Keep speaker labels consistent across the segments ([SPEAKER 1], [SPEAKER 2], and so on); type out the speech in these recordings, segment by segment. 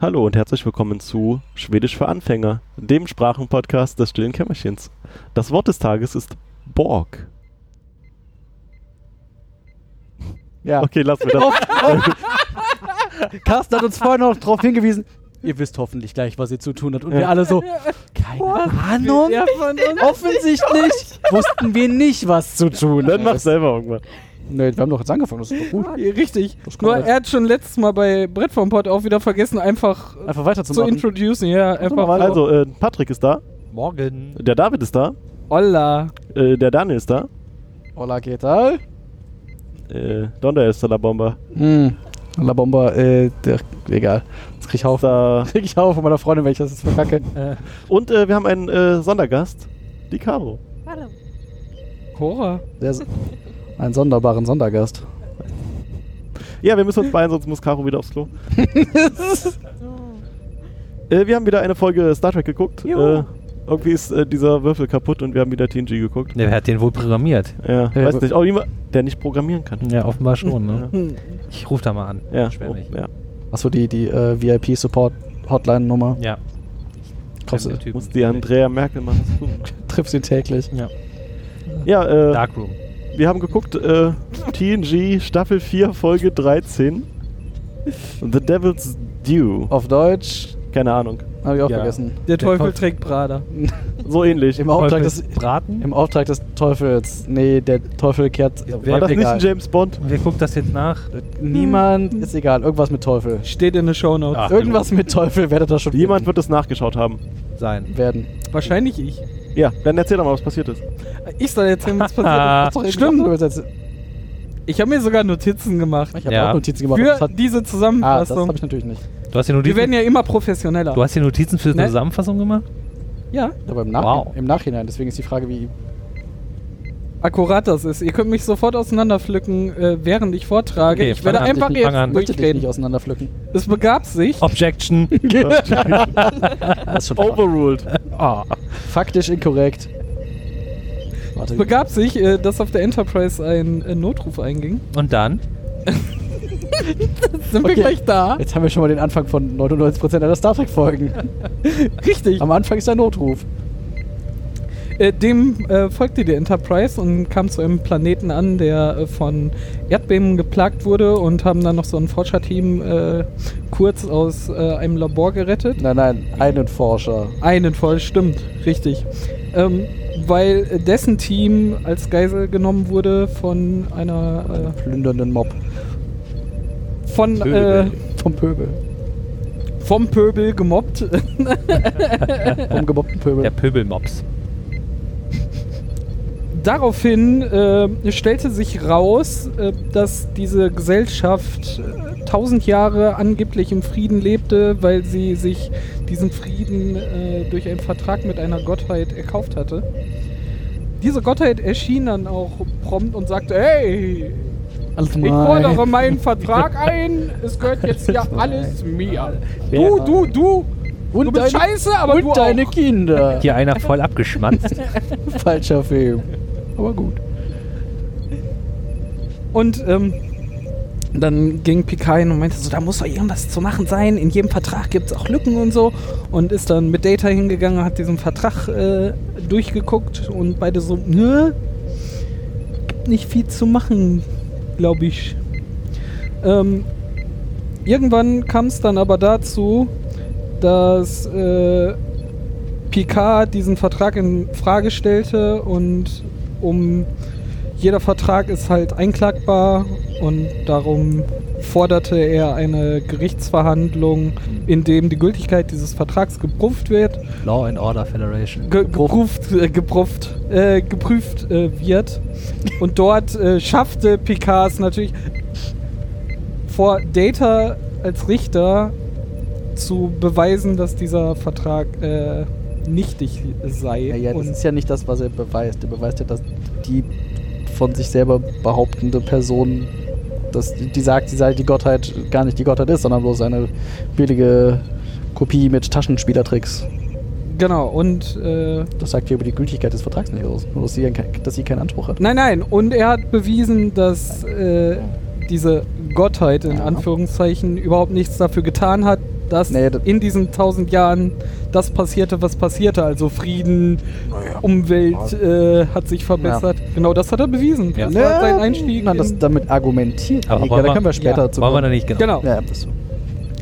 [SPEAKER 1] Hallo und herzlich willkommen zu Schwedisch für Anfänger, dem Sprachenpodcast des stillen Kämmerchens. Das Wort des Tages ist Borg.
[SPEAKER 2] Ja.
[SPEAKER 1] Okay, lass mir das.
[SPEAKER 2] Carsten hat uns vorhin noch darauf hingewiesen. Ihr wisst hoffentlich gleich, was ihr zu tun habt. Und wir alle so, keine Ahnung.
[SPEAKER 3] Wer von uns?
[SPEAKER 2] Offensichtlich wussten wir nicht, was zu tun.
[SPEAKER 1] Dann mach
[SPEAKER 2] ist.
[SPEAKER 1] selber irgendwann.
[SPEAKER 2] Nö, wir haben doch jetzt angefangen, das ist doch gut.
[SPEAKER 3] Richtig.
[SPEAKER 2] Das kann
[SPEAKER 3] Nur
[SPEAKER 2] man-
[SPEAKER 3] er hat schon letztes Mal bei Brett vom Pod auch wieder vergessen, einfach äh,
[SPEAKER 2] Einfach weiter zu
[SPEAKER 3] zu
[SPEAKER 2] machen.
[SPEAKER 3] introducen. Ja, einfach.
[SPEAKER 1] Also, äh, Patrick ist da,
[SPEAKER 4] Morgen.
[SPEAKER 1] der David ist da,
[SPEAKER 3] Olla.
[SPEAKER 1] äh, der Daniel ist da,
[SPEAKER 2] Hola, geht al?
[SPEAKER 1] äh, Donda ist da, der Bomber.
[SPEAKER 2] Hm. La Bomba, äh, der, egal. Das krieg ich
[SPEAKER 1] Ist
[SPEAKER 2] Haufen.
[SPEAKER 1] da.
[SPEAKER 2] Krieg ich Haufen von meiner Freundin, wenn ich das jetzt verkacke.
[SPEAKER 1] Und äh, wir haben einen äh, Sondergast, die Caro.
[SPEAKER 3] Cora.
[SPEAKER 2] Der ist einen sonderbaren Sondergast.
[SPEAKER 1] Ja, wir müssen uns beeilen, sonst muss Caro wieder aufs Klo. Äh, wir haben wieder eine Folge Star Trek geguckt. Äh, irgendwie ist äh, dieser Würfel kaputt und wir haben wieder TNG geguckt.
[SPEAKER 4] Ne, wer hat den wohl programmiert?
[SPEAKER 1] Ja,
[SPEAKER 2] Ja,
[SPEAKER 1] weiß
[SPEAKER 2] aber-
[SPEAKER 1] nicht. Auch jemand, der nicht programmieren kann.
[SPEAKER 4] Ja, offenbar schon,
[SPEAKER 1] ne?
[SPEAKER 3] Hm.
[SPEAKER 4] Ich rufe da mal an.
[SPEAKER 1] Ja,
[SPEAKER 4] Beschwer
[SPEAKER 1] oh,
[SPEAKER 4] mich.
[SPEAKER 1] ja.
[SPEAKER 2] Achso, die, die äh, VIP-Support-Hotline-Nummer.
[SPEAKER 4] Ja.
[SPEAKER 2] Kommst du-
[SPEAKER 4] Typen.
[SPEAKER 1] Muss die Andrea Merkel machen.
[SPEAKER 2] Triffst sie täglich.
[SPEAKER 4] Ja.
[SPEAKER 1] ja, äh,
[SPEAKER 4] Darkroom.
[SPEAKER 1] wir haben geguckt, äh, TNG Staffel 4, Folge 13. The Devil's Due.
[SPEAKER 2] Auf Deutsch
[SPEAKER 1] Keine Ahnung.
[SPEAKER 2] habe ich auch
[SPEAKER 4] Ja.
[SPEAKER 2] vergessen.
[SPEAKER 3] Der Teufel
[SPEAKER 4] Teufel.
[SPEAKER 3] trägt Prada.
[SPEAKER 1] So ähnlich.
[SPEAKER 2] Im Auftrag des,
[SPEAKER 4] Braten.
[SPEAKER 2] Im Auftrag des Teufels. Nee, der Teufel kehrt.
[SPEAKER 4] Wer-
[SPEAKER 1] War das nicht
[SPEAKER 2] egal.
[SPEAKER 1] ein James Bond?
[SPEAKER 4] Wer guckt das jetzt nach?
[SPEAKER 3] Hm.
[SPEAKER 2] Niemand ist egal. Irgendwas mit Teufel.
[SPEAKER 3] Steht in den Shownotes.
[SPEAKER 4] Ach,
[SPEAKER 2] Irgendwas mit Teufel werdet ihr schon
[SPEAKER 1] Jemand
[SPEAKER 2] finden
[SPEAKER 1] wird es nachgeschaut haben.
[SPEAKER 4] Sein.
[SPEAKER 2] werden.
[SPEAKER 3] Wahrscheinlich ich.
[SPEAKER 1] Ja, dann erzähl doch mal, was passiert ist.
[SPEAKER 3] Ich soll erzählen, was
[SPEAKER 4] Ah.
[SPEAKER 3] passiert ist. Stimmt.
[SPEAKER 2] Ich
[SPEAKER 3] Ich habe mir sogar Notizen gemacht.
[SPEAKER 2] habe
[SPEAKER 4] Ja.
[SPEAKER 2] auch Notizen gemacht. Das
[SPEAKER 3] Für
[SPEAKER 2] hat,
[SPEAKER 3] diese
[SPEAKER 2] ah, das habe
[SPEAKER 3] Zusammenfassung.
[SPEAKER 2] ich natürlich nicht.
[SPEAKER 4] Du hast die Notizen,
[SPEAKER 3] Wir werden ja immer professioneller.
[SPEAKER 4] du hast die Notizen für die
[SPEAKER 3] Ne?
[SPEAKER 4] Zusammenfassung gemacht?
[SPEAKER 3] Ja,
[SPEAKER 2] Aber im, Nach
[SPEAKER 4] Wow.
[SPEAKER 2] im Nachhinein. Deswegen ist die Frage, wie.
[SPEAKER 3] akkurat das ist. Ihr könnt mich sofort auseinanderpflücken, äh, während ich vortrage.
[SPEAKER 4] Okay,
[SPEAKER 3] ich werde
[SPEAKER 4] fang an,
[SPEAKER 3] einfach
[SPEAKER 4] ich-
[SPEAKER 3] jetzt
[SPEAKER 4] fang an.
[SPEAKER 2] Möchte dich
[SPEAKER 3] durchreden.
[SPEAKER 2] nicht auseinanderpflücken.
[SPEAKER 3] Es begab sich,
[SPEAKER 4] Objection.
[SPEAKER 2] Das ist schon
[SPEAKER 1] Overruled.
[SPEAKER 4] Ah.
[SPEAKER 2] faktisch inkorrekt. Warte.
[SPEAKER 3] es begab sich, äh, dass auf der Enterprise ein äh, Notruf einging.
[SPEAKER 4] Und dann?
[SPEAKER 2] Okay.
[SPEAKER 3] Sind wir gleich da?
[SPEAKER 2] Jetzt haben wir schon mal den Anfang von 99% aller Star Trek-Folgen.
[SPEAKER 3] Richtig.
[SPEAKER 2] Am Anfang ist ein Notruf.
[SPEAKER 3] Äh, dem äh, folgte die Enterprise und kam zu einem Planeten an, der äh, von Erdbeben geplagt wurde und haben dann noch so ein Forscherteam äh, kurz aus äh, einem Labor gerettet.
[SPEAKER 2] Nein, nein, einen Forscher.
[SPEAKER 3] Einen voll, stimmt, richtig. Ähm, weil äh, dessen Team als Geisel genommen wurde von einer
[SPEAKER 2] Plündernden Mob.
[SPEAKER 3] äh, von äh,
[SPEAKER 2] Vom Pöbel.
[SPEAKER 3] vom Pöbel gemobbt.
[SPEAKER 2] Vom gemobbten Pöbel.
[SPEAKER 4] Der Pöbelmops.
[SPEAKER 3] Daraufhin äh, stellte sich raus, äh, dass diese Gesellschaft äh, tausend Jahre angeblich im Frieden lebte, weil sie sich diesen Frieden äh, durch einen Vertrag mit einer Gottheit erkauft hatte. Diese Gottheit erschien dann auch prompt und sagte, hey,
[SPEAKER 2] Alles
[SPEAKER 3] ich fordere meinen Vertrag ein, es gehört jetzt ja alles mir. Du, du, du,
[SPEAKER 2] Und
[SPEAKER 3] du bist
[SPEAKER 2] deine-
[SPEAKER 3] scheiße, aber
[SPEAKER 2] Und
[SPEAKER 3] du
[SPEAKER 2] deine
[SPEAKER 3] auch.
[SPEAKER 2] Kinder.
[SPEAKER 4] Hier einer voll abgeschmatzt.
[SPEAKER 2] Falscher Film. Aber gut.
[SPEAKER 3] Und ähm, dann ging Picard hin und meinte so, da muss doch irgendwas zu machen sein. In jedem Vertrag gibt es auch Lücken und so. Und ist dann mit Data hingegangen, hat diesen Vertrag äh, durchgeguckt und beide so, nö, gibt nicht viel zu machen, glaube ich. Ähm, irgendwann kam es dann aber dazu, dass äh, Picard diesen Vertrag in Frage stellte und um jeder Vertrag ist halt einklagbar und darum forderte er eine Gerichtsverhandlung, in dem die Gültigkeit dieses Vertrags geprüft wird,
[SPEAKER 4] Law and Order Federation.
[SPEAKER 3] ge geprüft, äh, geprüft, äh, geprüft äh, wird. Und dort äh, schaffte Picard es natürlich vor Data als Richter zu beweisen, dass dieser Vertrag äh, nichtig sei.
[SPEAKER 2] Ja, ja, das
[SPEAKER 3] und
[SPEAKER 2] ist ja nicht das, was er beweist. Er beweist ja, dass die von sich selber behauptende Person, dass die sagt, sie sei die Gottheit, gar nicht die Gottheit ist, sondern bloß eine billige Kopie mit Taschenspielertricks.
[SPEAKER 3] genau, und äh,
[SPEAKER 2] Das sagt ja über die Gültigkeit des Vertrags nicht aus. Nur, dass sie, kein- dass sie keinen Anspruch hat.
[SPEAKER 3] Nein, nein, und er hat bewiesen, dass äh, diese Gottheit in
[SPEAKER 2] Ja.
[SPEAKER 3] Anführungszeichen überhaupt nichts dafür getan hat, dass
[SPEAKER 2] Nee, das-
[SPEAKER 3] in diesen tausend Jahren das passierte, was passierte. Also Frieden, Umwelt äh, hat sich verbessert. Genau das hat er bewiesen.
[SPEAKER 4] Ja.
[SPEAKER 3] Das war sein Einstieg.
[SPEAKER 2] Nein, das
[SPEAKER 3] in-
[SPEAKER 2] damit argumentiert.
[SPEAKER 4] Aber
[SPEAKER 2] ja,
[SPEAKER 4] wollen
[SPEAKER 2] da
[SPEAKER 4] wir-
[SPEAKER 2] können wir später
[SPEAKER 3] ja,
[SPEAKER 2] zu
[SPEAKER 4] Wollen wir da
[SPEAKER 2] kommen.
[SPEAKER 4] nicht genau.
[SPEAKER 3] genau.
[SPEAKER 2] Ja, das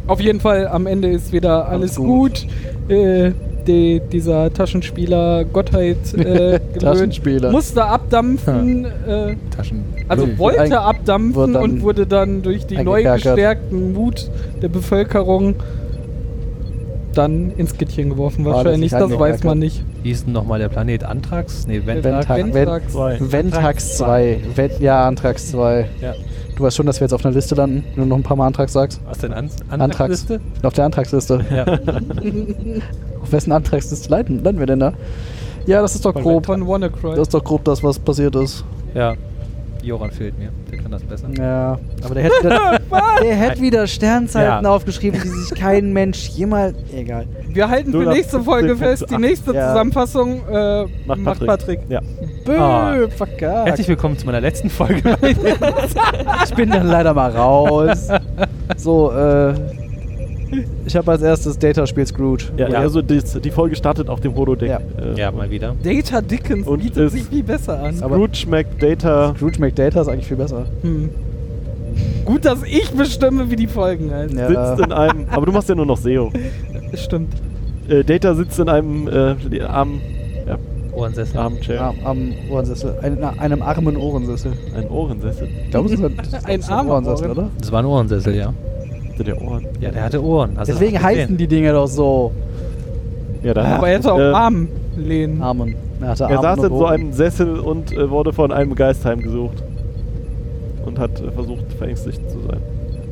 [SPEAKER 3] Auf jeden Fall, am Ende ist wieder
[SPEAKER 2] Alles
[SPEAKER 3] alles
[SPEAKER 2] gut.
[SPEAKER 3] gut. Äh, die, dieser Taschenspieler Gottheit äh, gelöst.
[SPEAKER 2] Taschenspieler.
[SPEAKER 3] musste abdampfen, äh,
[SPEAKER 4] Taschen.
[SPEAKER 3] also
[SPEAKER 2] Mhm. Ein-
[SPEAKER 3] wollte abdampfen
[SPEAKER 2] wurde dann
[SPEAKER 3] und wurde dann durch die neu
[SPEAKER 2] eingekerkert.
[SPEAKER 3] gestärkten Mut der Bevölkerung dann ins Gittchen geworfen
[SPEAKER 2] War das
[SPEAKER 3] wahrscheinlich.
[SPEAKER 2] nicht
[SPEAKER 3] Das, weiß
[SPEAKER 2] eingekerkert?
[SPEAKER 3] man nicht.
[SPEAKER 4] Wie ist denn nochmal der Planet? Antrax? Nee, Ventax.
[SPEAKER 2] Ventax.
[SPEAKER 3] Ventax.
[SPEAKER 1] Zwei.
[SPEAKER 2] Ventax 2. Ven ja, Antrax 2.
[SPEAKER 4] Ja.
[SPEAKER 2] Du weißt schon, dass wir jetzt auf einer Liste landen, wenn du noch ein paar Mal Antrag sagst.
[SPEAKER 4] Was denn? An
[SPEAKER 2] Antrags.
[SPEAKER 4] Antragsliste?
[SPEAKER 2] Auf der Antragsliste.
[SPEAKER 4] Ja.
[SPEAKER 2] Auf wessen Antragsliste leiten, landen wir denn da? Ja, das ist doch
[SPEAKER 4] Von
[SPEAKER 2] grob.
[SPEAKER 3] Von WannaCry.
[SPEAKER 2] Das ist doch grob das, was passiert ist.
[SPEAKER 4] ja. Joran fehlt mir. Der kann das besser.
[SPEAKER 2] Ja, aber der hätte wieder, der hätte wieder Sternzeiten
[SPEAKER 4] Ja.
[SPEAKER 2] aufgeschrieben, die sich kein Mensch jemals. Egal.
[SPEAKER 3] Wir halten
[SPEAKER 1] Du
[SPEAKER 3] für
[SPEAKER 1] darfst
[SPEAKER 3] nächste
[SPEAKER 1] den
[SPEAKER 3] Folge
[SPEAKER 1] Punkt
[SPEAKER 3] fest, die
[SPEAKER 1] acht.
[SPEAKER 3] nächste
[SPEAKER 2] Ja.
[SPEAKER 3] Zusammenfassung äh,
[SPEAKER 1] Macht Patrick. Ja.
[SPEAKER 2] Bö,
[SPEAKER 4] Ah.
[SPEAKER 2] verkackt.
[SPEAKER 4] Herzlich willkommen zu meiner letzten Folge.
[SPEAKER 2] Ich bin dann leider mal raus. So, äh. Ich habe als erstes Data spielt Scrooge.
[SPEAKER 1] Ja,
[SPEAKER 4] Ja.
[SPEAKER 1] also die, die Folge startet auf dem Holodeck.
[SPEAKER 2] Ja.
[SPEAKER 1] Äh,
[SPEAKER 4] ja, mal wieder.
[SPEAKER 3] Data Dickens
[SPEAKER 1] Und
[SPEAKER 3] bietet
[SPEAKER 1] ist-
[SPEAKER 3] sich viel besser an.
[SPEAKER 2] Aber-
[SPEAKER 1] Scrooge McData.
[SPEAKER 2] Scrooge McData ist eigentlich viel besser.
[SPEAKER 3] Hm. Gut, dass ich bestimme, wie die Folgen heißen.
[SPEAKER 1] sitzt in einem, aber du machst ja nur noch E SEO.
[SPEAKER 3] Stimmt.
[SPEAKER 1] Äh, Data sitzt in einem äh, Arm, ja,
[SPEAKER 4] Ohrensessel.
[SPEAKER 1] Armchair,
[SPEAKER 2] Am, am Ohrensessel. Ein, na, einem armen Ohrensessel.
[SPEAKER 1] ein Ohrensessel.
[SPEAKER 2] Ich glaube, es ist ein, das ist
[SPEAKER 3] Ein
[SPEAKER 2] ein
[SPEAKER 3] armer
[SPEAKER 2] Ohrensessel,
[SPEAKER 3] Ohren-
[SPEAKER 2] oder?
[SPEAKER 4] Das war ein Ohrensessel, ja.
[SPEAKER 1] Hatte der Ohren.
[SPEAKER 4] Ja, der hatte Ohren. Hast du das
[SPEAKER 2] Deswegen
[SPEAKER 4] gesehen?
[SPEAKER 2] heißen die Dinge doch so.
[SPEAKER 1] Ja, da
[SPEAKER 2] Ah,
[SPEAKER 3] Aber er hätte auch
[SPEAKER 1] äh,
[SPEAKER 3] Arm lehnen.
[SPEAKER 2] Armen. Er, hatte
[SPEAKER 1] Er
[SPEAKER 2] Armen
[SPEAKER 1] saß
[SPEAKER 2] und
[SPEAKER 1] in so
[SPEAKER 2] Ohren.
[SPEAKER 1] einem Sessel und äh, wurde von einem Geist heimgesucht. Und hat äh, versucht, verängstigt zu sein.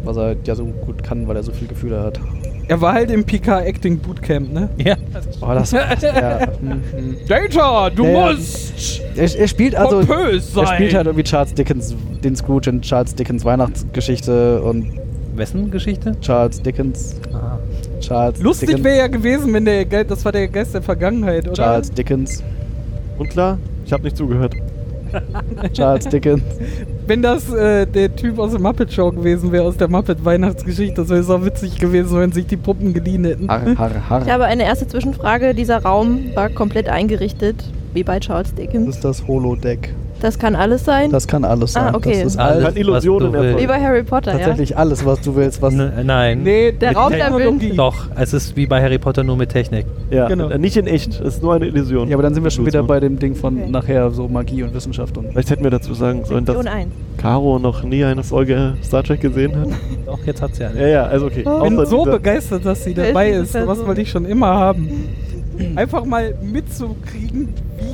[SPEAKER 2] Was er ja so gut kann, weil er so viel Gefühle hat.
[SPEAKER 3] Er war halt im PK Acting Bootcamp, ne?
[SPEAKER 4] Ja.
[SPEAKER 2] Oh, das ja. hm, hm.
[SPEAKER 3] Data, du
[SPEAKER 2] Ja, ja.
[SPEAKER 3] musst!
[SPEAKER 2] er, er spielt also.
[SPEAKER 3] Pompös
[SPEAKER 2] Er spielt
[SPEAKER 3] sein.
[SPEAKER 2] halt irgendwie Charles Dickens, den Scrooge in Charles Dickens Weihnachtsgeschichte und
[SPEAKER 4] Wessen Geschichte?
[SPEAKER 2] Charles Dickens.
[SPEAKER 4] Aha.
[SPEAKER 2] Charles
[SPEAKER 3] Lustig
[SPEAKER 2] Dickens.
[SPEAKER 3] wäre ja gewesen, wenn der Geist, das war der Geist der Vergangenheit, oder?
[SPEAKER 2] Charles Dickens.
[SPEAKER 1] Und klar, ich habe nicht zugehört.
[SPEAKER 2] Charles Dickens.
[SPEAKER 3] Wenn das äh, der Typ aus der Muppet Show gewesen wäre, aus der Muppet Weihnachtsgeschichte, das wäre so witzig gewesen, wenn sich die Puppen geliehen hätten.
[SPEAKER 2] Har, har,
[SPEAKER 5] Ich
[SPEAKER 2] har.
[SPEAKER 5] habe eine erste Zwischenfrage. Dieser Raum war komplett eingerichtet, wie bei Charles
[SPEAKER 2] Das
[SPEAKER 5] Dickens.
[SPEAKER 2] ist das Holodeck.
[SPEAKER 5] Das kann alles sein.
[SPEAKER 2] Das kann alles
[SPEAKER 5] Ah,
[SPEAKER 2] sein.
[SPEAKER 5] okay.
[SPEAKER 2] Das ist
[SPEAKER 1] Alles.
[SPEAKER 2] alles,
[SPEAKER 1] Hat Illusionen
[SPEAKER 4] was du
[SPEAKER 1] erfolgt.
[SPEAKER 5] wie
[SPEAKER 4] willst.
[SPEAKER 5] bei Harry Potter, ja.
[SPEAKER 2] tatsächlich alles, was du willst. Was
[SPEAKER 4] N- äh, Nein.
[SPEAKER 3] Nee,
[SPEAKER 5] der
[SPEAKER 4] Mit
[SPEAKER 5] Raum
[SPEAKER 4] Techn-
[SPEAKER 5] der Bünden.
[SPEAKER 4] Doch, es ist wie bei Harry Potter nur mit Technik.
[SPEAKER 1] Ja,
[SPEAKER 3] Genau.
[SPEAKER 1] äh, nicht in echt. Es ist nur eine Illusion.
[SPEAKER 2] ja, aber dann sind wir schon wieder
[SPEAKER 1] Illusion.
[SPEAKER 2] bei dem Ding von
[SPEAKER 5] Okay.
[SPEAKER 2] nachher, so Magie und Wissenschaft und.
[SPEAKER 1] Vielleicht hätten wir dazu sagen sollen, dass
[SPEAKER 5] Sektion 1.
[SPEAKER 1] Caro noch nie eine Folge Star Trek gesehen hat.
[SPEAKER 4] Doch, jetzt hat sie eine.
[SPEAKER 1] ja, ja, also okay.
[SPEAKER 3] Ich bin
[SPEAKER 1] Außer
[SPEAKER 3] so
[SPEAKER 1] dieser-
[SPEAKER 3] begeistert, dass sie
[SPEAKER 5] Wer
[SPEAKER 3] dabei
[SPEAKER 5] ist diese
[SPEAKER 3] ist. Was
[SPEAKER 5] Person?
[SPEAKER 3] wollte ich schon immer haben? Einfach mal mitzukriegen,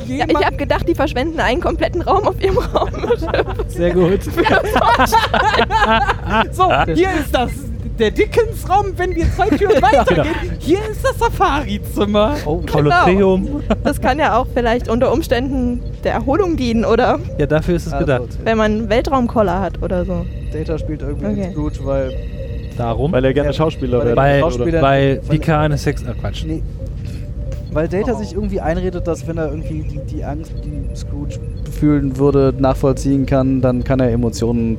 [SPEAKER 3] wie
[SPEAKER 5] Ja,
[SPEAKER 3] jemand.
[SPEAKER 5] ich habe gedacht, die verschwenden einen kompletten Raum auf ihrem Raum.
[SPEAKER 3] Sehr gut. so,
[SPEAKER 1] Ah.
[SPEAKER 3] hier ist das der Dickens-Raum, wenn wir zwei Türen weitergehen. Hier ist das Safari-Zimmer.
[SPEAKER 4] Oh,
[SPEAKER 2] genau.
[SPEAKER 4] Kolosseum.
[SPEAKER 5] Das kann ja auch vielleicht unter Umständen der Erholung dienen oder
[SPEAKER 4] Ja, dafür ist es
[SPEAKER 2] Also,
[SPEAKER 4] gedacht.
[SPEAKER 5] wenn man einen Weltraumkoller hat oder so.
[SPEAKER 2] Data spielt irgendwie
[SPEAKER 5] Okay.
[SPEAKER 2] den Scrooge, weil.
[SPEAKER 4] Darum.
[SPEAKER 1] Weil er gerne
[SPEAKER 2] Ja,
[SPEAKER 1] Schauspieler
[SPEAKER 2] weil
[SPEAKER 1] werden
[SPEAKER 2] er-
[SPEAKER 4] Weil,
[SPEAKER 1] will, oder?
[SPEAKER 2] Schauspieler-
[SPEAKER 4] weil
[SPEAKER 2] Weil-
[SPEAKER 4] Picard eine Sex... Ah, Quatsch.
[SPEAKER 2] Nee. Weil Data sich irgendwie einredet, dass wenn er irgendwie die, die Angst, die Scrooge fühlen würde, nachvollziehen kann, dann kann er Emotionen,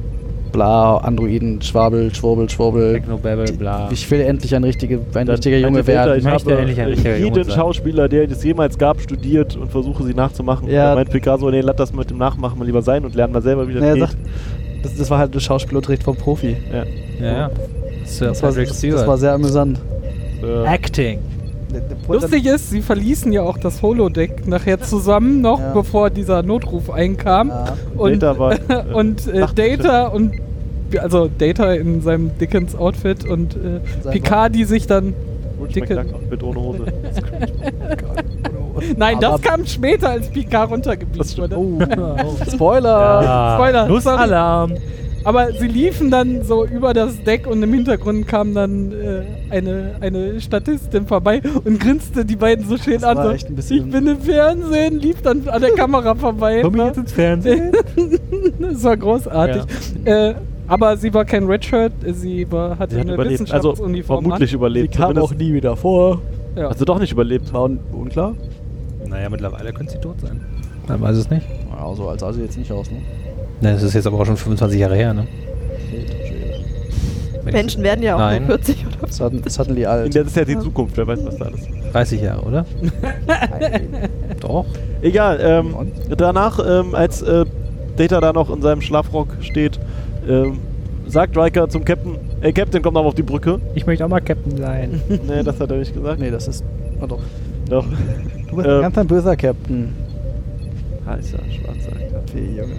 [SPEAKER 2] bla, Androiden, Schwabel, Schwurbel, Schwurbel.
[SPEAKER 4] Technobabble, bla.
[SPEAKER 2] Ich will endlich ein, richtige, ein
[SPEAKER 1] Dann
[SPEAKER 2] richtiger
[SPEAKER 1] meinte
[SPEAKER 2] Junge
[SPEAKER 1] Peter,
[SPEAKER 2] werden.
[SPEAKER 1] Ich
[SPEAKER 4] Möchte
[SPEAKER 1] habe
[SPEAKER 4] endlich ein richtiger Junge
[SPEAKER 1] jeden
[SPEAKER 4] sein.
[SPEAKER 1] Schauspieler, der es jemals gab, studiert und versuche sie nachzumachen.
[SPEAKER 2] Ja.
[SPEAKER 1] Da meint Picasso, nee, lass das mit dem Nachmachen mal lieber sein und lern mal selber, wie das
[SPEAKER 2] Nee, er
[SPEAKER 1] geht.
[SPEAKER 2] sagt, das, das war halt ein Schauspielunterricht vom Profi.
[SPEAKER 1] ja.
[SPEAKER 4] Ja, ja. Sir
[SPEAKER 2] Das war,
[SPEAKER 4] Patrick
[SPEAKER 2] das,
[SPEAKER 4] Stewart.
[SPEAKER 2] das war sehr amüsant.
[SPEAKER 1] Äh,
[SPEAKER 4] Acting.
[SPEAKER 3] Lustig ist, sie verließen ja auch das Holodeck nachher zusammen noch,
[SPEAKER 2] Ja.
[SPEAKER 3] bevor dieser Notruf einkam.
[SPEAKER 2] Ja.
[SPEAKER 3] Und
[SPEAKER 1] Data war, äh,
[SPEAKER 3] und äh,
[SPEAKER 1] Nachtschiff.
[SPEAKER 3] Data und also Data in seinem Dickens Outfit und äh,
[SPEAKER 2] Sein
[SPEAKER 3] Picard, die sich dann
[SPEAKER 1] Scrooge
[SPEAKER 3] Dicke-
[SPEAKER 1] McDuck auch mit ohne Hose.
[SPEAKER 3] Nein, das
[SPEAKER 2] Aber-
[SPEAKER 3] kam später, als Picard runtergeblieben
[SPEAKER 1] Das-
[SPEAKER 3] wurde.
[SPEAKER 2] Oh, Spoiler!
[SPEAKER 4] Ja.
[SPEAKER 3] Spoiler,
[SPEAKER 4] Nussalarm.
[SPEAKER 3] Aber sie liefen dann so über das Deck und im Hintergrund kam dann äh, eine, eine Statistin vorbei und grinste die beiden so schön an.
[SPEAKER 2] war
[SPEAKER 3] So,
[SPEAKER 2] echt ein bisschen-
[SPEAKER 3] ich bin im Fernsehen, lief dann an der Kamera vorbei.
[SPEAKER 4] Komm ich jetzt ins Fernsehen?
[SPEAKER 3] das war großartig. Äh, aber sie war kein Redshirt, sie war, hatte
[SPEAKER 1] Sie hat
[SPEAKER 3] eine
[SPEAKER 1] überlebt. Also
[SPEAKER 3] Wissenschaftsuniform
[SPEAKER 1] vermutlich überlebt. zumindest.
[SPEAKER 2] nie wieder vor.
[SPEAKER 3] an. Ja.
[SPEAKER 1] Also doch nicht überlebt.
[SPEAKER 2] War un unklar?
[SPEAKER 4] Naja, mittlerweile könnte sie tot sein. Man weiß es nicht.
[SPEAKER 2] Ja, so als sah sie jetzt nicht aus, ne?
[SPEAKER 4] Ne, das ist jetzt aber auch schon 25 Jahre her, ne?
[SPEAKER 2] Alter Schwede.
[SPEAKER 4] Wenn ich-
[SPEAKER 5] Menschen werden ja auch
[SPEAKER 4] Nein.
[SPEAKER 5] nur 40 oder
[SPEAKER 2] Sudden, suddenly alt.
[SPEAKER 1] Äh, Das ist ja die Zukunft, wer weiß, was da ist.
[SPEAKER 4] 30 Jahre, oder? Doch.
[SPEAKER 1] Egal, ähm, danach, ähm, als äh, Data da noch in seinem Schlafrock steht, ähm, sagt Riker zum Captain, ey Captain, komm doch mal auf die Brücke.
[SPEAKER 4] Ich möchte auch mal Captain sein.
[SPEAKER 1] nee, das hat er nicht gesagt.
[SPEAKER 2] nee, das ist. Oh doch.
[SPEAKER 1] Doch.
[SPEAKER 2] Du bist
[SPEAKER 1] Ähm.
[SPEAKER 2] ein ganz ein böser Captain.
[SPEAKER 1] Heißer, schwarzer.
[SPEAKER 2] Wie, Junge.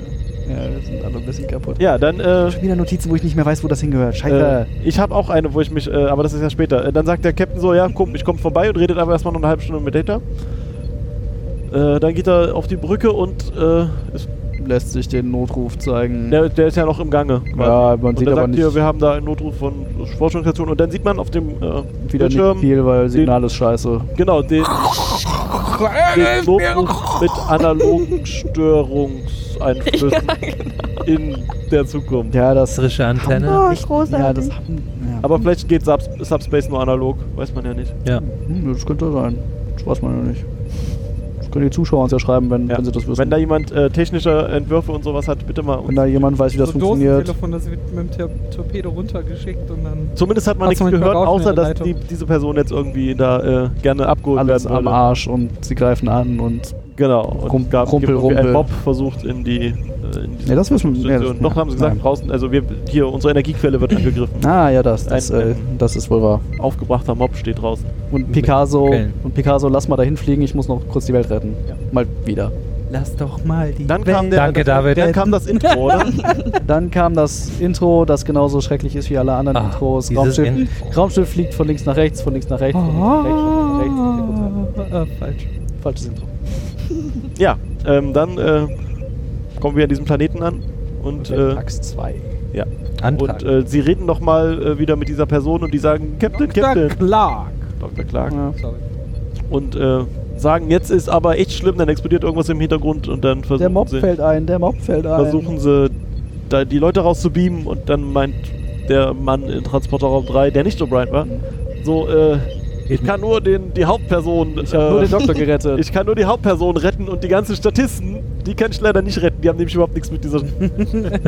[SPEAKER 2] Ja, wir sind alle ein bisschen kaputt.
[SPEAKER 1] Ja, dann, äh,
[SPEAKER 2] Schon wieder Notizen, wo ich nicht mehr weiß, wo das hingehört.
[SPEAKER 1] äh,
[SPEAKER 2] Scheiße.
[SPEAKER 1] ich habe auch eine, wo ich mich, äh, aber das ist ja später. Äh, dann sagt der Captain so, ja, komm, ich komme vorbei und redet aber erstmal noch eine halbe Stunde mit Data. Äh, dann geht er auf die Brücke und äh, ist,
[SPEAKER 2] Lässt sich den Notruf zeigen.
[SPEAKER 1] der, der ist ja noch im Gange.
[SPEAKER 2] Ja, man
[SPEAKER 1] und
[SPEAKER 2] sieht
[SPEAKER 1] dann
[SPEAKER 2] aber
[SPEAKER 1] sagt
[SPEAKER 2] nicht-
[SPEAKER 1] hier, wir haben da einen Notruf von Forschungsstation und dann sieht man auf dem äh,
[SPEAKER 2] wieder
[SPEAKER 1] Bildschirm
[SPEAKER 2] nicht viel, weil Signal ist scheiße.
[SPEAKER 1] Genau, den, den Notruf mit analogen Störungseinflüssen
[SPEAKER 3] genau.
[SPEAKER 1] in der Zukunft.
[SPEAKER 2] Ja, das.
[SPEAKER 4] Frische Antenne.
[SPEAKER 5] Oh,
[SPEAKER 2] Ich-
[SPEAKER 5] großartig.
[SPEAKER 2] Ja, das haben. Ja.
[SPEAKER 1] Aber vielleicht geht Subs Subspace nur analog, weiß man ja nicht.
[SPEAKER 4] Ja.
[SPEAKER 2] Hm, das könnte sein. Das weiß man ja nicht. Das können die Zuschauer uns ja schreiben, wenn,
[SPEAKER 1] Ja.
[SPEAKER 2] wenn sie das wissen.
[SPEAKER 1] Wenn da jemand äh, technische Entwürfe und sowas hat, bitte mal
[SPEAKER 2] Wenn
[SPEAKER 1] uns.
[SPEAKER 2] da jemand weiß, wie das
[SPEAKER 3] so
[SPEAKER 2] funktioniert.
[SPEAKER 3] Dosentelefon, das wird mit dem Tor- Torpedo runtergeschickt und dann.
[SPEAKER 1] Zumindest hat man
[SPEAKER 3] Hast
[SPEAKER 1] nichts
[SPEAKER 3] du manchmal
[SPEAKER 1] gehört,
[SPEAKER 3] raus in
[SPEAKER 1] außer
[SPEAKER 3] der
[SPEAKER 1] dass die,
[SPEAKER 3] Leitung?
[SPEAKER 1] diese Person jetzt irgendwie da äh, gerne abgeholt
[SPEAKER 2] Alles
[SPEAKER 1] werden
[SPEAKER 2] am
[SPEAKER 1] würde.
[SPEAKER 2] Arsch und sie greifen an und.
[SPEAKER 1] Genau. Und
[SPEAKER 2] Rum-
[SPEAKER 1] gab,
[SPEAKER 2] Rumpel,
[SPEAKER 1] gibt irgendwie einen
[SPEAKER 2] Rumpel.
[SPEAKER 1] Mob versucht in die. Äh, in die
[SPEAKER 2] Ja, das wissen wir- ja, das-
[SPEAKER 1] Station. Noch
[SPEAKER 2] ja,
[SPEAKER 1] haben sie gesagt,
[SPEAKER 2] nein.
[SPEAKER 1] draußen, also wir, hier, unsere Energiequelle wird angegriffen.
[SPEAKER 2] Ah, ja, das. Das,
[SPEAKER 1] Ein-
[SPEAKER 2] äh, das ist wohl wahr.
[SPEAKER 1] Aufgebrachter Mob steht draußen.
[SPEAKER 2] Und Picasso,
[SPEAKER 4] Quellen.
[SPEAKER 2] und Picasso, lass mal dahin fliegen, ich muss noch kurz die Welt retten. Mal wieder.
[SPEAKER 3] Lass doch mal die.
[SPEAKER 1] Dann kam der,
[SPEAKER 4] Danke,
[SPEAKER 1] das,
[SPEAKER 4] David.
[SPEAKER 1] Dann kam das Intro, oder?
[SPEAKER 2] Dann kam das Intro, das genauso schrecklich ist wie alle anderen
[SPEAKER 4] Ah,
[SPEAKER 2] Intros.
[SPEAKER 4] dieses
[SPEAKER 2] Raumschiff,
[SPEAKER 4] Intro.
[SPEAKER 2] Raumschiff fliegt von links nach rechts, von links nach rechts, von links nach rechts, von links nach rechts.
[SPEAKER 3] Ah, falsch.
[SPEAKER 2] Falsches Intro.
[SPEAKER 1] Ja, ähm, dann äh, kommen wir an diesem Planeten an und, äh,
[SPEAKER 2] Axt 2.
[SPEAKER 1] ja.
[SPEAKER 4] Antrag.
[SPEAKER 1] und äh, sie reden nochmal äh, wieder mit dieser Person und die sagen, Captain,
[SPEAKER 3] Dr.
[SPEAKER 1] Captain,
[SPEAKER 3] Clark.
[SPEAKER 1] Dr. Clark.
[SPEAKER 2] Ja.
[SPEAKER 3] Sorry.
[SPEAKER 1] Und äh, sagen, jetzt ist aber echt schlimm, dann explodiert irgendwas im Hintergrund und dann
[SPEAKER 2] Der
[SPEAKER 1] versuchen
[SPEAKER 2] Mob
[SPEAKER 1] sie,
[SPEAKER 2] fällt ein, der Mob fällt ein.
[SPEAKER 1] versuchen sie da die Leute rauszubeamen und dann meint der Mann in Transporterraum 3, der nicht so bright war, so, äh, ich kann nur den, die Hauptperson. äh, Ich
[SPEAKER 2] Nur den Doktor gerettet.
[SPEAKER 1] Ich kann nur die Hauptperson retten und die ganzen Statisten, die kann ich leider nicht retten. Die haben nämlich überhaupt nichts mit dieser, mit dieser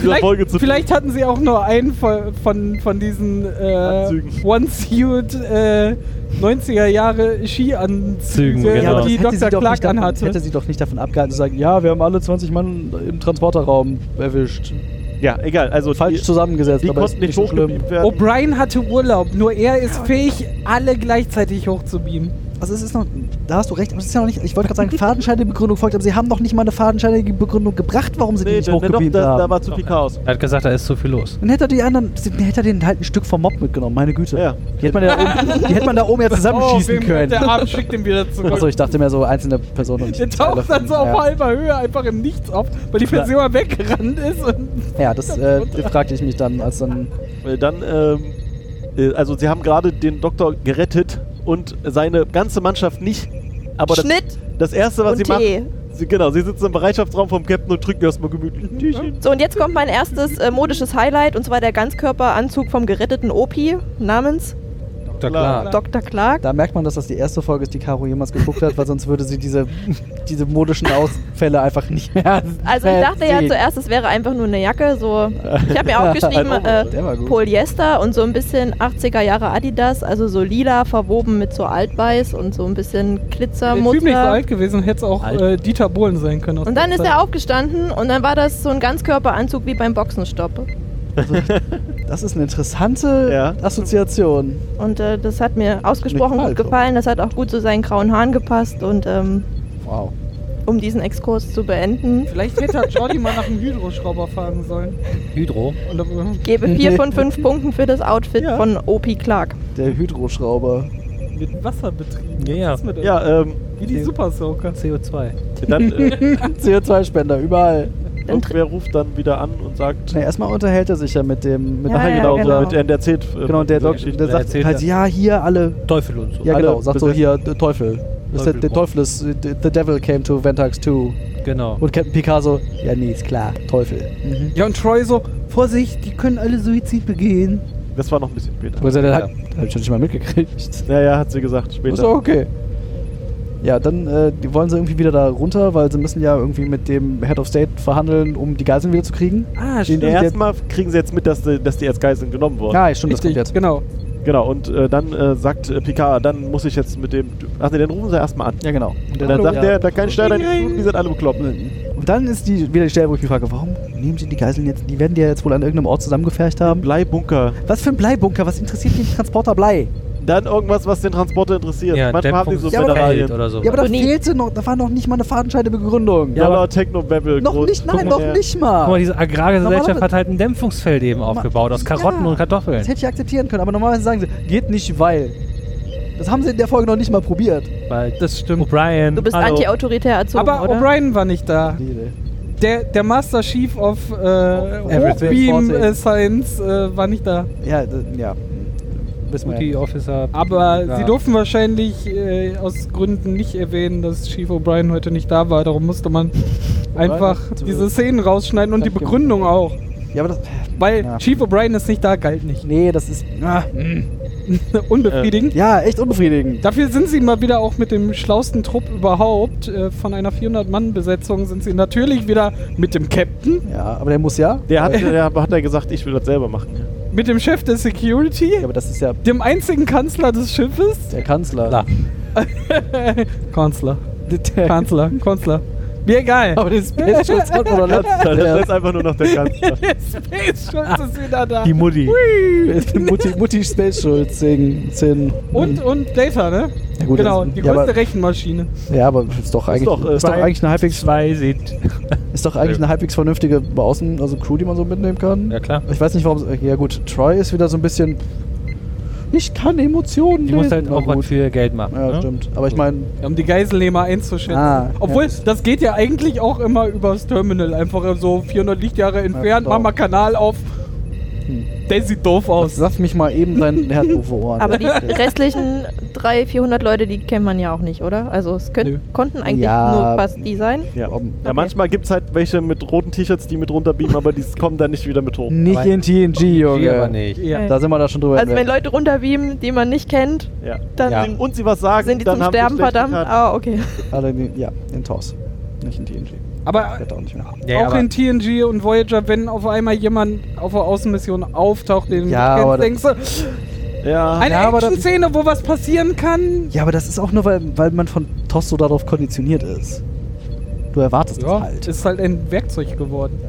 [SPEAKER 3] Vielleicht,
[SPEAKER 1] Folge zu tun.
[SPEAKER 3] vielleicht hatten sie auch nur einen von, von, von diesen äh,
[SPEAKER 1] Anzügen.
[SPEAKER 3] One-Suit äh, 90er Jahre Skianzügen,
[SPEAKER 4] Zügen,
[SPEAKER 3] äh,
[SPEAKER 4] genau.
[SPEAKER 2] aber das
[SPEAKER 3] die
[SPEAKER 2] hätte sie
[SPEAKER 3] Dr.
[SPEAKER 2] doch
[SPEAKER 3] Clark
[SPEAKER 2] nicht davon, hätte
[SPEAKER 3] anhatte.
[SPEAKER 2] sie doch nicht davon abgehalten zu sagen, ja, wir haben alle 20 Mann im Transporterraum erwischt.
[SPEAKER 1] ja, egal. Also
[SPEAKER 2] Falsch
[SPEAKER 1] die,
[SPEAKER 2] zusammengesetzt,
[SPEAKER 1] die
[SPEAKER 2] aber
[SPEAKER 1] konnten
[SPEAKER 2] ist
[SPEAKER 1] nicht
[SPEAKER 2] nicht so schlimm.
[SPEAKER 1] hochgebeamt werden.
[SPEAKER 3] O'Brien hatte Urlaub, nur er ist fähig, alle gleichzeitig hochzubeamen.
[SPEAKER 6] Also es ist noch, da hast du recht, aber es ist ja noch nicht, ich wollte gerade sagen, fadenscheinige Begründung folgt, aber sie haben noch nicht mal eine fadenscheinige Begründung gebracht, warum sie die
[SPEAKER 1] nee,
[SPEAKER 6] nicht
[SPEAKER 1] da, da, doch,
[SPEAKER 6] hochgebeamt
[SPEAKER 1] da,
[SPEAKER 6] haben.
[SPEAKER 1] da war zu viel Chaos.
[SPEAKER 4] Er hat gesagt, da ist zu viel los.
[SPEAKER 6] dann hätte er die anderen, dann hätte er den halt ein Stück vom Mob mitgenommen, meine Güte.
[SPEAKER 1] Ja. Oh,
[SPEAKER 6] Die hätte man ja oben, die hätte man da oben ja zusammenschießen können.
[SPEAKER 3] Oh,
[SPEAKER 6] Also
[SPEAKER 3] Der Arm schickt ihn wieder zurück.
[SPEAKER 2] Achso, ich dachte mehr so einzelne Personen. und
[SPEAKER 3] Der
[SPEAKER 2] nicht alle
[SPEAKER 3] taucht dann so
[SPEAKER 2] von-
[SPEAKER 3] auf
[SPEAKER 2] ja.
[SPEAKER 3] halber Höhe einfach im Nichts auf, weil die Person mal weggerannt ist. Und
[SPEAKER 2] Ja, das äh, fragte ich mich dann, als dann.
[SPEAKER 1] Äh, Dann, ähm, äh, also sie haben gerade den Doktor gerettet und seine ganze Mannschaft nicht. Aber das,
[SPEAKER 5] Schnitt
[SPEAKER 1] das erste, was
[SPEAKER 5] und
[SPEAKER 1] sie machen,
[SPEAKER 5] Tee.
[SPEAKER 1] sie, genau, sie sitzen im Bereitschaftsraum vom Captain und trinken erstmal gemütlich ein Tierchen.
[SPEAKER 5] So, und jetzt kommt mein erstes äh, modisches Highlight, und zwar der Ganzkörperanzug vom geretteten Opi namens
[SPEAKER 4] Dr.
[SPEAKER 1] Klar.
[SPEAKER 4] Clark.
[SPEAKER 5] Dr. Clark.
[SPEAKER 2] Da merkt man, dass das die erste Folge ist, die Caro jemals geguckt hat, weil sonst würde sie diese, diese modischen Ausfälle einfach nicht mehr.
[SPEAKER 5] Also ich dachte ja
[SPEAKER 2] sehen.
[SPEAKER 5] zuerst, es wäre einfach nur eine Jacke. So, ich habe mir auch geschrieben
[SPEAKER 2] Overall, der war
[SPEAKER 5] äh,
[SPEAKER 2] gut.
[SPEAKER 5] Polyester und so ein bisschen 80er Jahre Adidas, also so lila verwoben mit so Altweiß und so ein
[SPEAKER 3] der
[SPEAKER 5] bisschen
[SPEAKER 3] Typ nicht so
[SPEAKER 5] Glitzermuster.
[SPEAKER 3] alt gewesen, hätte es auch äh, Dieter Bohlen sein können. aus
[SPEAKER 5] Und dann
[SPEAKER 3] der
[SPEAKER 5] ist
[SPEAKER 3] Zeit.
[SPEAKER 5] er aufgestanden und dann war das so ein Ganzkörperanzug wie beim Boxenstopp.
[SPEAKER 2] Das ist eine interessante
[SPEAKER 1] Ja.
[SPEAKER 2] Assoziation.
[SPEAKER 5] Und äh, das hat mir ausgesprochen
[SPEAKER 2] Nicht
[SPEAKER 5] gut
[SPEAKER 2] falsch, aber-
[SPEAKER 5] gefallen. Das hat auch gut zu seinen grauen Haaren gepasst. Und ähm,
[SPEAKER 2] Wow.
[SPEAKER 5] um diesen Exkurs zu beenden,
[SPEAKER 3] Vielleicht hätte er Jordi mal nach einem Hydroschrauber fahren sollen.
[SPEAKER 4] Hydro.
[SPEAKER 3] Und dann,
[SPEAKER 5] gebe vier von fünf Punkten für das Outfit
[SPEAKER 2] Ja.
[SPEAKER 5] von Opie Clark.
[SPEAKER 2] Der Hydroschrauber.
[SPEAKER 3] mit Wasser betrieben.
[SPEAKER 4] Ja, ja.
[SPEAKER 3] Was ist mit euch?
[SPEAKER 1] Ja, ähm,
[SPEAKER 3] Wie die Super Soaker.
[SPEAKER 4] CO2.
[SPEAKER 1] dann, äh,
[SPEAKER 2] CO2-Spender, überall.
[SPEAKER 5] Dann tr-
[SPEAKER 1] irgendwer ruft dann wieder an und sagt,
[SPEAKER 2] Na, erstmal unterhält er sich ja mit dem. Mit
[SPEAKER 5] Ja,
[SPEAKER 1] Ah,
[SPEAKER 5] ja,
[SPEAKER 1] genau,
[SPEAKER 5] genau.
[SPEAKER 1] Mit, äh, der erzählt. äh,
[SPEAKER 2] Genau, und der,
[SPEAKER 1] diese
[SPEAKER 2] Dok-
[SPEAKER 1] Geschichten.
[SPEAKER 2] der sagt
[SPEAKER 4] erzählt
[SPEAKER 2] halt, ja, hier alle.
[SPEAKER 4] Teufel und so.
[SPEAKER 2] Ja,
[SPEAKER 1] Alle
[SPEAKER 2] genau, sagt so
[SPEAKER 1] besessen.
[SPEAKER 2] hier, der Teufel. Das ist der, der Teufel ist, äh, the the devil came to Ventax 2.
[SPEAKER 4] Genau.
[SPEAKER 2] Und Captain Picasso, ja, nee, ist klar, Teufel.
[SPEAKER 3] Ja, und Troy so, Vorsicht, die können alle Suizid begehen.
[SPEAKER 1] Das war noch ein bisschen später.
[SPEAKER 2] Wo ist er denn?
[SPEAKER 4] Ja.
[SPEAKER 2] Hab ich schon nicht mal mitgekriegt.
[SPEAKER 1] Naja, hat sie gesagt,
[SPEAKER 2] Ist
[SPEAKER 1] später.
[SPEAKER 2] doch okay. Ja, dann äh, die wollen sie irgendwie wieder da runter, weil sie müssen ja irgendwie mit dem Head of State verhandeln, um die Geiseln wieder zu kriegen.
[SPEAKER 3] Ah,
[SPEAKER 2] Den
[SPEAKER 3] stimmt.
[SPEAKER 2] der-
[SPEAKER 1] Erstmal kriegen sie jetzt mit, dass, die- dass die als Geiseln genommen wurden.
[SPEAKER 2] Ja, stimmt, das kommt
[SPEAKER 3] Richtig,
[SPEAKER 2] jetzt.
[SPEAKER 3] genau.
[SPEAKER 1] Genau, und äh, dann äh, sagt äh, Picard, dann muss ich jetzt mit dem. Ach nee, den rufen sie erstmal an.
[SPEAKER 2] Ja, genau. Und
[SPEAKER 1] Und dann sagt
[SPEAKER 2] ja.
[SPEAKER 1] der, da kann ich leider nicht tun, die sind alle bekloppt.
[SPEAKER 2] Und dann ist die, wieder die Stelle, wo ich mich frage, warum nehmen sie die Geiseln jetzt? Die werden die ja jetzt wohl an irgendeinem Ort zusammengefercht haben.
[SPEAKER 1] Bleibunker.
[SPEAKER 2] Was für ein Bleibunker? Was interessiert den Transporter Blei?
[SPEAKER 1] Dann irgendwas, was den Transporter interessiert. Manchmal haben die so
[SPEAKER 4] Depp vom Feld
[SPEAKER 1] Mineralien.
[SPEAKER 4] oder so.
[SPEAKER 2] Ja, aber da
[SPEAKER 5] Ironie.
[SPEAKER 2] fehlte noch, da war noch nicht mal eine fadenscheide Begründung.
[SPEAKER 4] Ja,
[SPEAKER 1] Dollar
[SPEAKER 4] aber-
[SPEAKER 1] Techno-Babble.
[SPEAKER 2] noch nicht, nein, noch nicht
[SPEAKER 4] Guck mal,
[SPEAKER 2] mal.
[SPEAKER 4] diese Agrargesellschaft
[SPEAKER 2] Normalerweise-
[SPEAKER 4] hat halt ein Dämpfungsfeld eben aufgebaut aus Karotten
[SPEAKER 2] Ja. Das
[SPEAKER 4] und Kartoffeln.
[SPEAKER 2] hätte ich akzeptieren können, aber normalerweise sagen sie, geht nicht, weil. Das haben sie in der Folge noch nicht mal probiert.
[SPEAKER 4] Weil
[SPEAKER 3] Das stimmt.
[SPEAKER 4] O'Brien,
[SPEAKER 5] Du bist
[SPEAKER 4] hallo.
[SPEAKER 5] antiautoritär erzogen,
[SPEAKER 3] Aber
[SPEAKER 5] oder?
[SPEAKER 3] O'Brien war nicht da. Der, der Master Chief of äh,
[SPEAKER 2] Everything.
[SPEAKER 3] Beam
[SPEAKER 2] Forte.
[SPEAKER 3] äh, Science äh, war nicht da.
[SPEAKER 2] Ja, d- ja. Wissen wir.
[SPEAKER 4] Duty
[SPEAKER 2] Ja.
[SPEAKER 4] Officer.
[SPEAKER 3] Aber
[SPEAKER 4] Ja.
[SPEAKER 3] sie durften wahrscheinlich äh, aus Gründen nicht erwähnen, dass Chief O'Brien heute nicht da war. Darum musste man einfach
[SPEAKER 2] hat, äh,
[SPEAKER 3] diese Szenen rausschneiden und die
[SPEAKER 2] Vielleicht gemacht.
[SPEAKER 3] Begründung auch.
[SPEAKER 2] ja, aber das.
[SPEAKER 3] Weil
[SPEAKER 2] Ja.
[SPEAKER 3] Chief O'Brien ist nicht da, galt nicht.
[SPEAKER 2] Nee, das ist. Ah,
[SPEAKER 3] Unbefriedigend.
[SPEAKER 2] ja, echt unbefriedigend.
[SPEAKER 3] Dafür sind sie mal wieder auch mit dem schlausten Trupp überhaupt. Äh, von einer 400-Mann-Besetzung sind sie natürlich wieder mit dem Captain,
[SPEAKER 2] Ja, aber der muss ja.
[SPEAKER 1] Der hat, der hat ja gesagt, ich will das selber machen.
[SPEAKER 3] mit dem Chef der Security,
[SPEAKER 2] Ja, aber das ist ja
[SPEAKER 3] dem einzigen Kanzler des Schiffes.
[SPEAKER 2] der Kanzler.
[SPEAKER 4] Da.
[SPEAKER 3] Kanzler,
[SPEAKER 2] Der,
[SPEAKER 3] Kanzler, Kanzler. Mir egal.
[SPEAKER 2] aber den Space Schutz hat man
[SPEAKER 1] Das
[SPEAKER 2] doch
[SPEAKER 1] ist
[SPEAKER 2] letztens.
[SPEAKER 1] einfach nur noch der Kanzler.
[SPEAKER 3] Space Schulz ist wieder da.
[SPEAKER 4] Die Mutti.
[SPEAKER 2] Der ist Mutti, Mutti Space Schulz singen. singen.
[SPEAKER 3] Und, und Data, ne?
[SPEAKER 2] Ja, gut,
[SPEAKER 3] genau,
[SPEAKER 2] das-
[SPEAKER 3] die
[SPEAKER 2] ja,
[SPEAKER 3] größte
[SPEAKER 2] aber-
[SPEAKER 3] Rechenmaschine.
[SPEAKER 2] Ja, aber ist doch eigentlich,
[SPEAKER 1] doch, äh,
[SPEAKER 2] ist doch
[SPEAKER 1] bei-
[SPEAKER 2] eigentlich eine halbwegs
[SPEAKER 4] Zwei sind.
[SPEAKER 2] Ist doch eigentlich eine halbwegs vernünftige Außen, also Crew, die man so mitnehmen kann.
[SPEAKER 4] Ja, klar.
[SPEAKER 2] Ich weiß nicht, warum. Ja, gut, Troy ist wieder so ein bisschen. Ich kann Emotionen
[SPEAKER 4] Die
[SPEAKER 2] lesen.
[SPEAKER 4] muss halt
[SPEAKER 2] Na
[SPEAKER 4] auch was
[SPEAKER 2] gut.
[SPEAKER 4] für ihr Geld machen.
[SPEAKER 2] Ja,
[SPEAKER 4] ne?
[SPEAKER 2] stimmt. Aber ich meine,
[SPEAKER 3] Um die Geiselnehmer einzuschätzen.
[SPEAKER 2] Ah,
[SPEAKER 3] Obwohl,
[SPEAKER 2] ja.
[SPEAKER 3] das geht ja eigentlich auch immer übers Terminal. Einfach so 400 Lichtjahre entfernt,
[SPEAKER 2] genau.
[SPEAKER 3] mach mal Kanal auf.
[SPEAKER 2] Hm.
[SPEAKER 3] Der sieht doof aus.
[SPEAKER 2] lass mich mal eben dein Herz auf Ohren.
[SPEAKER 5] Aber die restlichen 300, 400 Leute, die kennt man ja auch nicht, oder? Also es könnt,
[SPEAKER 3] Nö.
[SPEAKER 5] konnten eigentlich
[SPEAKER 2] Ja.
[SPEAKER 5] nur fast die sein.
[SPEAKER 1] Ja.
[SPEAKER 2] Um-
[SPEAKER 1] ja, manchmal gibt es halt welche mit roten T-Shirts, die mit runterbeamen, aber die kommen dann nicht wieder mit hoch.
[SPEAKER 2] nicht in TNG,
[SPEAKER 4] Die
[SPEAKER 2] Junge.
[SPEAKER 4] aber nicht.
[SPEAKER 3] Ja.
[SPEAKER 2] Da sind wir da schon drüber.
[SPEAKER 5] Also wenn
[SPEAKER 2] hinweg.
[SPEAKER 5] Leute runterbeamen, die man nicht kennt,
[SPEAKER 1] Ja.
[SPEAKER 5] dann
[SPEAKER 4] Ja.
[SPEAKER 5] sind-
[SPEAKER 1] Und sie was sagen,
[SPEAKER 5] sind die
[SPEAKER 1] dann
[SPEAKER 5] zum
[SPEAKER 1] haben sie
[SPEAKER 5] Sterben
[SPEAKER 1] schlechte
[SPEAKER 5] verdammt.
[SPEAKER 1] Karten.
[SPEAKER 5] Ah, okay.
[SPEAKER 2] Alle in- ja, in TOS. Nicht in TNG.
[SPEAKER 3] Aber
[SPEAKER 2] Wird auch nicht mehr.
[SPEAKER 4] Ja,
[SPEAKER 3] auch
[SPEAKER 4] aber-
[SPEAKER 3] in TNG und Voyager, wenn auf einmal jemand auf der Außenmission auftaucht, den
[SPEAKER 2] Ja,
[SPEAKER 3] du
[SPEAKER 2] aber
[SPEAKER 3] kennst, denkst du,
[SPEAKER 1] Ja.
[SPEAKER 3] eine
[SPEAKER 2] aber da-
[SPEAKER 3] Action-Szene, wo was passieren kann.
[SPEAKER 2] Ja, aber das ist auch nur, weil, weil man von TOS so darauf konditioniert ist. Du erwartest
[SPEAKER 3] Ja,
[SPEAKER 2] das halt.
[SPEAKER 3] ist halt ein Werkzeug geworden.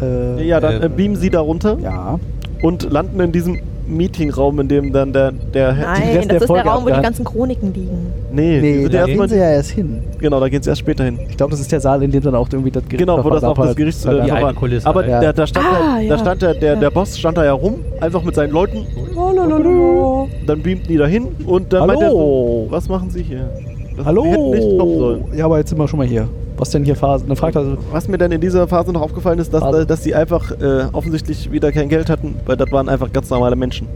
[SPEAKER 2] Äh,
[SPEAKER 1] ja, dann äh,
[SPEAKER 4] äh,
[SPEAKER 1] beamen sie da runter
[SPEAKER 2] ja.
[SPEAKER 1] und landen in diesem Meetingraum, in dem dann der. der
[SPEAKER 2] Rest
[SPEAKER 5] Nein,
[SPEAKER 2] der
[SPEAKER 5] das ist der
[SPEAKER 2] Folge
[SPEAKER 5] Raum, wo die
[SPEAKER 2] abgehalten.
[SPEAKER 5] ganzen Chroniken liegen.
[SPEAKER 1] Nee, die
[SPEAKER 2] Nee,
[SPEAKER 1] sind
[SPEAKER 2] da
[SPEAKER 1] erstmal-
[SPEAKER 2] gehen sie ja erst hin.
[SPEAKER 1] Genau, da gehen sie erst später hin.
[SPEAKER 2] Ich glaube, das ist der Saal, in dem dann auch irgendwie das Gericht
[SPEAKER 1] Genau, wo das auch das
[SPEAKER 2] abhalt-
[SPEAKER 1] Gericht äh,
[SPEAKER 2] abhalt-
[SPEAKER 4] Die alte
[SPEAKER 1] verfahren.
[SPEAKER 4] Kulisse
[SPEAKER 1] Aber
[SPEAKER 2] halt.
[SPEAKER 1] da, da stand,
[SPEAKER 5] Ah,
[SPEAKER 1] der,
[SPEAKER 5] ja.
[SPEAKER 1] da stand der, der,
[SPEAKER 5] Ja.
[SPEAKER 1] der Boss stand da ja rum, einfach mit seinen Leuten.
[SPEAKER 2] Oh,
[SPEAKER 1] Dann beamten die da hin und dann meinte er so,
[SPEAKER 2] Hallo.
[SPEAKER 1] was machen sie hier? Das
[SPEAKER 2] Hallo!
[SPEAKER 1] sie hätten nicht kommen sollen.
[SPEAKER 2] Ja, aber jetzt sind wir schon mal hier. Was denn hier Phase? Dann fragt er,
[SPEAKER 1] Was mir dann in dieser Phase noch aufgefallen ist, dass,
[SPEAKER 2] Phase.
[SPEAKER 1] dass sie einfach äh, offensichtlich wieder kein Geld hatten, weil das waren einfach ganz normale Menschen.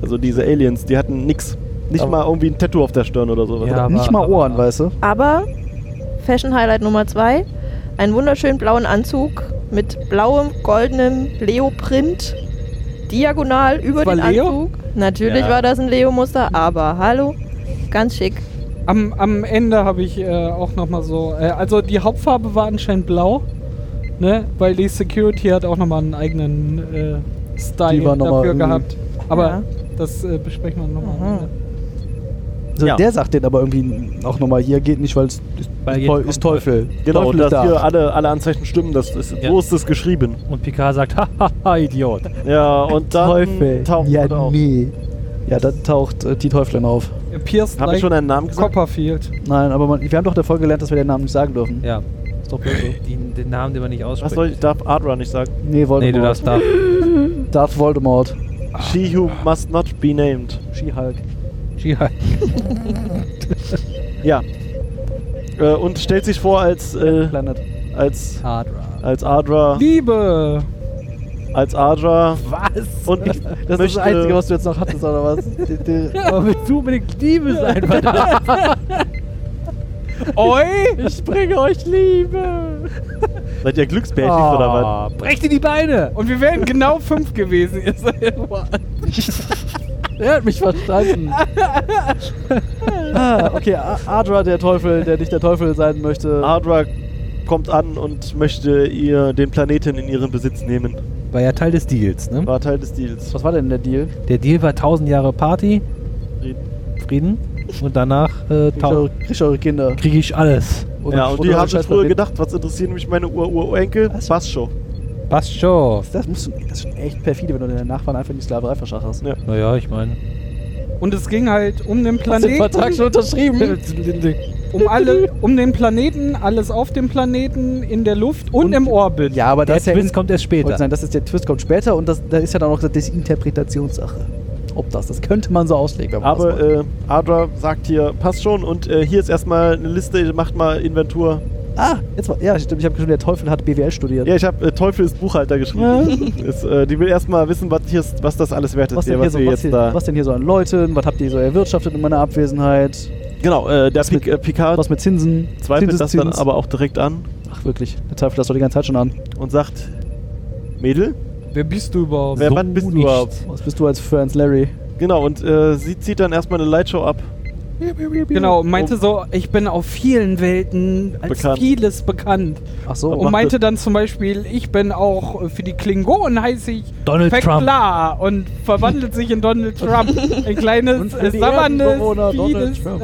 [SPEAKER 1] Also diese Aliens, die hatten nix. Nicht
[SPEAKER 2] Aber-
[SPEAKER 1] mal irgendwie ein Tattoo auf der Stirn oder sowas.
[SPEAKER 4] Ja. Aber-
[SPEAKER 2] nicht mal
[SPEAKER 4] aber-
[SPEAKER 2] Ohren, weißt du?
[SPEAKER 5] Aber Fashion Highlight Nummer 2, einen wunderschönen blauen Anzug mit blauem, goldenem Leo-Print, diagonal über
[SPEAKER 3] war
[SPEAKER 5] den
[SPEAKER 3] Leo?
[SPEAKER 5] Anzug. Natürlich
[SPEAKER 4] Ja.
[SPEAKER 5] war das ein Leo-Muster, aber hallo, ganz schick.
[SPEAKER 3] Am, am Ende habe ich äh, auch nochmal so. Äh, also die Hauptfarbe war anscheinend blau, ne? Weil die Security hat auch nochmal einen eigenen äh, Style
[SPEAKER 2] Die war noch mal
[SPEAKER 3] dafür
[SPEAKER 2] irgendwie-
[SPEAKER 3] gehabt. Aber
[SPEAKER 5] Ja.
[SPEAKER 3] das äh, besprechen wir nochmal am
[SPEAKER 5] Mhm.
[SPEAKER 3] Ende.
[SPEAKER 2] So,
[SPEAKER 1] Ja.
[SPEAKER 2] Der sagt den aber irgendwie auch nochmal, hier geht nicht, weil es ist,
[SPEAKER 4] Weil
[SPEAKER 2] ist,
[SPEAKER 4] geht-
[SPEAKER 2] Teu- ist Teufel.
[SPEAKER 1] Genau,
[SPEAKER 2] Teufel
[SPEAKER 1] und dass
[SPEAKER 2] ist
[SPEAKER 1] hier
[SPEAKER 2] da.
[SPEAKER 1] alle, alle Anzeichen stimmen, das ist,
[SPEAKER 4] Ja.
[SPEAKER 1] so ist es geschrieben.
[SPEAKER 4] Und Picard sagt, hahaha, Idiot.
[SPEAKER 1] Ja, und dann
[SPEAKER 2] Teufel.
[SPEAKER 1] tauchen
[SPEAKER 2] ja,
[SPEAKER 1] sie da auf.
[SPEAKER 2] nee. Ja, dann taucht äh, die Teufelin auf.
[SPEAKER 3] Äh, Pierce
[SPEAKER 1] Hab ich
[SPEAKER 3] like
[SPEAKER 1] schon einen Namen gesagt?
[SPEAKER 3] Copperfield.
[SPEAKER 2] Nein, aber man, wir haben doch der Folge gelernt, dass wir den Namen nicht sagen dürfen.
[SPEAKER 4] Ja,
[SPEAKER 2] Ist doch böse.
[SPEAKER 4] die, den Namen, den man nicht ausspricht.
[SPEAKER 1] Was soll ich? Darf Adra nicht sagen?
[SPEAKER 2] Nee, Voldemort.
[SPEAKER 4] Nee, du darfst da.
[SPEAKER 2] Darth Voldemort.
[SPEAKER 1] She who must not be named.
[SPEAKER 2] She-Hulk.
[SPEAKER 4] Ja.
[SPEAKER 1] Ja. Äh, und stellt sich vor als äh,
[SPEAKER 2] Planet.
[SPEAKER 1] als
[SPEAKER 4] Tadra.
[SPEAKER 1] als Adra,
[SPEAKER 3] Liebe!
[SPEAKER 1] als Adra
[SPEAKER 4] Was?
[SPEAKER 1] und ich
[SPEAKER 2] Das ist
[SPEAKER 1] möchte,
[SPEAKER 2] das Einzige, was du jetzt noch hattest, oder was? Die- die-
[SPEAKER 4] Aber willst du unbedingt Liebe sein, verdammt?
[SPEAKER 3] Oi!
[SPEAKER 4] Ich bringe euch Liebe!
[SPEAKER 1] seid ihr Glücksbärchen
[SPEAKER 2] Ah.
[SPEAKER 1] oder was?
[SPEAKER 4] Ah, Oh, brecht ihr die Beine!
[SPEAKER 3] Und wir wären genau fünf gewesen. Ihr seid-
[SPEAKER 2] Er hat mich verstanden. ah, okay, A- Adra, der Teufel, der nicht der Teufel sein möchte.
[SPEAKER 1] Ardra kommt an und möchte ihr den Planeten in ihren Besitz nehmen.
[SPEAKER 4] War ja Teil des Deals, ne?
[SPEAKER 1] War Teil des Deals.
[SPEAKER 2] Was war denn der Deal?
[SPEAKER 4] Der Deal war 1000 Jahre Party,
[SPEAKER 1] Frieden.
[SPEAKER 4] Frieden und danach äh,
[SPEAKER 2] Kriegt eure,
[SPEAKER 4] tau-
[SPEAKER 2] kriegt eure Kinder.
[SPEAKER 4] krieg ich alles.
[SPEAKER 1] ja, und die
[SPEAKER 2] eure
[SPEAKER 1] haben sich
[SPEAKER 2] scheiß
[SPEAKER 1] früher
[SPEAKER 2] Planeten.
[SPEAKER 1] gedacht, was interessieren mich meine Ur-Urenkel?
[SPEAKER 2] Was?
[SPEAKER 1] Passt schon.
[SPEAKER 4] Passt schon.
[SPEAKER 2] Das, musst du, das ist schon echt perfide, wenn du deinen Nachbarn einfach in die Sklaverei verschacherst.
[SPEAKER 1] Ja.
[SPEAKER 4] Naja, ich meine.
[SPEAKER 3] Und es ging halt um den
[SPEAKER 2] Hast du den
[SPEAKER 3] Planeten,
[SPEAKER 2] Vertrag schon unterschrieben?
[SPEAKER 3] um alle, um den Planeten, alles auf dem Planeten, in der Luft und, im Orbit.
[SPEAKER 2] Ja, aber
[SPEAKER 4] Der
[SPEAKER 2] das ist ja
[SPEAKER 4] Twist kommt erst
[SPEAKER 2] Wollte
[SPEAKER 4] später.
[SPEAKER 2] sagen, das ist der Twist kommt später und das, da ist ja dann auch gesagt, das ist Interpretationssache. Ob das, das könnte man so auslegen, wenn man das
[SPEAKER 1] Aber
[SPEAKER 2] wollte.
[SPEAKER 1] äh, Adra sagt hier, passt schon und äh, hier ist erstmal eine Liste, macht mal Inventur.
[SPEAKER 2] Ah, jetzt mal, ja, stimmt, ich habe schon, der Teufel hat BWL studiert.
[SPEAKER 1] Ja, ich habe äh, Teufel ist Buchhalter geschrieben. ist, äh, die will erstmal wissen, was, hier, ist- was das alles wert ist,
[SPEAKER 2] was,
[SPEAKER 1] hier,
[SPEAKER 2] denn
[SPEAKER 1] was
[SPEAKER 2] hier so,
[SPEAKER 1] wir
[SPEAKER 2] was,
[SPEAKER 1] jetzt
[SPEAKER 2] hier,
[SPEAKER 1] da.
[SPEAKER 2] was denn hier so an Leuten? Was habt ihr so erwirtschaftet in meiner Abwesenheit?
[SPEAKER 1] genau, äh, der
[SPEAKER 2] was
[SPEAKER 1] Pic,
[SPEAKER 2] mit-
[SPEAKER 1] äh, Picard
[SPEAKER 2] Was mit Zinsen?
[SPEAKER 1] zweifelt das dann
[SPEAKER 2] Zinseszins?
[SPEAKER 1] aber auch direkt an
[SPEAKER 2] Ach, wirklich, der Teufel das doch die ganze Zeit schon an.
[SPEAKER 1] und sagt, Mädel,
[SPEAKER 3] Wer bist du überhaupt?
[SPEAKER 1] wer
[SPEAKER 4] So
[SPEAKER 1] was bist du
[SPEAKER 4] nicht.
[SPEAKER 1] überhaupt?
[SPEAKER 2] Was bist du als Franz Larry?
[SPEAKER 1] Genau, und äh, sie zieht dann erstmal eine Lightshow ab.
[SPEAKER 3] Genau, und meinte so, ich bin auf vielen Welten als
[SPEAKER 1] Bekannt.
[SPEAKER 3] vieles bekannt.
[SPEAKER 2] Ach so,
[SPEAKER 3] Und
[SPEAKER 1] macht
[SPEAKER 3] meinte
[SPEAKER 1] das-
[SPEAKER 3] dann zum Beispiel, ich bin auch äh, für die Klingonen heiße ich
[SPEAKER 4] Donald Trump.
[SPEAKER 3] Feklar und verwandelt sich in Donald Trump. Ein kleines,
[SPEAKER 2] für die
[SPEAKER 3] sabberndes,
[SPEAKER 2] Erdenbewohner Donald
[SPEAKER 3] vieles.
[SPEAKER 2] Trump.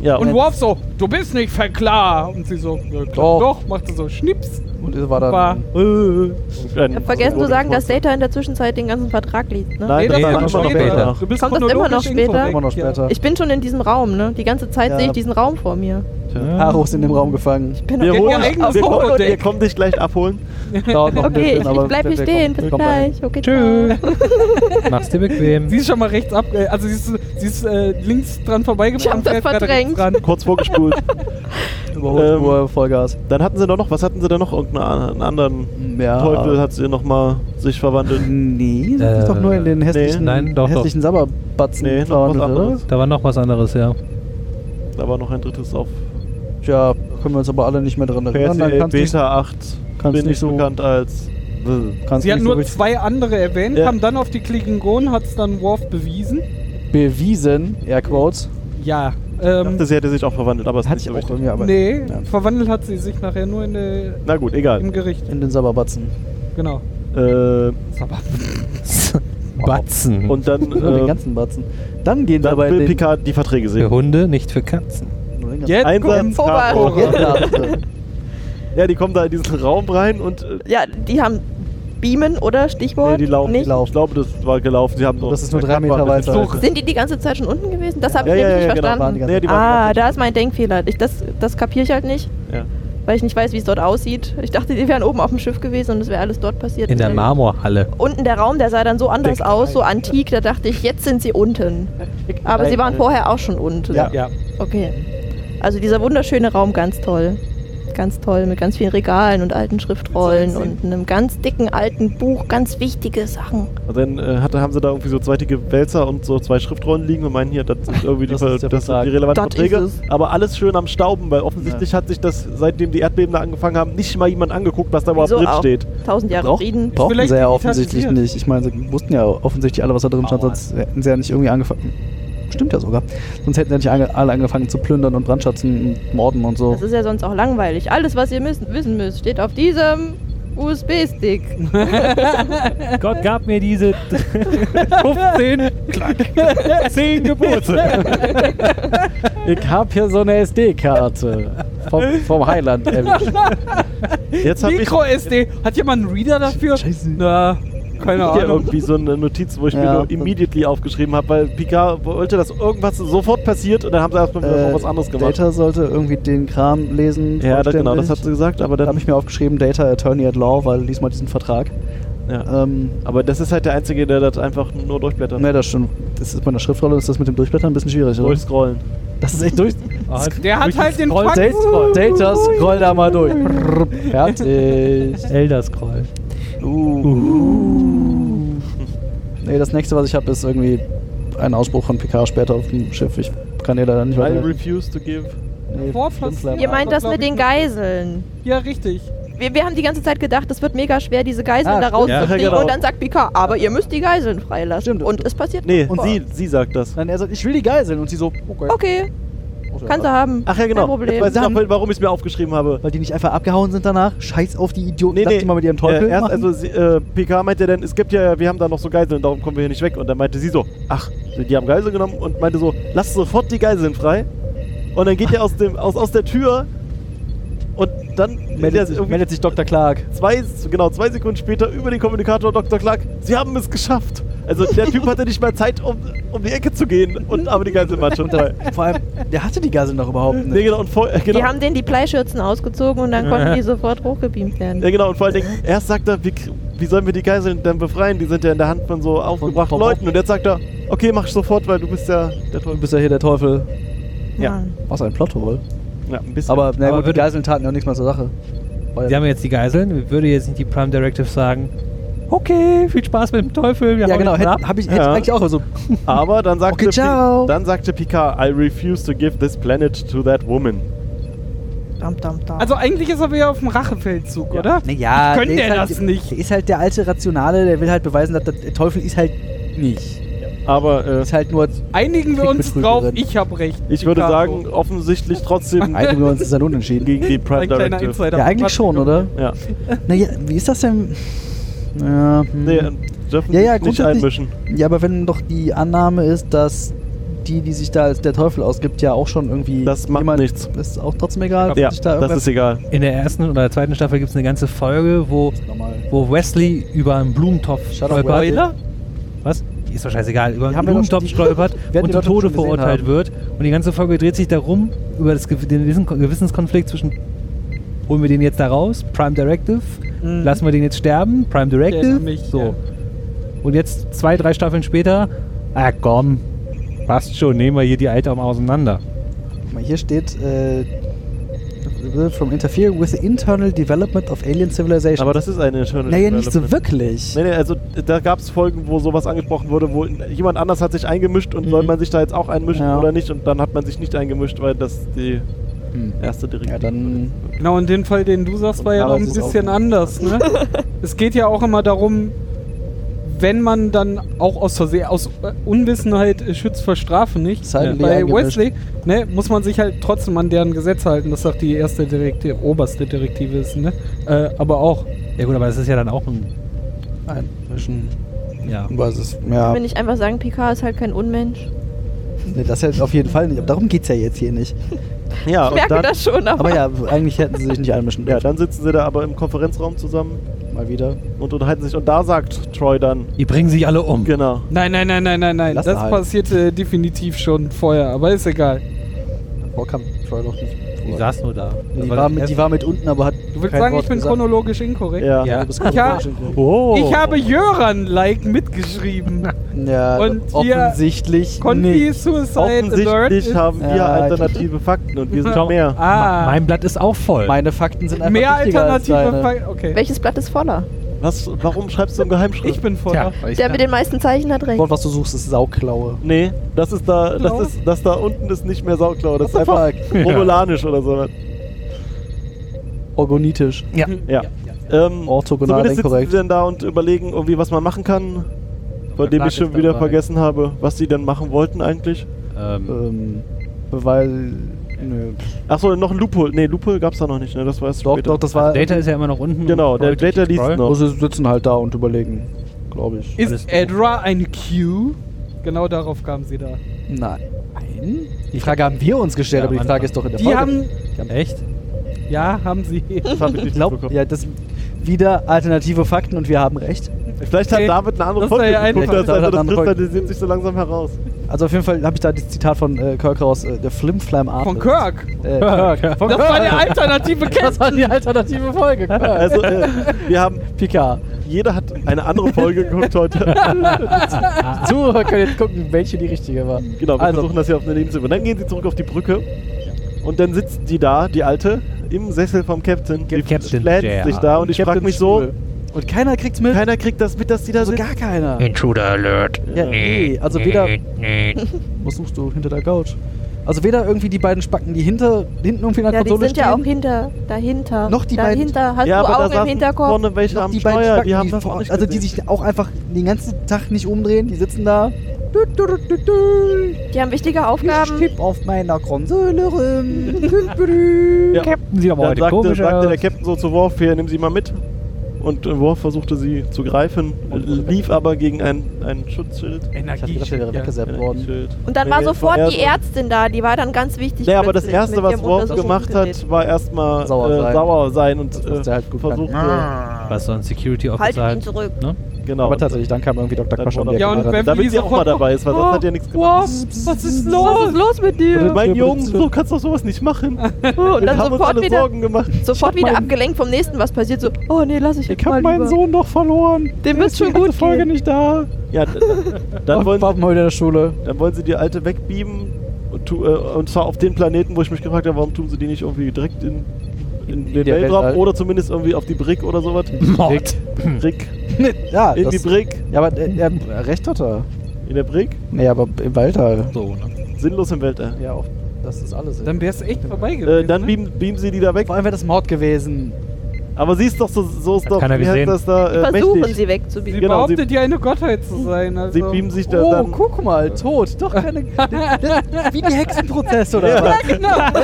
[SPEAKER 1] Ja,
[SPEAKER 3] Und Worf so, du bist nicht Feklar. Und sie so, "Ja,
[SPEAKER 2] Doch.
[SPEAKER 3] klar, doch, machte so Schnips.
[SPEAKER 2] Und es war dann.
[SPEAKER 3] War, äh,
[SPEAKER 1] ein-
[SPEAKER 5] Ich hab vergessen zu
[SPEAKER 1] wurde
[SPEAKER 5] sagen, dass
[SPEAKER 1] gefordert.
[SPEAKER 5] Data in der Zwischenzeit den ganzen Vertrag liest. Ne?
[SPEAKER 1] Nein,
[SPEAKER 3] nee,
[SPEAKER 1] das
[SPEAKER 3] das
[SPEAKER 1] war
[SPEAKER 4] nee,
[SPEAKER 3] kommt
[SPEAKER 1] immer noch
[SPEAKER 3] später.
[SPEAKER 1] später.
[SPEAKER 3] Du bist
[SPEAKER 5] Kommt das immer noch
[SPEAKER 3] chronologisch
[SPEAKER 5] später?
[SPEAKER 3] inkorrekt,
[SPEAKER 2] Immer noch
[SPEAKER 3] ja.
[SPEAKER 2] später.
[SPEAKER 5] Ich bin schon in diesem Raum, ne? Die ganze Zeit
[SPEAKER 2] Ja.
[SPEAKER 5] sehe ich diesen Raum vor mir.
[SPEAKER 4] Ah,
[SPEAKER 2] Haro ist in dem Raum gefangen.
[SPEAKER 5] Bin
[SPEAKER 1] Wir
[SPEAKER 5] auf-
[SPEAKER 3] Ihr
[SPEAKER 1] holen,
[SPEAKER 3] eigenes
[SPEAKER 1] wir kommen,
[SPEAKER 3] Holodeck.
[SPEAKER 1] wir kommen dich gleich abholen.
[SPEAKER 2] Dauert noch ein
[SPEAKER 5] okay,
[SPEAKER 2] bisschen,
[SPEAKER 5] ich,
[SPEAKER 2] aber
[SPEAKER 5] ich bleib
[SPEAKER 2] der-
[SPEAKER 5] hier
[SPEAKER 2] der
[SPEAKER 5] stehen.
[SPEAKER 2] kommt-
[SPEAKER 5] Bis
[SPEAKER 2] kommt rein.
[SPEAKER 5] gleich. Okay,
[SPEAKER 4] Tschö.
[SPEAKER 5] ciao.
[SPEAKER 4] Mach's dir bequem.
[SPEAKER 3] Sie ist schon mal rechts ab, äh, also sie ist, sie ist äh, links dran
[SPEAKER 5] Ich hab
[SPEAKER 3] vorbeigefahren.
[SPEAKER 5] das
[SPEAKER 3] fährt gerade rechts
[SPEAKER 5] verdrängt.
[SPEAKER 3] Dran.
[SPEAKER 1] Kurz vorgespult.
[SPEAKER 2] Überholt
[SPEAKER 1] Ähm,
[SPEAKER 2] nur Vollgas.
[SPEAKER 1] Dann hatten sie doch noch, was hatten sie denn noch? Irgendeinen anderen
[SPEAKER 2] Ja.
[SPEAKER 1] Teufel hat sie noch mal sich verwandelt.
[SPEAKER 2] Nee, das ist
[SPEAKER 4] Äh,
[SPEAKER 2] doch nur in den hässlichen,
[SPEAKER 4] nein, doch,
[SPEAKER 2] hässlichen Sabberbatzen
[SPEAKER 1] Nee, noch was
[SPEAKER 2] verwandelt, oder?
[SPEAKER 1] anderes.
[SPEAKER 4] Da war noch was anderes, ja.
[SPEAKER 1] Da war noch ein drittes auf.
[SPEAKER 2] Tja, können wir uns aber alle nicht mehr dran erinnern. Dann
[SPEAKER 1] PSL
[SPEAKER 2] kannst du nicht,
[SPEAKER 1] Beta 8
[SPEAKER 2] kannst
[SPEAKER 1] bin
[SPEAKER 2] nicht
[SPEAKER 1] ich
[SPEAKER 2] so-
[SPEAKER 1] bekannt als.
[SPEAKER 2] kannst
[SPEAKER 3] Sie
[SPEAKER 2] du
[SPEAKER 3] hat
[SPEAKER 2] nicht so
[SPEAKER 3] nur
[SPEAKER 2] richtig
[SPEAKER 3] zwei andere erwähnt,
[SPEAKER 1] Ja.
[SPEAKER 3] kam dann auf die Klingonen, hat es dann Worf bewiesen.
[SPEAKER 2] bewiesen, Airquotes.
[SPEAKER 3] Ja.
[SPEAKER 1] Ich
[SPEAKER 3] Ähm,
[SPEAKER 1] dachte, sie hätte sich auch verwandelt, aber es ist
[SPEAKER 2] Hatte
[SPEAKER 1] nicht
[SPEAKER 2] ich
[SPEAKER 1] so
[SPEAKER 2] auch
[SPEAKER 1] wichtig.
[SPEAKER 2] irgendwie, aber
[SPEAKER 3] nee,
[SPEAKER 2] ja.
[SPEAKER 3] verwandelt hat sie sich nachher nur in, äh,
[SPEAKER 1] Na gut, egal.
[SPEAKER 3] im Gericht.
[SPEAKER 2] in den Sabberbatzen.
[SPEAKER 3] Genau.
[SPEAKER 1] Äh,
[SPEAKER 3] Aber
[SPEAKER 4] Batzen.
[SPEAKER 1] und dann,
[SPEAKER 2] Nur den
[SPEAKER 1] äh,
[SPEAKER 2] ganzen Batzen. Dann gehen wir
[SPEAKER 1] dann
[SPEAKER 2] bei
[SPEAKER 1] will
[SPEAKER 2] den...
[SPEAKER 1] Picard die Verträge
[SPEAKER 4] für
[SPEAKER 1] sehen.
[SPEAKER 4] Hunde, nicht für Katzen.
[SPEAKER 2] Nur den ganzen- also,
[SPEAKER 3] jetzt
[SPEAKER 1] Einsatz,
[SPEAKER 3] kommt
[SPEAKER 1] Karo.
[SPEAKER 2] Jetzt darfst
[SPEAKER 1] Ja, die kommen da in diesen Raum rein und äh,
[SPEAKER 5] Ja, die haben Beamen, oder?
[SPEAKER 1] nee,
[SPEAKER 5] Stichwort?
[SPEAKER 1] die laufen.
[SPEAKER 5] Nicht?
[SPEAKER 1] Die laufen. Ich glaube, das war gelaufen. Sie haben
[SPEAKER 2] du.
[SPEAKER 1] so
[SPEAKER 2] Das ist nur
[SPEAKER 1] der
[SPEAKER 2] drei
[SPEAKER 1] Cut war
[SPEAKER 2] Meter
[SPEAKER 1] ein bisschen
[SPEAKER 2] weiter.
[SPEAKER 1] schlecht.
[SPEAKER 5] Sind die die ganze Zeit schon unten gewesen? Das habe ich
[SPEAKER 1] Ja, ja,
[SPEAKER 5] nämlich
[SPEAKER 1] ja,
[SPEAKER 5] nicht
[SPEAKER 1] genau,
[SPEAKER 2] waren die
[SPEAKER 5] verstanden.
[SPEAKER 2] ganze
[SPEAKER 1] Nee, die
[SPEAKER 5] ah,
[SPEAKER 1] waren
[SPEAKER 5] da ist mein Denkfehler. Ich, das das kapiere ich halt nicht,
[SPEAKER 1] ja.
[SPEAKER 5] weil ich nicht weiß, wie es dort aussieht. Ich dachte, die wären oben auf dem Schiff gewesen und es wäre alles dort passiert.
[SPEAKER 4] In der Marmorhalle.
[SPEAKER 5] Unten der Raum, der sah dann so anders aus, so antik, da dachte ich, jetzt sind sie unten. Aber sie waren vorher auch schon unten.
[SPEAKER 2] Ja.
[SPEAKER 3] Ja.
[SPEAKER 5] Okay. Also dieser wunderschöne Raum, ganz toll. Ganz toll, mit ganz vielen Regalen und alten Schriftrollen und einem ganz dicken alten Buch, ganz wichtige Sachen.
[SPEAKER 1] Und dann äh, hatte, haben sie da irgendwie so zwei dicke Wälzer und so zwei Schriftrollen liegen und meinen hier, das sind irgendwie die,
[SPEAKER 2] Das
[SPEAKER 1] Ver-
[SPEAKER 2] ist der
[SPEAKER 1] das sind die
[SPEAKER 2] Vertrag.
[SPEAKER 1] relevanten
[SPEAKER 5] Das
[SPEAKER 1] Verträge.
[SPEAKER 5] ist
[SPEAKER 1] Aber alles schön am Stauben, weil offensichtlich hat sich das, seitdem die Erdbeben da angefangen haben, nicht mal jemand angeguckt, was da überhaupt
[SPEAKER 5] Wieso
[SPEAKER 1] drin
[SPEAKER 5] auch?
[SPEAKER 1] steht.
[SPEAKER 5] Tausend Jahre
[SPEAKER 2] Braucht-
[SPEAKER 5] Frieden.
[SPEAKER 2] Brauchten
[SPEAKER 3] Vielleicht
[SPEAKER 2] sie ja offensichtlich
[SPEAKER 3] digitalisiert.
[SPEAKER 2] nicht. Ich meine, sie wussten ja offensichtlich alle, was da drin stand, sonst hätten sie ja nicht irgendwie angefangen. Stimmt ja sogar. Sonst hätten ja nicht ange alle angefangen zu plündern und brandschatzen und morden und so.
[SPEAKER 5] Das
[SPEAKER 3] Also
[SPEAKER 5] ist ja sonst auch langweilig. Alles, was ihr müssen, wissen müsst, steht auf diesem USB-Stick.
[SPEAKER 4] Gott gab mir diese 15, klack, 10 Gebote.
[SPEAKER 2] Ich hab hier so eine SD-Karte vom, vom Highland erwischt.
[SPEAKER 1] Jetzt habe ich
[SPEAKER 3] Micro SD. Hat jemand einen Reader dafür?
[SPEAKER 2] Scheiße.
[SPEAKER 3] Na, keine
[SPEAKER 1] hier
[SPEAKER 3] Ahnung.
[SPEAKER 1] irgendwie so eine Notiz, wo ich mir
[SPEAKER 2] Ja.
[SPEAKER 1] nur immediately aufgeschrieben habe, weil Picard wollte, dass irgendwas sofort passiert und dann haben sie erstmal
[SPEAKER 2] Äh,
[SPEAKER 1] noch was anderes gemacht.
[SPEAKER 2] Data sollte irgendwie den Kram lesen.
[SPEAKER 1] ja, da, genau,
[SPEAKER 2] vollständig.
[SPEAKER 1] das hat sie gesagt, aber
[SPEAKER 2] Da
[SPEAKER 1] dann
[SPEAKER 2] habe ich mir aufgeschrieben, Data Attorney at Law, weil lies mal diesen Vertrag.
[SPEAKER 1] ja.
[SPEAKER 2] Ähm,
[SPEAKER 1] Aber das ist halt der Einzige, der das einfach nur durchblättert.
[SPEAKER 2] ne, das schon. Das ist bei einer Schriftrolle ist das mit dem Durchblättern ein bisschen schwierig, oder?
[SPEAKER 1] Durchscrollen.
[SPEAKER 2] Das ist echt durch.
[SPEAKER 3] Der hat halt den Fax.
[SPEAKER 2] Data, Data, scroll da mal durch. Fertig.
[SPEAKER 4] Elder Scroll.
[SPEAKER 2] Nee, das nächste, was ich habe, ist irgendwie ein Ausspruch von Picard später auf dem Schiff. Ich kann dir leider nicht
[SPEAKER 1] I
[SPEAKER 2] weiter.
[SPEAKER 1] refuse to give.
[SPEAKER 2] Nee,
[SPEAKER 3] Vorfass-
[SPEAKER 2] stimmt leider.
[SPEAKER 5] Ihr meint das
[SPEAKER 3] glaub
[SPEAKER 5] mit
[SPEAKER 3] ich
[SPEAKER 5] den
[SPEAKER 3] nicht.
[SPEAKER 5] Geiseln.
[SPEAKER 3] Ja, richtig.
[SPEAKER 5] wir, wir haben die ganze Zeit gedacht, es wird mega schwer, diese Geiseln
[SPEAKER 2] Ah,
[SPEAKER 5] da
[SPEAKER 2] stimmt.
[SPEAKER 5] rauszukriegen.
[SPEAKER 1] Ja, genau.
[SPEAKER 5] Und dann sagt Picard, aber ihr müsst die Geiseln freilassen.
[SPEAKER 2] Stimmt.
[SPEAKER 5] Und es passiert
[SPEAKER 1] Nee,
[SPEAKER 5] nichts.
[SPEAKER 1] sie, sie sagt das.
[SPEAKER 2] Dann er sagt, ich will die Geiseln. Und sie so, okay. Oh,
[SPEAKER 5] Okay, kannst du haben.
[SPEAKER 1] Ach ja, genau.
[SPEAKER 5] Kein Problem.
[SPEAKER 1] Jetzt weiß ich
[SPEAKER 2] Dann-
[SPEAKER 1] noch, warum ich es mir aufgeschrieben habe.
[SPEAKER 2] Weil die nicht einfach abgehauen sind danach. Scheiß auf die Idioten. Lass die mal mit ihrem Teufel
[SPEAKER 1] äh, erst,
[SPEAKER 2] machen.
[SPEAKER 1] also sie, äh, PK meinte dann, es gibt ja, wir haben da noch so Geiseln, darum kommen wir hier nicht weg. Und dann meinte sie so, ach, die haben Geiseln genommen und meinte so, lass sofort die Geiseln frei. Und dann geht er aus, dem, aus, aus der Tür und dann der-
[SPEAKER 2] meldet, sich,
[SPEAKER 1] irgendwie
[SPEAKER 2] meldet sich Dr. Clark.
[SPEAKER 1] zwei, genau, zwei Sekunden später über den Kommunikator Dr. Clark, sie haben es geschafft. Also der Typ hatte nicht mal Zeit, um, um die Ecke zu gehen, und aber die Geiseln waren schon frei.
[SPEAKER 2] Vor allem, der hatte die Geiseln doch überhaupt
[SPEAKER 1] Nee,
[SPEAKER 2] nicht.
[SPEAKER 1] genau, und voll, äh, genau.
[SPEAKER 5] Die haben denen die Bleischürzen ausgezogen und dann konnten die sofort hochgebeamt werden.
[SPEAKER 1] Ja, genau, und vor allen Dingen, erst sagt er, wie, kr- wie sollen wir die Geiseln denn befreien? Die sind ja in der Hand von so aufgebrachten
[SPEAKER 2] vom
[SPEAKER 1] Leuten. Und jetzt sagt er, okay, mach ich sofort, weil du bist ja der
[SPEAKER 2] Du
[SPEAKER 1] Teufel.
[SPEAKER 2] bist ja hier der Teufel.
[SPEAKER 1] ja.
[SPEAKER 5] Mann.
[SPEAKER 2] Was ein Plothole.
[SPEAKER 1] Ja, ein bisschen.
[SPEAKER 2] Aber, na
[SPEAKER 4] Aber
[SPEAKER 2] gut, die
[SPEAKER 4] würde-
[SPEAKER 2] Geiseln taten ja auch nichts mehr zur Sache. Weil-
[SPEAKER 4] Sie haben jetzt die Geiseln. Würde jetzt nicht die Prime Directive sagen, okay, viel Spaß mit dem Teufel, wir
[SPEAKER 2] ja,
[SPEAKER 4] hauen
[SPEAKER 2] genau.
[SPEAKER 4] ihn
[SPEAKER 2] Hätte
[SPEAKER 4] ab.
[SPEAKER 2] hab ich, hätte
[SPEAKER 1] Ja.
[SPEAKER 2] ich eigentlich auch. Also,
[SPEAKER 1] Aber dann sagte,
[SPEAKER 2] Okay,
[SPEAKER 1] Pi-
[SPEAKER 2] ciao.
[SPEAKER 1] dann sagte Picard, I refuse to give this planet to that woman.
[SPEAKER 5] Dam, dam, dam.
[SPEAKER 3] Also eigentlich ist er wieder auf dem Rachefeldzug,
[SPEAKER 1] Ja.
[SPEAKER 3] oder?
[SPEAKER 2] naja,
[SPEAKER 3] Wie können der
[SPEAKER 2] halt,
[SPEAKER 3] das nicht?
[SPEAKER 2] Der ist halt der alte Rationale, der will halt beweisen, dass der Teufel ist halt nicht.
[SPEAKER 1] Aber äh,
[SPEAKER 2] Ist halt nur,
[SPEAKER 3] Einigen wir
[SPEAKER 2] Krieg
[SPEAKER 3] uns
[SPEAKER 2] mit
[SPEAKER 3] drauf,
[SPEAKER 2] Prügeln.
[SPEAKER 3] ich habe recht.
[SPEAKER 1] ich würde
[SPEAKER 3] Ricardo.
[SPEAKER 1] sagen, offensichtlich trotzdem
[SPEAKER 2] einigen wir uns, ist dann unentschieden.
[SPEAKER 1] gegen die Prime
[SPEAKER 3] ein kleiner
[SPEAKER 1] Directive.
[SPEAKER 3] Insider.
[SPEAKER 2] Ja, eigentlich schon, oder?
[SPEAKER 1] Ja.
[SPEAKER 2] Naja, wie ist das denn? Ja, hm.
[SPEAKER 1] Nee, äh, dürfen
[SPEAKER 2] Ja, ja,
[SPEAKER 1] sich nicht
[SPEAKER 2] grundsätzlich-
[SPEAKER 1] einmischen.
[SPEAKER 2] ja, aber wenn doch die Annahme ist, dass die, die sich da als der Teufel ausgibt, ja auch schon irgendwie.
[SPEAKER 1] Das macht
[SPEAKER 2] jemand-
[SPEAKER 1] nichts.
[SPEAKER 2] Das ist auch trotzdem egal. ob
[SPEAKER 1] Ja,
[SPEAKER 2] sich da
[SPEAKER 1] das
[SPEAKER 2] irgendwer-
[SPEAKER 1] ist egal.
[SPEAKER 4] In der ersten oder zweiten Staffel gibt es eine ganze Folge, wo,
[SPEAKER 2] normal.
[SPEAKER 4] wo Wesley über einen Blumentopf
[SPEAKER 2] Shut up,
[SPEAKER 4] stolpert.
[SPEAKER 2] Wesley.
[SPEAKER 4] Was? Ist doch scheißegal. Über einen
[SPEAKER 2] haben wir doch schon-
[SPEAKER 4] Blumentopf stolpert
[SPEAKER 2] die Leute
[SPEAKER 4] und zu
[SPEAKER 2] schon
[SPEAKER 4] Tode
[SPEAKER 2] gesehen
[SPEAKER 4] verurteilt
[SPEAKER 2] haben.
[SPEAKER 4] wird. Und die ganze Folge dreht sich darum, über das, Gew- den Wissen- Gewissenskonflikt zwischen holen wir den jetzt da raus, Prime Directive,
[SPEAKER 3] Mhm.
[SPEAKER 4] lassen wir den jetzt sterben, Prime Directive.
[SPEAKER 3] erinnere mich,
[SPEAKER 4] so.
[SPEAKER 3] ja.
[SPEAKER 4] Und jetzt zwei, drei Staffeln später, ah komm, passt schon, nehmen wir hier die alte auch mal auseinander.
[SPEAKER 2] Guck mal, Hier steht. Äh, From interfering with the internal development of alien civilization.
[SPEAKER 1] Aber das ist eine schöne
[SPEAKER 2] naja, nicht so wirklich.
[SPEAKER 1] Nee, nee, also da gab es Folgen, wo sowas angesprochen wurde, wo jemand anders hat sich eingemischt und
[SPEAKER 2] Mhm.
[SPEAKER 1] soll man sich da jetzt auch einmischen
[SPEAKER 2] Ja.
[SPEAKER 1] oder nicht und dann hat man sich nicht eingemischt, weil das die
[SPEAKER 2] Hm.
[SPEAKER 1] erste Direktive
[SPEAKER 2] Ja, dann.
[SPEAKER 3] Genau, und den Fall, den du sagst, war ja
[SPEAKER 1] Aber
[SPEAKER 3] noch
[SPEAKER 1] es
[SPEAKER 3] ein
[SPEAKER 1] ist auch
[SPEAKER 3] bisschen
[SPEAKER 1] gut.
[SPEAKER 3] anders. Ne? es geht ja auch immer darum, wenn man dann auch aus Versehen, aus äh, Unwissenheit äh, schützt vor Strafe nicht.
[SPEAKER 2] Silently
[SPEAKER 3] Bei
[SPEAKER 2] eingemischt.
[SPEAKER 3] Wesley ne, muss man sich halt trotzdem an deren Gesetz halten. Das sagt die erste Direktive, oberste Direktive ist. Ne? Äh, aber auch,
[SPEAKER 4] Ja gut, aber das ist ja dann auch ein,
[SPEAKER 2] Nein, zwischen.
[SPEAKER 4] ja,
[SPEAKER 2] Was ist.
[SPEAKER 1] Also,
[SPEAKER 2] Ja.
[SPEAKER 5] Wenn ich einfach sagen, Picard ist halt kein Unmensch.
[SPEAKER 2] Nee, das jetzt auf jeden Fall nicht. Aber darum geht's ja jetzt hier nicht.
[SPEAKER 1] Ja,
[SPEAKER 5] Ich
[SPEAKER 1] Ah, und
[SPEAKER 5] merke
[SPEAKER 1] dann,
[SPEAKER 5] das schon, aber,
[SPEAKER 2] Aber ja, eigentlich hätten sie sich nicht einmischen
[SPEAKER 1] ja,
[SPEAKER 2] dürfen.
[SPEAKER 1] dann sitzen sie da aber im Konferenzraum zusammen
[SPEAKER 2] Mal wieder.
[SPEAKER 1] und unterhalten sich. Und da sagt Troy dann,
[SPEAKER 4] die bringen sich alle um.
[SPEAKER 1] genau.
[SPEAKER 3] nein, nein, nein, nein, nein, nein.
[SPEAKER 2] Lass
[SPEAKER 3] das
[SPEAKER 2] mal halt.
[SPEAKER 3] passierte definitiv schon vorher, aber ist egal.
[SPEAKER 2] Davor kam Troy noch nicht.
[SPEAKER 4] Die
[SPEAKER 2] vor.
[SPEAKER 4] saß nur da.
[SPEAKER 2] Nee, die, war mit, die war mit unten, aber hat.
[SPEAKER 3] Du willst
[SPEAKER 2] kein
[SPEAKER 3] sagen,
[SPEAKER 2] Wort
[SPEAKER 3] ich bin
[SPEAKER 2] gesagt.
[SPEAKER 3] chronologisch inkorrekt?
[SPEAKER 1] Ja.
[SPEAKER 4] Ja.
[SPEAKER 2] Du bist
[SPEAKER 3] Ich ha-
[SPEAKER 2] chronologisch.
[SPEAKER 1] Oh.
[SPEAKER 3] Ich habe Jöran-like mitgeschrieben.
[SPEAKER 2] Ja,
[SPEAKER 3] Und wir
[SPEAKER 2] offensichtlich
[SPEAKER 3] Conti
[SPEAKER 2] nicht.
[SPEAKER 3] Suicide Alert
[SPEAKER 1] Offensichtlich
[SPEAKER 3] ist
[SPEAKER 1] haben wir
[SPEAKER 2] Ja,
[SPEAKER 1] alternative Fakten und wir sind
[SPEAKER 4] Schau.
[SPEAKER 1] mehr.
[SPEAKER 3] ah,
[SPEAKER 4] Mein Blatt ist auch voll.
[SPEAKER 2] Meine Fakten sind einfach
[SPEAKER 3] mehr
[SPEAKER 2] wichtiger als
[SPEAKER 3] alternative
[SPEAKER 2] deine.
[SPEAKER 3] Fak- Okay,
[SPEAKER 5] welches Blatt ist voller?
[SPEAKER 1] Was, warum schreibst du im Geheimschrift?
[SPEAKER 3] ich bin
[SPEAKER 4] Tja,
[SPEAKER 3] voller.
[SPEAKER 5] Der mit den meisten Zeichen hat recht.
[SPEAKER 2] Wort, was du suchst, ist Sauklaue.
[SPEAKER 1] nee, das ist da,
[SPEAKER 3] Klau?
[SPEAKER 1] das ist, das da unten ist nicht mehr Sauklau, das ist
[SPEAKER 2] What the
[SPEAKER 1] einfach
[SPEAKER 2] fuck?
[SPEAKER 1] romulanisch oder so.
[SPEAKER 2] Orgonitisch.
[SPEAKER 4] ja.
[SPEAKER 1] Ja. Ähm,
[SPEAKER 2] Orthogonal
[SPEAKER 1] zumindest sitzen
[SPEAKER 2] inkorrekt.
[SPEAKER 1] sie denn da und überlegen irgendwie, was man machen kann, von dem
[SPEAKER 4] Clark
[SPEAKER 1] ich schon
[SPEAKER 4] ist
[SPEAKER 1] wieder
[SPEAKER 4] dabei.
[SPEAKER 1] vergessen habe, was sie denn machen wollten eigentlich. Äh,
[SPEAKER 4] Ähm,
[SPEAKER 2] Ähm, weil. Nö.
[SPEAKER 1] Achso, noch ein Loophole. Nee, Loophole gab's da noch nicht, ne? Das war erst
[SPEAKER 2] Doch,
[SPEAKER 1] später.
[SPEAKER 2] doch, das war.
[SPEAKER 4] Data ist ja immer noch unten.
[SPEAKER 1] Genau,
[SPEAKER 4] und
[SPEAKER 1] der
[SPEAKER 4] Project
[SPEAKER 1] Data liest
[SPEAKER 4] Troy.
[SPEAKER 1] noch.
[SPEAKER 2] Oh, sie sitzen halt da und überlegen, glaube ich.
[SPEAKER 4] Alles
[SPEAKER 3] Ist
[SPEAKER 4] doof.
[SPEAKER 3] Edra eine Q? Genau darauf kamen sie da.
[SPEAKER 2] Nein. Die Frage haben wir uns gestellt,
[SPEAKER 4] Ja,
[SPEAKER 2] aber die
[SPEAKER 4] am
[SPEAKER 2] Frage
[SPEAKER 4] Anfang.
[SPEAKER 2] ist doch in der
[SPEAKER 3] Die
[SPEAKER 2] Folge.
[SPEAKER 3] haben.
[SPEAKER 4] Echt?
[SPEAKER 3] Ja, haben sie.
[SPEAKER 1] das hab ich nicht
[SPEAKER 2] ich glaube,
[SPEAKER 1] mitbekommen.
[SPEAKER 2] ja, das wieder alternative Fakten und wir haben recht.
[SPEAKER 1] Vielleicht hat
[SPEAKER 3] Ey,
[SPEAKER 1] David eine andere
[SPEAKER 3] das war
[SPEAKER 1] Folge
[SPEAKER 3] ja
[SPEAKER 1] geguckt,
[SPEAKER 3] einfach.
[SPEAKER 1] das, also
[SPEAKER 2] David hat
[SPEAKER 1] das
[SPEAKER 2] eine andere
[SPEAKER 1] kristallisiert sich so langsam heraus.
[SPEAKER 2] Also auf jeden Fall habe ich da das Zitat von äh, Kirk raus, äh, der Flim Flam Art.
[SPEAKER 3] Von Kirk.
[SPEAKER 2] Äh, Kirk. Von
[SPEAKER 3] Das
[SPEAKER 2] Kirk.
[SPEAKER 3] war der alternative
[SPEAKER 2] Das
[SPEAKER 3] Cast.
[SPEAKER 2] war die alternative Folge. Kirk.
[SPEAKER 1] Also, äh, wir haben,
[SPEAKER 2] Picard.
[SPEAKER 1] jeder hat eine andere Folge geguckt heute.
[SPEAKER 2] Die Ah. Zuhörer können jetzt gucken, welche die richtige war.
[SPEAKER 1] Genau, wir
[SPEAKER 2] also,
[SPEAKER 1] versuchen das hier auf eine Lebensübung. Dann gehen sie zurück auf die Brücke und dann sitzt die da, die Alte, im Sessel vom Captain. Die
[SPEAKER 4] Captain
[SPEAKER 1] fläht
[SPEAKER 4] J.R.
[SPEAKER 1] sich da und ich frage
[SPEAKER 2] Captain
[SPEAKER 1] mich so,
[SPEAKER 2] Stuhl. Und keiner kriegt's mit.
[SPEAKER 1] keiner kriegt das mit, dass die da
[SPEAKER 2] also
[SPEAKER 1] sind.
[SPEAKER 2] gar keiner.
[SPEAKER 7] Intruder Alert.
[SPEAKER 2] Ja, nee. Also weder.
[SPEAKER 7] Nee.
[SPEAKER 2] Was suchst du hinter der Couch? Also weder irgendwie die beiden Spacken, die hinter, hinten irgendwie in der
[SPEAKER 5] Ja, die
[SPEAKER 2] Konsole
[SPEAKER 5] sind ja auch
[SPEAKER 2] stehen,
[SPEAKER 5] hinter, dahinter.
[SPEAKER 6] Noch die beiden-
[SPEAKER 5] dahinter. Hast
[SPEAKER 1] ja,
[SPEAKER 5] du
[SPEAKER 1] aber
[SPEAKER 5] Augen
[SPEAKER 1] da
[SPEAKER 5] im
[SPEAKER 1] saßen
[SPEAKER 5] Hinterkopf?
[SPEAKER 1] vorne welche
[SPEAKER 6] Noch
[SPEAKER 1] am
[SPEAKER 6] die beiden
[SPEAKER 1] Steuer,
[SPEAKER 6] Spacken,
[SPEAKER 1] die haben
[SPEAKER 6] die
[SPEAKER 1] das
[SPEAKER 6] vor-
[SPEAKER 1] auch nicht
[SPEAKER 6] Also die
[SPEAKER 1] gesehen.
[SPEAKER 6] sich auch einfach den ganzen Tag nicht umdrehen, die sitzen da. Du, du, du, du, du.
[SPEAKER 5] Die haben wichtige
[SPEAKER 6] Ich
[SPEAKER 5] Aufgaben.
[SPEAKER 6] tipp auf meiner Konsole rum. Du, du, du.
[SPEAKER 1] Ja.
[SPEAKER 4] Captain sieht aber
[SPEAKER 1] Dann
[SPEAKER 4] heute
[SPEAKER 1] sagte,
[SPEAKER 4] komisch
[SPEAKER 1] sagte
[SPEAKER 4] aus.
[SPEAKER 1] der Captain so zu Worf, hier, nimm sie mal mit. Und äh, Worf versuchte sie zu greifen, äh, lief aber gegen ein, ein Schutzschild.
[SPEAKER 2] Ich hatte gedacht, der wäre weggesappt worden.
[SPEAKER 1] Energieschild.
[SPEAKER 5] Und dann
[SPEAKER 1] Nee,
[SPEAKER 5] war
[SPEAKER 1] nee,
[SPEAKER 5] sofort
[SPEAKER 1] er-
[SPEAKER 5] die Ärztin da, die war dann ganz wichtig.
[SPEAKER 1] Nee, aber das
[SPEAKER 5] plötzlich
[SPEAKER 1] Erste,
[SPEAKER 5] mit
[SPEAKER 1] was
[SPEAKER 5] ihrem
[SPEAKER 1] Worf gemacht
[SPEAKER 5] Untersuchungsgerät.
[SPEAKER 1] hat, war erstmal
[SPEAKER 2] Sauer
[SPEAKER 1] äh,
[SPEAKER 2] sein.
[SPEAKER 1] sauer sein und
[SPEAKER 2] Das
[SPEAKER 1] äh,
[SPEAKER 2] der halt gut kann.
[SPEAKER 1] versuchte,
[SPEAKER 5] Ah.
[SPEAKER 4] Was so ein Security Officer
[SPEAKER 5] Haltet ihn
[SPEAKER 4] halt.
[SPEAKER 5] zurück.
[SPEAKER 1] genau.
[SPEAKER 2] Aber tatsächlich, dann kam irgendwie Dr.
[SPEAKER 1] Dann
[SPEAKER 2] Quasch um die
[SPEAKER 1] wurde-
[SPEAKER 2] Ecke
[SPEAKER 3] Ja, und
[SPEAKER 2] und
[SPEAKER 3] wenn-
[SPEAKER 2] hat-
[SPEAKER 1] damit sie
[SPEAKER 3] Wie
[SPEAKER 1] auch mal
[SPEAKER 3] sofort-
[SPEAKER 1] dabei ist, weil das
[SPEAKER 3] Oh,
[SPEAKER 1] hat ja nichts gemacht.
[SPEAKER 3] Wow, was ist
[SPEAKER 5] Was ist
[SPEAKER 3] los?
[SPEAKER 5] los mit dir?
[SPEAKER 1] Und mein
[SPEAKER 2] bitte,
[SPEAKER 1] Jungs,
[SPEAKER 2] bitte.
[SPEAKER 1] so kannst du doch sowas nicht machen.
[SPEAKER 5] Und
[SPEAKER 1] Wir
[SPEAKER 5] dann
[SPEAKER 1] haben uns
[SPEAKER 5] sofort
[SPEAKER 1] alle
[SPEAKER 5] wieder,
[SPEAKER 1] Sorgen gemacht.
[SPEAKER 5] sofort wieder abgelenkt vom nächsten, was passiert. So, oh nee, lass ich jetzt
[SPEAKER 2] Ich hab
[SPEAKER 5] mal
[SPEAKER 2] meinen
[SPEAKER 5] lieber.
[SPEAKER 2] Sohn doch verloren.
[SPEAKER 5] Dem wird's schon
[SPEAKER 2] Die
[SPEAKER 5] gut
[SPEAKER 2] Folge
[SPEAKER 5] gehen.
[SPEAKER 2] nicht da.
[SPEAKER 1] Ja, d- d- dann wollen,
[SPEAKER 2] Wappen heute in der Schule.
[SPEAKER 1] dann wollen sie die Alte wegbieben. Und, tu, äh, und zwar auf den Planeten, wo ich mich gefragt habe, warum tun sie die nicht irgendwie direkt in, in, den
[SPEAKER 2] der
[SPEAKER 1] Weltraum
[SPEAKER 2] Weltall.
[SPEAKER 1] oder zumindest irgendwie auf die Brick oder sowas.
[SPEAKER 4] Mord.
[SPEAKER 1] Brick.
[SPEAKER 2] Ja,
[SPEAKER 1] In
[SPEAKER 2] das,
[SPEAKER 1] die Brick.
[SPEAKER 2] ja aber äh, er, er recht hat er.
[SPEAKER 1] In der Brick.
[SPEAKER 2] Nee, aber im Waldtal.
[SPEAKER 4] So, ne?
[SPEAKER 1] Sinnlos im Weltall.
[SPEAKER 2] Ja, auch das ist alles.
[SPEAKER 3] Dann wär's echt vorbei gewesen.
[SPEAKER 1] Äh, dann
[SPEAKER 3] ne?
[SPEAKER 1] beamen, beamen sie die da weg.
[SPEAKER 2] Vor allem wäre das Mord gewesen.
[SPEAKER 1] Aber sie ist doch so, so ist
[SPEAKER 4] Hat
[SPEAKER 1] doch,
[SPEAKER 4] keiner
[SPEAKER 1] wie heißt
[SPEAKER 4] gesehen.
[SPEAKER 1] das da, äh,
[SPEAKER 5] Versuchen
[SPEAKER 1] mächtig.
[SPEAKER 5] sie
[SPEAKER 3] Sie
[SPEAKER 5] wegzubiegen.
[SPEAKER 1] genau, sie-
[SPEAKER 3] behauptet ja eine Gottheit zu sein. Also.
[SPEAKER 1] Sie beamen sich da
[SPEAKER 2] oh,
[SPEAKER 1] dann.
[SPEAKER 2] guck mal, tot. Doch keine. wie die Hexenprozess oder
[SPEAKER 1] Ja.
[SPEAKER 2] was?
[SPEAKER 3] Genau, aber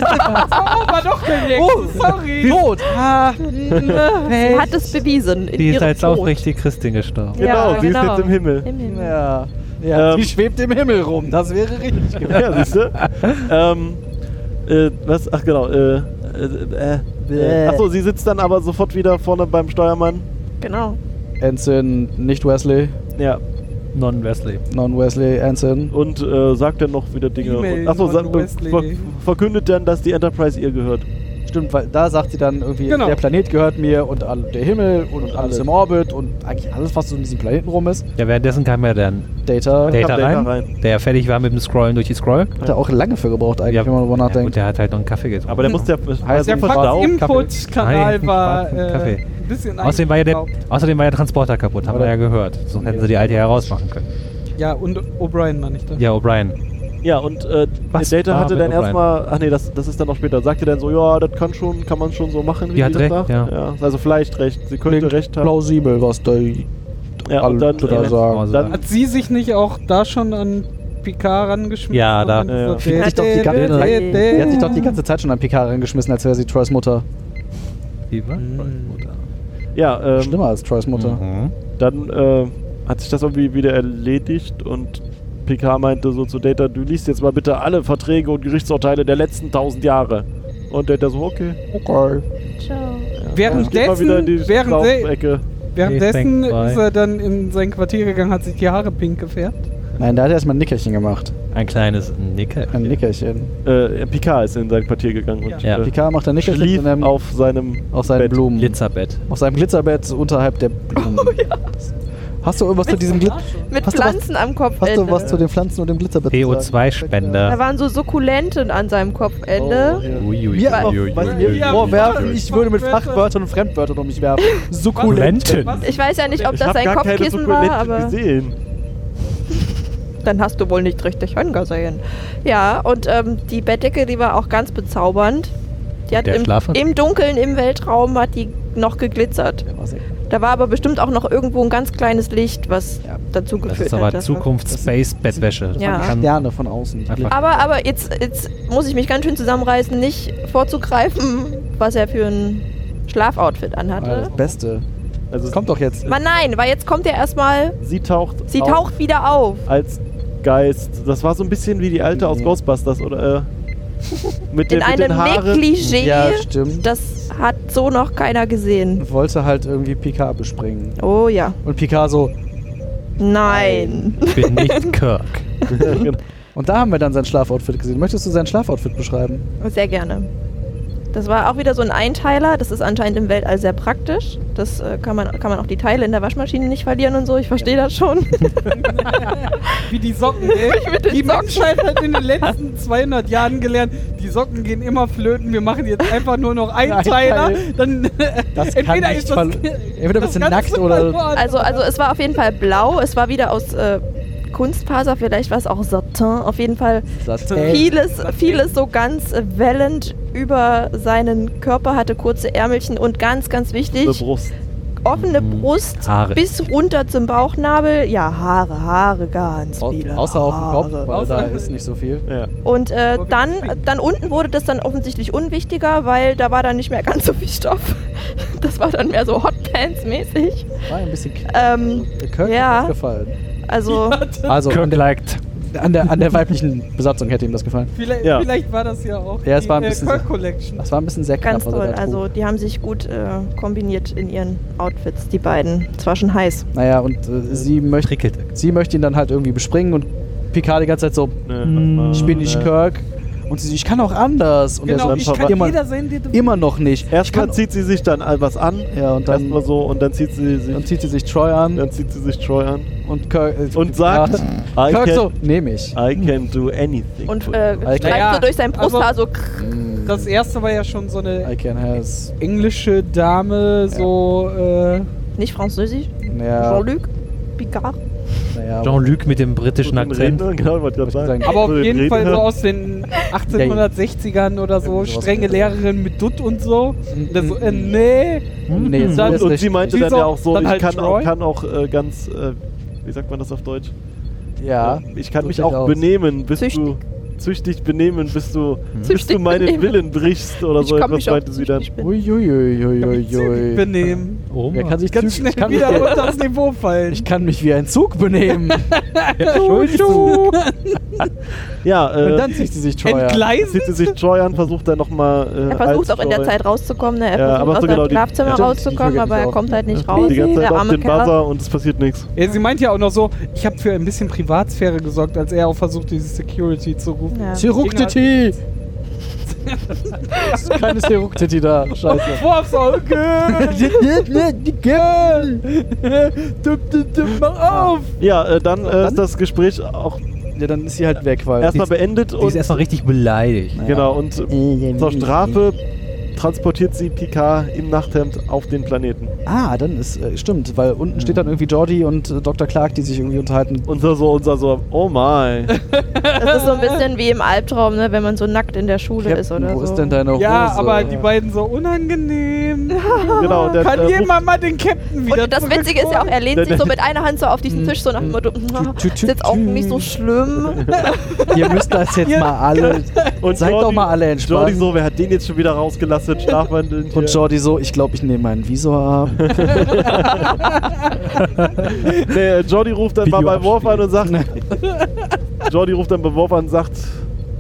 [SPEAKER 3] Ah, doch kein Hex.
[SPEAKER 2] Oh,
[SPEAKER 3] sorry.
[SPEAKER 2] Tot. Ha.
[SPEAKER 5] Sie
[SPEAKER 2] Hey.
[SPEAKER 5] hat es bewiesen. In
[SPEAKER 4] Die ist
[SPEAKER 5] ihrem
[SPEAKER 4] als
[SPEAKER 5] Tod.
[SPEAKER 4] aufrichtige Christin gestorben.
[SPEAKER 1] Genau,
[SPEAKER 5] Ja,
[SPEAKER 1] sie ist
[SPEAKER 5] genau.
[SPEAKER 1] jetzt im Himmel.
[SPEAKER 5] Im Himmel.
[SPEAKER 2] Ja. ja
[SPEAKER 1] Ähm.
[SPEAKER 2] sie schwebt im Himmel rum. Das wäre richtig gewesen.
[SPEAKER 1] Ja, siehst du? ähm, äh, was? Ach genau, äh, äh, äh,
[SPEAKER 2] Bäh.
[SPEAKER 1] äh. Achso, sie sitzt dann aber sofort wieder vorne beim Steuermann.
[SPEAKER 5] Genau.
[SPEAKER 2] Anson, nicht Wesley.
[SPEAKER 1] Ja,
[SPEAKER 4] Non-Wesley.
[SPEAKER 2] Non-Wesley, Anson.
[SPEAKER 1] und äh, sagt dann noch wieder Dinge.
[SPEAKER 3] E-Mail
[SPEAKER 1] Und, achso,
[SPEAKER 3] von
[SPEAKER 1] sagt- be-
[SPEAKER 3] Wesley.
[SPEAKER 1] ver verkündet dann, dass die Enterprise ihr gehört.
[SPEAKER 2] Stimmt, weil da sagt sie dann irgendwie,
[SPEAKER 3] Genau.
[SPEAKER 2] der Planet gehört mir und all, der Himmel und, alles,
[SPEAKER 1] alles.
[SPEAKER 2] im Orbit und eigentlich alles, was so um diesen Planeten rum ist.
[SPEAKER 4] Ja, währenddessen kam ja dann
[SPEAKER 2] Data
[SPEAKER 1] Der-
[SPEAKER 4] Data
[SPEAKER 1] Data
[SPEAKER 4] rein,
[SPEAKER 1] rein.
[SPEAKER 4] der ja fertig war mit dem Scrollen durch die Scroll.
[SPEAKER 2] hat er auch lange für gebraucht eigentlich, wenn man darüber
[SPEAKER 4] ja, gut,
[SPEAKER 2] nachdenkt.
[SPEAKER 4] der hat halt noch einen Kaffee getrunken.
[SPEAKER 1] Aber
[SPEAKER 3] Hm.
[SPEAKER 1] der muss ja also
[SPEAKER 3] Der
[SPEAKER 2] Kaffee.
[SPEAKER 3] Fax-Input-Kanal
[SPEAKER 4] Nein,
[SPEAKER 3] war
[SPEAKER 4] Kaffee.
[SPEAKER 3] äh,
[SPEAKER 4] Kaffee.
[SPEAKER 3] ein bisschen
[SPEAKER 4] Außerdem war, ja der,
[SPEAKER 3] eingeschraubt.
[SPEAKER 4] außerdem war der Transporter kaputt, haben
[SPEAKER 2] Oder-
[SPEAKER 4] wir ja gehört. Sonst hätten sie die alte ja rausmachen können.
[SPEAKER 3] Ja, und O'Brien war nicht da.
[SPEAKER 4] Ja, O'Brien.
[SPEAKER 1] Ja, und äh,
[SPEAKER 4] Was
[SPEAKER 1] Data
[SPEAKER 4] war
[SPEAKER 1] hatte
[SPEAKER 4] mit
[SPEAKER 1] dann
[SPEAKER 4] O'Brien?
[SPEAKER 1] erstmal, ach nee, das, das ist dann noch später, sagte dann so, ja, das kann schon, kann man schon so machen, wie
[SPEAKER 4] Die hat
[SPEAKER 1] die
[SPEAKER 4] recht,
[SPEAKER 1] sagt.
[SPEAKER 4] ja.
[SPEAKER 1] Also vielleicht recht, sie könnte
[SPEAKER 2] Klingt
[SPEAKER 1] recht haben.
[SPEAKER 2] plausibel, was da
[SPEAKER 1] Ja, und
[SPEAKER 2] alle
[SPEAKER 1] dann,
[SPEAKER 2] da
[SPEAKER 1] äh,
[SPEAKER 2] sagen.
[SPEAKER 1] dann-
[SPEAKER 3] Hat sie sich nicht auch da schon an Picard rangeschmissen?
[SPEAKER 4] Ja, da-
[SPEAKER 3] Und
[SPEAKER 1] ja.
[SPEAKER 3] so,
[SPEAKER 2] Die hat, sich doch die ganze,
[SPEAKER 5] Dä- dä- dä-
[SPEAKER 2] die hat sich doch die ganze Zeit schon an Picard reingeschmissen, als wäre sie Troys Mutter.
[SPEAKER 4] Wie war?
[SPEAKER 3] Hm.
[SPEAKER 1] Ja, ähm,
[SPEAKER 2] Schlimmer als Troys Mutter.
[SPEAKER 4] Mhm.
[SPEAKER 1] dann äh, hat sich das irgendwie wieder erledigt und PK meinte so zu Data, du liest jetzt mal bitte alle Verträge und Gerichtsurteile der letzten tausend Jahre. Und Data so, okay.
[SPEAKER 2] Okay.
[SPEAKER 5] Ciao.
[SPEAKER 1] Ich geh mal wieder in die
[SPEAKER 3] Währenddessen, während,
[SPEAKER 1] Ecke.
[SPEAKER 3] währenddessen
[SPEAKER 4] Ich denk,
[SPEAKER 3] ist er dann in sein Quartier gegangen, hat sich die Haare pink gefärbt.
[SPEAKER 2] Nein, da hat er erstmal ein Nickerchen gemacht.
[SPEAKER 4] Ein kleines Nickel.
[SPEAKER 2] Ein Nickerchen.
[SPEAKER 1] Äh, PK ist in sein Quartier gegangen und
[SPEAKER 4] Ja.
[SPEAKER 1] äh,
[SPEAKER 2] Picard macht ein Nickerchen
[SPEAKER 1] schlief
[SPEAKER 2] in einem, auf,
[SPEAKER 1] auf seinem
[SPEAKER 2] seinen
[SPEAKER 1] Bett.
[SPEAKER 2] Blumen.
[SPEAKER 4] Glitzerbett.
[SPEAKER 2] Auf seinem Glitzerbett unterhalb der Blumen. Hast du irgendwas zu diesem Glitzer?
[SPEAKER 5] Mit Äh,
[SPEAKER 2] Hast du was-
[SPEAKER 5] Pflanzen am
[SPEAKER 2] Hast
[SPEAKER 5] Kopfende.
[SPEAKER 2] du was zu den Pflanzen und dem Glitzerbett zu sagen?
[SPEAKER 5] Da
[SPEAKER 4] PO2-Spender.
[SPEAKER 5] waren so Sukkulenten an seinem
[SPEAKER 2] Oh,
[SPEAKER 5] Kopfende.
[SPEAKER 2] Mir aber, was ihr
[SPEAKER 3] ui,
[SPEAKER 2] vorwerfen,
[SPEAKER 3] ui,
[SPEAKER 2] ich würde mit
[SPEAKER 3] Fachwörter.
[SPEAKER 2] Fachwörtern und Fremdwörtern um mich werfen.
[SPEAKER 4] Kulenten.
[SPEAKER 3] Was?
[SPEAKER 5] Ich weiß ja nicht, ob
[SPEAKER 1] Ich
[SPEAKER 5] das
[SPEAKER 1] hab
[SPEAKER 5] sein
[SPEAKER 1] gar keine
[SPEAKER 5] Kopfkissen war,
[SPEAKER 1] Sukkulenten
[SPEAKER 5] aber
[SPEAKER 1] gesehen.
[SPEAKER 5] dann hast du wohl nicht richtig angesehen. Ja, und ähm, die Bettdecke, die war auch ganz bezaubernd. Die hat
[SPEAKER 4] Der
[SPEAKER 5] im,
[SPEAKER 4] Schlafanzug?
[SPEAKER 5] im Dunkeln im Weltraum hat die noch geglitzert. Da war aber bestimmt auch noch irgendwo ein ganz kleines Licht, was
[SPEAKER 2] Ja.
[SPEAKER 5] dazu
[SPEAKER 4] Das
[SPEAKER 5] geführt
[SPEAKER 4] ist aber
[SPEAKER 5] hätte.
[SPEAKER 4] Zukunfts-Space-Bettwäsche.
[SPEAKER 5] Ja.
[SPEAKER 4] Kann-
[SPEAKER 2] Sterne Also von außen.
[SPEAKER 4] Einfach-
[SPEAKER 5] Aber, aber jetzt, jetzt muss ich mich ganz schön zusammenreißen, nicht vorzugreifen, was er für ein Schlafoutfit
[SPEAKER 2] Ah,
[SPEAKER 5] anhatte.
[SPEAKER 2] das Beste.
[SPEAKER 1] Also
[SPEAKER 2] Kommt doch jetzt.
[SPEAKER 5] Aber nein, weil jetzt kommt er erstmal,
[SPEAKER 1] sie taucht
[SPEAKER 5] sie
[SPEAKER 1] auf
[SPEAKER 5] taucht wieder auf.
[SPEAKER 1] als Geist. Das war so ein bisschen wie die Alte aus
[SPEAKER 2] Nee.
[SPEAKER 1] Ghostbusters oder äh, mit, den,
[SPEAKER 5] In
[SPEAKER 1] mit
[SPEAKER 5] einem
[SPEAKER 1] den Haaren.
[SPEAKER 5] Negligé.
[SPEAKER 2] Ja, stimmt.
[SPEAKER 5] das hat so noch keiner gesehen.
[SPEAKER 2] Wollte halt irgendwie Picard bespringen.
[SPEAKER 5] Oh ja.
[SPEAKER 2] Und Picard so. äh,
[SPEAKER 5] Nein.
[SPEAKER 4] Ich bin nicht Kirk.
[SPEAKER 1] Genau.
[SPEAKER 2] Und da haben wir dann sein Schlafoutfit gesehen. Möchtest du sein Schlafoutfit beschreiben?
[SPEAKER 5] Sehr gerne. Das war auch wieder so ein Einteiler. Das ist anscheinend im Weltall sehr praktisch. Das äh, kann, man, kann man auch die Teile in der Waschmaschine nicht verlieren und so. Ich verstehe das schon.
[SPEAKER 3] Wie die Socken, ey.
[SPEAKER 5] mit den
[SPEAKER 3] Die
[SPEAKER 5] Socken.
[SPEAKER 3] Menschheit hat in den letzten 200 Jahren gelernt, die Socken gehen immer flöten, wir machen jetzt einfach nur noch einen
[SPEAKER 2] Ein
[SPEAKER 3] Teiler.
[SPEAKER 2] Teil.
[SPEAKER 3] Dann
[SPEAKER 2] Das kann nicht verl- Entweder bist du
[SPEAKER 3] Ganze
[SPEAKER 2] nackt oder-
[SPEAKER 3] verloren.
[SPEAKER 5] Also, also es war auf jeden Fall blau. Es war wieder aus äh, Kunstfaser, vielleicht war es auch Satin. Auf jeden Fall
[SPEAKER 2] Satel.
[SPEAKER 5] vieles, vieles so ganz wellend über seinen Körper, hatte kurze Ärmelchen und ganz, ganz
[SPEAKER 1] Eine
[SPEAKER 5] wichtig,
[SPEAKER 1] Brust.
[SPEAKER 5] offene
[SPEAKER 2] Mhm.
[SPEAKER 5] Brust
[SPEAKER 4] Haare.
[SPEAKER 5] bis runter zum Bauchnabel. Ja, Haare, Haare, ganz
[SPEAKER 2] Au-
[SPEAKER 5] viele.
[SPEAKER 2] Außer auf dem Kopf,
[SPEAKER 5] Haare.
[SPEAKER 2] weil da ist nicht so viel.
[SPEAKER 1] Ja.
[SPEAKER 5] Und äh, dann, dann unten wurde das dann offensichtlich unwichtiger, weil da war dann nicht mehr ganz so viel Stoff. Das war dann mehr so Hotpants-mäßig.
[SPEAKER 2] War ein bisschen knapp.
[SPEAKER 5] Ähm,
[SPEAKER 2] Der Kirk
[SPEAKER 5] Ja.
[SPEAKER 2] hat das gefallen.
[SPEAKER 5] also,
[SPEAKER 2] Also, an der,
[SPEAKER 4] liked.
[SPEAKER 2] an, der, an der weiblichen Besatzung hätte ihm das gefallen.
[SPEAKER 3] Vielleicht,
[SPEAKER 1] Ja.
[SPEAKER 3] vielleicht war das ja auch
[SPEAKER 2] Ja, es
[SPEAKER 3] die
[SPEAKER 2] war ein
[SPEAKER 3] äh,
[SPEAKER 2] bisschen
[SPEAKER 3] Kirk
[SPEAKER 2] so.
[SPEAKER 3] Collection.
[SPEAKER 2] Das war ein bisschen sehr knapp.
[SPEAKER 5] ganz
[SPEAKER 2] was er
[SPEAKER 5] toll.
[SPEAKER 2] da trug.
[SPEAKER 5] Also, die haben sich gut äh, kombiniert in ihren Outfits, die beiden. Es war schon heiß.
[SPEAKER 2] Naja, und äh, sie, möcht,
[SPEAKER 4] Prickelte.
[SPEAKER 2] sie möchte ihn dann halt irgendwie bespringen und Picard die ganze Zeit so, "Mm,
[SPEAKER 1] Ne,
[SPEAKER 4] Hm,
[SPEAKER 1] warte mal,
[SPEAKER 2] ich bin nicht
[SPEAKER 1] ne.
[SPEAKER 2] Kirk. Und sie so, ich kann auch anders. Und
[SPEAKER 3] Genau,
[SPEAKER 2] er
[SPEAKER 3] ich
[SPEAKER 2] so,
[SPEAKER 3] kann
[SPEAKER 2] immer,
[SPEAKER 3] jeder sein, der du
[SPEAKER 2] immer noch nicht. Ich
[SPEAKER 1] Erstmal
[SPEAKER 2] kann,
[SPEAKER 1] zieht sie sich dann was an.
[SPEAKER 2] ja, und dann,
[SPEAKER 1] Erstmal so und dann zieht sie
[SPEAKER 2] dann
[SPEAKER 1] sich,
[SPEAKER 2] zieht sie sich Troy an
[SPEAKER 1] dann zieht sie sich Troy an.
[SPEAKER 2] und Kirk, äh,
[SPEAKER 1] Und sagt, I
[SPEAKER 2] Kirk
[SPEAKER 1] can,
[SPEAKER 2] so, nehme ich.
[SPEAKER 1] I can do anything.
[SPEAKER 5] Und
[SPEAKER 1] for you.
[SPEAKER 5] äh,
[SPEAKER 2] Alter.
[SPEAKER 5] streift
[SPEAKER 3] Naja,
[SPEAKER 5] so durch sein Brusthaar so. krrr.
[SPEAKER 3] Das erste war ja schon so
[SPEAKER 2] I
[SPEAKER 3] eine
[SPEAKER 2] can has.
[SPEAKER 3] englische Dame, so äh,
[SPEAKER 5] Nicht französisch?
[SPEAKER 2] Ja,
[SPEAKER 5] Jean-Luc? Picard?
[SPEAKER 2] naja.
[SPEAKER 4] Jean-Luc mit dem britischen
[SPEAKER 1] Und den
[SPEAKER 4] Akzent.
[SPEAKER 1] Redner, genau, wollte ich gerade sagen.
[SPEAKER 2] sagen,
[SPEAKER 3] Aber auf
[SPEAKER 1] So, den
[SPEAKER 3] jeden
[SPEAKER 1] Redner.
[SPEAKER 3] Fall so aus den 1860ern oder so.
[SPEAKER 2] Irgendwie sowas
[SPEAKER 3] Strenge
[SPEAKER 2] mit-
[SPEAKER 3] Lehrerin mit Dutt und so.
[SPEAKER 2] Mhm.
[SPEAKER 3] Das so, äh, nee.
[SPEAKER 4] Hm.
[SPEAKER 2] Nee,
[SPEAKER 1] Hm. Und,
[SPEAKER 2] so ist
[SPEAKER 1] und
[SPEAKER 2] richtig.
[SPEAKER 1] sie meinte
[SPEAKER 3] Sie
[SPEAKER 1] dann
[SPEAKER 3] so,
[SPEAKER 1] ja auch so,
[SPEAKER 3] dann
[SPEAKER 1] ich
[SPEAKER 3] halt
[SPEAKER 1] kann auch,
[SPEAKER 3] Troy.
[SPEAKER 1] kann auch äh, ganz, äh, wie sagt man das auf Deutsch?
[SPEAKER 2] Ja.
[SPEAKER 1] Ich kann
[SPEAKER 2] so
[SPEAKER 1] mich
[SPEAKER 2] sieht's
[SPEAKER 1] auch
[SPEAKER 2] aus.
[SPEAKER 1] benehmen, bis
[SPEAKER 5] Züchtig.
[SPEAKER 1] du züchtig benehmen, bis du, bis
[SPEAKER 5] Züchtig
[SPEAKER 1] du meinen
[SPEAKER 5] benehmen.
[SPEAKER 1] Willen brichst oder
[SPEAKER 5] Ich
[SPEAKER 1] so
[SPEAKER 5] kann
[SPEAKER 1] etwas,
[SPEAKER 5] mich auch
[SPEAKER 1] meinte sie dann.
[SPEAKER 5] nicht bin.
[SPEAKER 3] Zügig
[SPEAKER 2] Uiuiuiuiui.
[SPEAKER 3] benehmen.
[SPEAKER 4] Oh,
[SPEAKER 2] Er kann sich
[SPEAKER 3] Ganz
[SPEAKER 2] zügig-
[SPEAKER 3] schnell
[SPEAKER 2] ich kann
[SPEAKER 3] wieder
[SPEAKER 2] mich-
[SPEAKER 3] unter das Niveau fallen.
[SPEAKER 2] Ich kann mich wie ein Zug benehmen.
[SPEAKER 4] Entschuldigung.
[SPEAKER 1] Ja, äh,
[SPEAKER 2] Und dann zieht sie sich Troy an.
[SPEAKER 3] Entgleisen?
[SPEAKER 1] zieht sie sich Troy an, versucht dann nochmal. Äh,
[SPEAKER 5] Er versucht
[SPEAKER 1] als
[SPEAKER 5] auch in der
[SPEAKER 1] Troy
[SPEAKER 5] Zeit rauszukommen. Ne? Er
[SPEAKER 1] Ja, aber
[SPEAKER 5] versucht
[SPEAKER 1] so
[SPEAKER 5] aus
[SPEAKER 1] genau
[SPEAKER 5] seinem
[SPEAKER 1] die-
[SPEAKER 5] Schlafzimmer
[SPEAKER 2] stimmt, die
[SPEAKER 5] rauszukommen,
[SPEAKER 2] Folge
[SPEAKER 5] aber
[SPEAKER 2] ist
[SPEAKER 5] er
[SPEAKER 2] auch-
[SPEAKER 5] kommt halt nicht raus.
[SPEAKER 1] Die ganze Zeit
[SPEAKER 5] der
[SPEAKER 1] auf
[SPEAKER 5] arme
[SPEAKER 1] den
[SPEAKER 5] Kerl.
[SPEAKER 1] Buzzer und es passiert nichts.
[SPEAKER 3] Ja, sie meinte ja auch noch so, ich habe für ein bisschen Privatsphäre gesorgt, als er auch versucht, diese Security zu rufen.
[SPEAKER 5] Ja.
[SPEAKER 2] Seruktiti! Es ist keine Seruktiti da. Scheiße.
[SPEAKER 3] Vorwurfs Auge! Dup, dup, dup, Mach auf!
[SPEAKER 1] Ja, äh, dann, äh,
[SPEAKER 2] dann-
[SPEAKER 1] ist das Gespräch auch
[SPEAKER 2] Ja, dann ist sie halt weg, weil.
[SPEAKER 1] erstmal beendet
[SPEAKER 4] Die ist
[SPEAKER 1] und
[SPEAKER 4] erstmal richtig beleidigt.
[SPEAKER 1] genau und zur Strafe transportiert sie Picard im Nachthemd auf den Planeten.
[SPEAKER 2] Ah, dann ist. Äh, stimmt, weil unten steht dann irgendwie Jordi und äh, Dr. Clark, die sich irgendwie unterhalten.
[SPEAKER 1] Unser so, unser so, oh my.
[SPEAKER 5] Das ist so ein bisschen wie im Albtraum, ne? wenn man so nackt in der Schule ist
[SPEAKER 2] Captain,
[SPEAKER 5] oder
[SPEAKER 2] wo
[SPEAKER 5] so.
[SPEAKER 2] ist denn deine Hose?
[SPEAKER 3] Ja, aber die beiden so unangenehm.
[SPEAKER 1] genau, der,
[SPEAKER 3] Kann
[SPEAKER 1] äh, ruft,
[SPEAKER 3] jemand mal den Captain wieder
[SPEAKER 5] Und das Witzige ist ja auch, er lehnt sich so mit einer Hand so auf diesen Tisch, so nach dem Motto, "Na,
[SPEAKER 2] Hm. tü,
[SPEAKER 5] ist
[SPEAKER 2] tü,
[SPEAKER 5] jetzt auch
[SPEAKER 2] tü."
[SPEAKER 5] nicht so schlimm.
[SPEAKER 2] Ihr müsst das jetzt
[SPEAKER 3] Ja,
[SPEAKER 2] mal alle.
[SPEAKER 1] und
[SPEAKER 2] Seid doch
[SPEAKER 1] Jordi-
[SPEAKER 2] mal alle entspannt.
[SPEAKER 1] Jordi so, wer hat den jetzt schon wieder rausgelassen? Schlafwandeln.
[SPEAKER 2] Und Jordi so, ich glaube, ich nehme meinen Visor ab.
[SPEAKER 1] nee, äh, Jordi ruft dann mal
[SPEAKER 4] Video
[SPEAKER 1] bei Worf an
[SPEAKER 4] abspielen.
[SPEAKER 1] und sagt. Jordi ruft dann bei Worf an und sagt: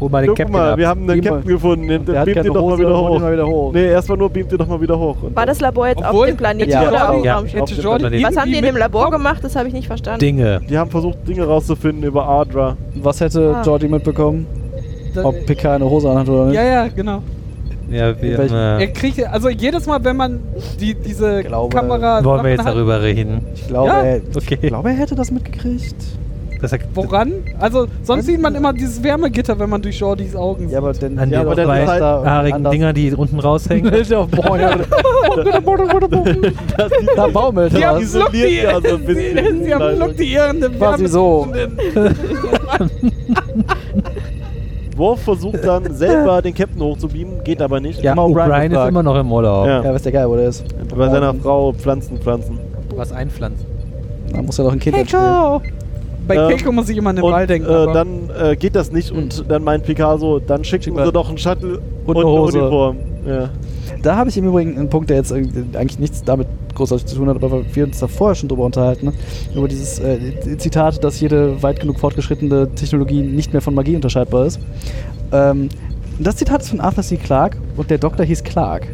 [SPEAKER 4] Hol mal den
[SPEAKER 1] Guck
[SPEAKER 4] Captain
[SPEAKER 1] mal,
[SPEAKER 4] mal,
[SPEAKER 1] wir haben einen
[SPEAKER 2] Beam mal.
[SPEAKER 1] Captain gefunden. Den,
[SPEAKER 2] Der hat
[SPEAKER 1] beamt
[SPEAKER 2] keine
[SPEAKER 1] ihn doch mal
[SPEAKER 2] Hose,
[SPEAKER 1] wieder
[SPEAKER 2] hol
[SPEAKER 1] hoch.
[SPEAKER 2] den mal wieder hoch.
[SPEAKER 1] Nee, erstmal nur beamt ihn doch mal wieder hoch. Und
[SPEAKER 5] War das Labor jetzt auf
[SPEAKER 3] Obwohl-
[SPEAKER 5] dem Planeten
[SPEAKER 2] Ja.
[SPEAKER 5] oder auf dem
[SPEAKER 4] Ja.
[SPEAKER 5] Raumschiff?
[SPEAKER 1] Auf dem
[SPEAKER 4] Planeten.
[SPEAKER 5] Was haben die in dem Labor gemacht? Das habe ich nicht verstanden.
[SPEAKER 4] Dinge.
[SPEAKER 1] Die haben versucht, Dinge rauszufinden über Ardra.
[SPEAKER 2] Was hätte
[SPEAKER 5] Ah.
[SPEAKER 2] Jordi mitbekommen?
[SPEAKER 3] Da-
[SPEAKER 2] Ob Picard eine Hose anhat oder nicht?
[SPEAKER 3] Ja, ja, genau.
[SPEAKER 4] Ja, wir,
[SPEAKER 2] Welchen-
[SPEAKER 3] Er
[SPEAKER 4] äh,
[SPEAKER 3] kriegt, also jedes Mal, wenn man die, diese
[SPEAKER 2] Ich glaube,
[SPEAKER 3] Kamera.
[SPEAKER 4] wollen wir jetzt
[SPEAKER 3] Sachen hat,
[SPEAKER 4] darüber reden?
[SPEAKER 2] Ich glaube,
[SPEAKER 3] Ja,
[SPEAKER 2] er,
[SPEAKER 4] okay.
[SPEAKER 2] ich glaube, er hätte das mitgekriegt.
[SPEAKER 4] Das sagt,
[SPEAKER 3] Woran? Also, sonst
[SPEAKER 2] Weiß
[SPEAKER 3] sieht man
[SPEAKER 2] nicht.
[SPEAKER 3] immer dieses Wärmegitter, wenn man durch Jordis Augen
[SPEAKER 2] Ja, aber dann
[SPEAKER 4] An
[SPEAKER 2] ja,
[SPEAKER 4] den
[SPEAKER 1] aber der
[SPEAKER 4] zwei
[SPEAKER 1] ist halt
[SPEAKER 4] haarigen Dinger, die unten raushängen.
[SPEAKER 1] Das
[SPEAKER 2] Da baumelt
[SPEAKER 3] Sie haben
[SPEAKER 2] was.
[SPEAKER 1] Isoliert
[SPEAKER 3] Look die,
[SPEAKER 1] ja so ein bisschen.
[SPEAKER 3] sie haben Look die Ehren
[SPEAKER 2] Quasi so.
[SPEAKER 1] Worf versucht dann selber den Captain hochzubeamen, geht aber nicht.
[SPEAKER 4] Ja,
[SPEAKER 2] Mal O'Brien
[SPEAKER 4] O'Brien ist
[SPEAKER 2] gefragt.
[SPEAKER 4] immer noch im Urlaub.
[SPEAKER 1] Ja.
[SPEAKER 2] Ja, weiß der Geil, wo der ist.
[SPEAKER 1] Bei seiner Frau Pflanzen, Pflanzen.
[SPEAKER 4] Was einpflanzen.
[SPEAKER 2] Da muss ja noch ein Kind entstehen.
[SPEAKER 3] Keiko! Bei
[SPEAKER 1] Ähm,
[SPEAKER 3] Keiko muss ich immer an den
[SPEAKER 1] Und
[SPEAKER 3] Ball denken.
[SPEAKER 1] äh,
[SPEAKER 3] aber-
[SPEAKER 1] dann äh, geht das nicht und dann meint Picasso, dann schicken
[SPEAKER 2] Hm. mal.
[SPEAKER 1] sie doch einen Shuttle
[SPEAKER 2] Und eine Hose.
[SPEAKER 1] Uniform. Ja.
[SPEAKER 2] Da habe ich im Übrigen einen Punkt, der jetzt irgendwie eigentlich nichts damit großartig zu tun hat, aber wir uns da vorher schon drüber unterhalten. Ne? Über dieses äh, Zitat, dass jede weit genug fortgeschrittene Technologie nicht mehr von Magie unterscheidbar ist. Ähm, das Zitat ist von Arthur C. Clarke und der Doktor hieß Clark.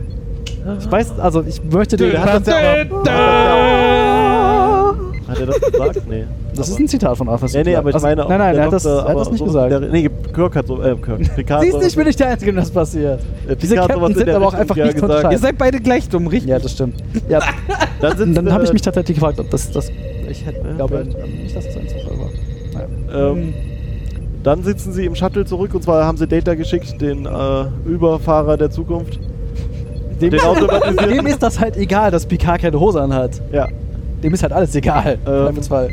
[SPEAKER 2] Ich weiß, also ich möchte den.
[SPEAKER 1] Der hat das ja auch- Hat er das gesagt? Nee.
[SPEAKER 2] Das ist ein Zitat von Arthur C.
[SPEAKER 1] Nee, nee,
[SPEAKER 2] Clarke.
[SPEAKER 1] aber ich
[SPEAKER 2] Also,
[SPEAKER 1] meine auch.
[SPEAKER 2] Nein, nein,
[SPEAKER 1] der
[SPEAKER 2] er hat das,
[SPEAKER 1] Doktor,
[SPEAKER 2] er hat
[SPEAKER 1] aber
[SPEAKER 2] das nicht
[SPEAKER 1] so,
[SPEAKER 2] gesagt.
[SPEAKER 1] Der, nee, Kirk hat so, äh, Kirk. Picard
[SPEAKER 2] Siehst du, ich bin nicht der Einzige, dem das passiert.
[SPEAKER 1] Äh,
[SPEAKER 2] Diese
[SPEAKER 1] Picard sowas
[SPEAKER 2] Captain
[SPEAKER 1] in
[SPEAKER 2] sind
[SPEAKER 1] der
[SPEAKER 2] aber auch
[SPEAKER 1] Richtung,
[SPEAKER 2] einfach
[SPEAKER 1] ja,
[SPEAKER 2] nicht von
[SPEAKER 1] gesagt.
[SPEAKER 3] Ihr
[SPEAKER 2] Scheiß.
[SPEAKER 3] seid beide gleich dumm, richtig?
[SPEAKER 2] Ja, das stimmt. Ja,
[SPEAKER 1] Dann, sitzt,
[SPEAKER 2] dann habe ich
[SPEAKER 1] äh,
[SPEAKER 2] mich tatsächlich gefragt, ob das. das ich hätte,
[SPEAKER 1] Ja,
[SPEAKER 2] glaube
[SPEAKER 1] vielleicht.
[SPEAKER 2] nicht, dass das ein Zufall war. Naja. Hm.
[SPEAKER 1] Ähm, dann sitzen sie im Shuttle zurück und zwar haben sie Data geschickt, den äh, Überfahrer der Zukunft.
[SPEAKER 2] Dem,
[SPEAKER 1] Den automatisierten.
[SPEAKER 2] dem ist das halt egal, dass Picard keine Hose anhat.
[SPEAKER 1] Ja.
[SPEAKER 2] Dem ist halt alles egal.
[SPEAKER 1] Ähm,
[SPEAKER 2] Im Zweifelsfall.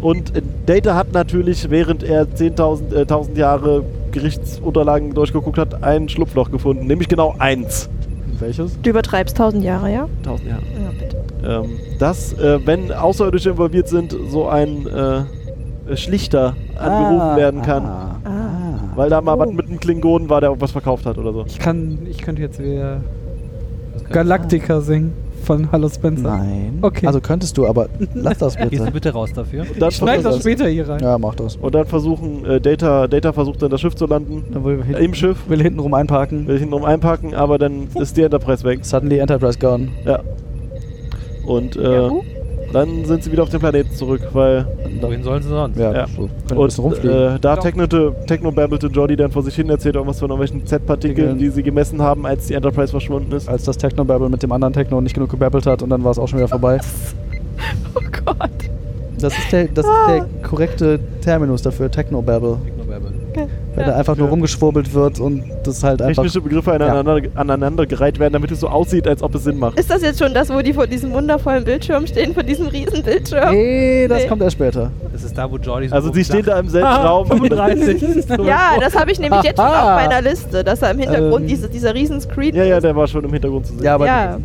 [SPEAKER 1] Und äh, Data hat natürlich, während er 10.000 äh, 1000 Jahre Gerichtsunterlagen durchgeguckt hat, ein Schlupfloch gefunden. Nämlich genau eins.
[SPEAKER 2] Welches?
[SPEAKER 5] Du übertreibst tausend Jahre, ja?
[SPEAKER 1] 1000 Jahre.
[SPEAKER 5] Ja, bitte.
[SPEAKER 1] Ähm, dass, äh, wenn Außerirdische involviert sind, so ein äh, Schlichter angerufen werden kann.
[SPEAKER 2] Ah.
[SPEAKER 5] Ah.
[SPEAKER 1] Weil da mal
[SPEAKER 5] Oh.
[SPEAKER 1] was mit einem Klingonen war, der irgendwas verkauft hat oder so.
[SPEAKER 3] Ich kann, ich könnte jetzt wieder Galactica singen von Hallo Spencer.
[SPEAKER 2] Nein.
[SPEAKER 3] Okay.
[SPEAKER 2] Also könntest du, aber lass das
[SPEAKER 4] Gehst du
[SPEAKER 2] bitte.
[SPEAKER 4] bitte raus dafür?
[SPEAKER 1] Und dann,
[SPEAKER 3] ich schneide das
[SPEAKER 1] versuchen-
[SPEAKER 3] später hier rein.
[SPEAKER 2] ja, mach das.
[SPEAKER 1] und dann versuchen, äh, Data, Data versucht dann das Schiff zu landen.
[SPEAKER 2] Dann will,
[SPEAKER 1] Im Schiff.
[SPEAKER 2] will hintenrum einparken.
[SPEAKER 1] Will ich ihn drum einpacken, aber dann ist die Enterprise weg.
[SPEAKER 2] Suddenly Enterprise gone.
[SPEAKER 1] Ja. Und äh,
[SPEAKER 5] Ja, uh.
[SPEAKER 1] dann sind sie wieder auf den Planeten zurück, weil.
[SPEAKER 4] Wohin sollen sie sonst?
[SPEAKER 2] Ja,
[SPEAKER 1] Ja.
[SPEAKER 2] so. Können wir ein
[SPEAKER 1] Und
[SPEAKER 2] bisschen rumfliegen.
[SPEAKER 1] äh, da technete, techno-babbelte Jordi dann vor sich hin erzählt irgendwas von irgendwelchen Z-Partikeln,
[SPEAKER 2] Partikeln. Also
[SPEAKER 1] die sie gemessen haben, als die Enterprise verschwunden ist.
[SPEAKER 2] als das Techno-Babble mit dem anderen Techno nicht genug gebabbelt hat und dann war es auch schon wieder vorbei.
[SPEAKER 5] Oh Gott.
[SPEAKER 2] Das ist der, das ist
[SPEAKER 5] Ah.
[SPEAKER 2] der korrekte Terminus dafür, Techno-Babble. Wenn da einfach nur rumgeschwurbelt wird und das halt einfach...
[SPEAKER 1] Technische Begriffe aneinander, aneinandergereiht werden, damit es so aussieht, als ob es Sinn macht.
[SPEAKER 5] Ist das jetzt schon das, wo die vor diesem wundervollen Bildschirm stehen, vor diesem riesen Bildschirm?
[SPEAKER 2] Nee, das
[SPEAKER 5] Nee.
[SPEAKER 2] kommt erst später.
[SPEAKER 4] Das ist da, wo Jordi so
[SPEAKER 1] Also sie stehen da im selben
[SPEAKER 2] Ah,
[SPEAKER 1] Raum.
[SPEAKER 4] 35.
[SPEAKER 5] Ja, das habe ich nämlich jetzt schon
[SPEAKER 2] Aha.
[SPEAKER 5] auf meiner Liste, dass da im Hintergrund
[SPEAKER 2] Ähm.
[SPEAKER 5] diese, dieser riesen Screen
[SPEAKER 1] ja, ja,
[SPEAKER 5] ist.
[SPEAKER 1] der war schon im Hintergrund zu sehen.
[SPEAKER 2] Ja, aber
[SPEAKER 5] ja.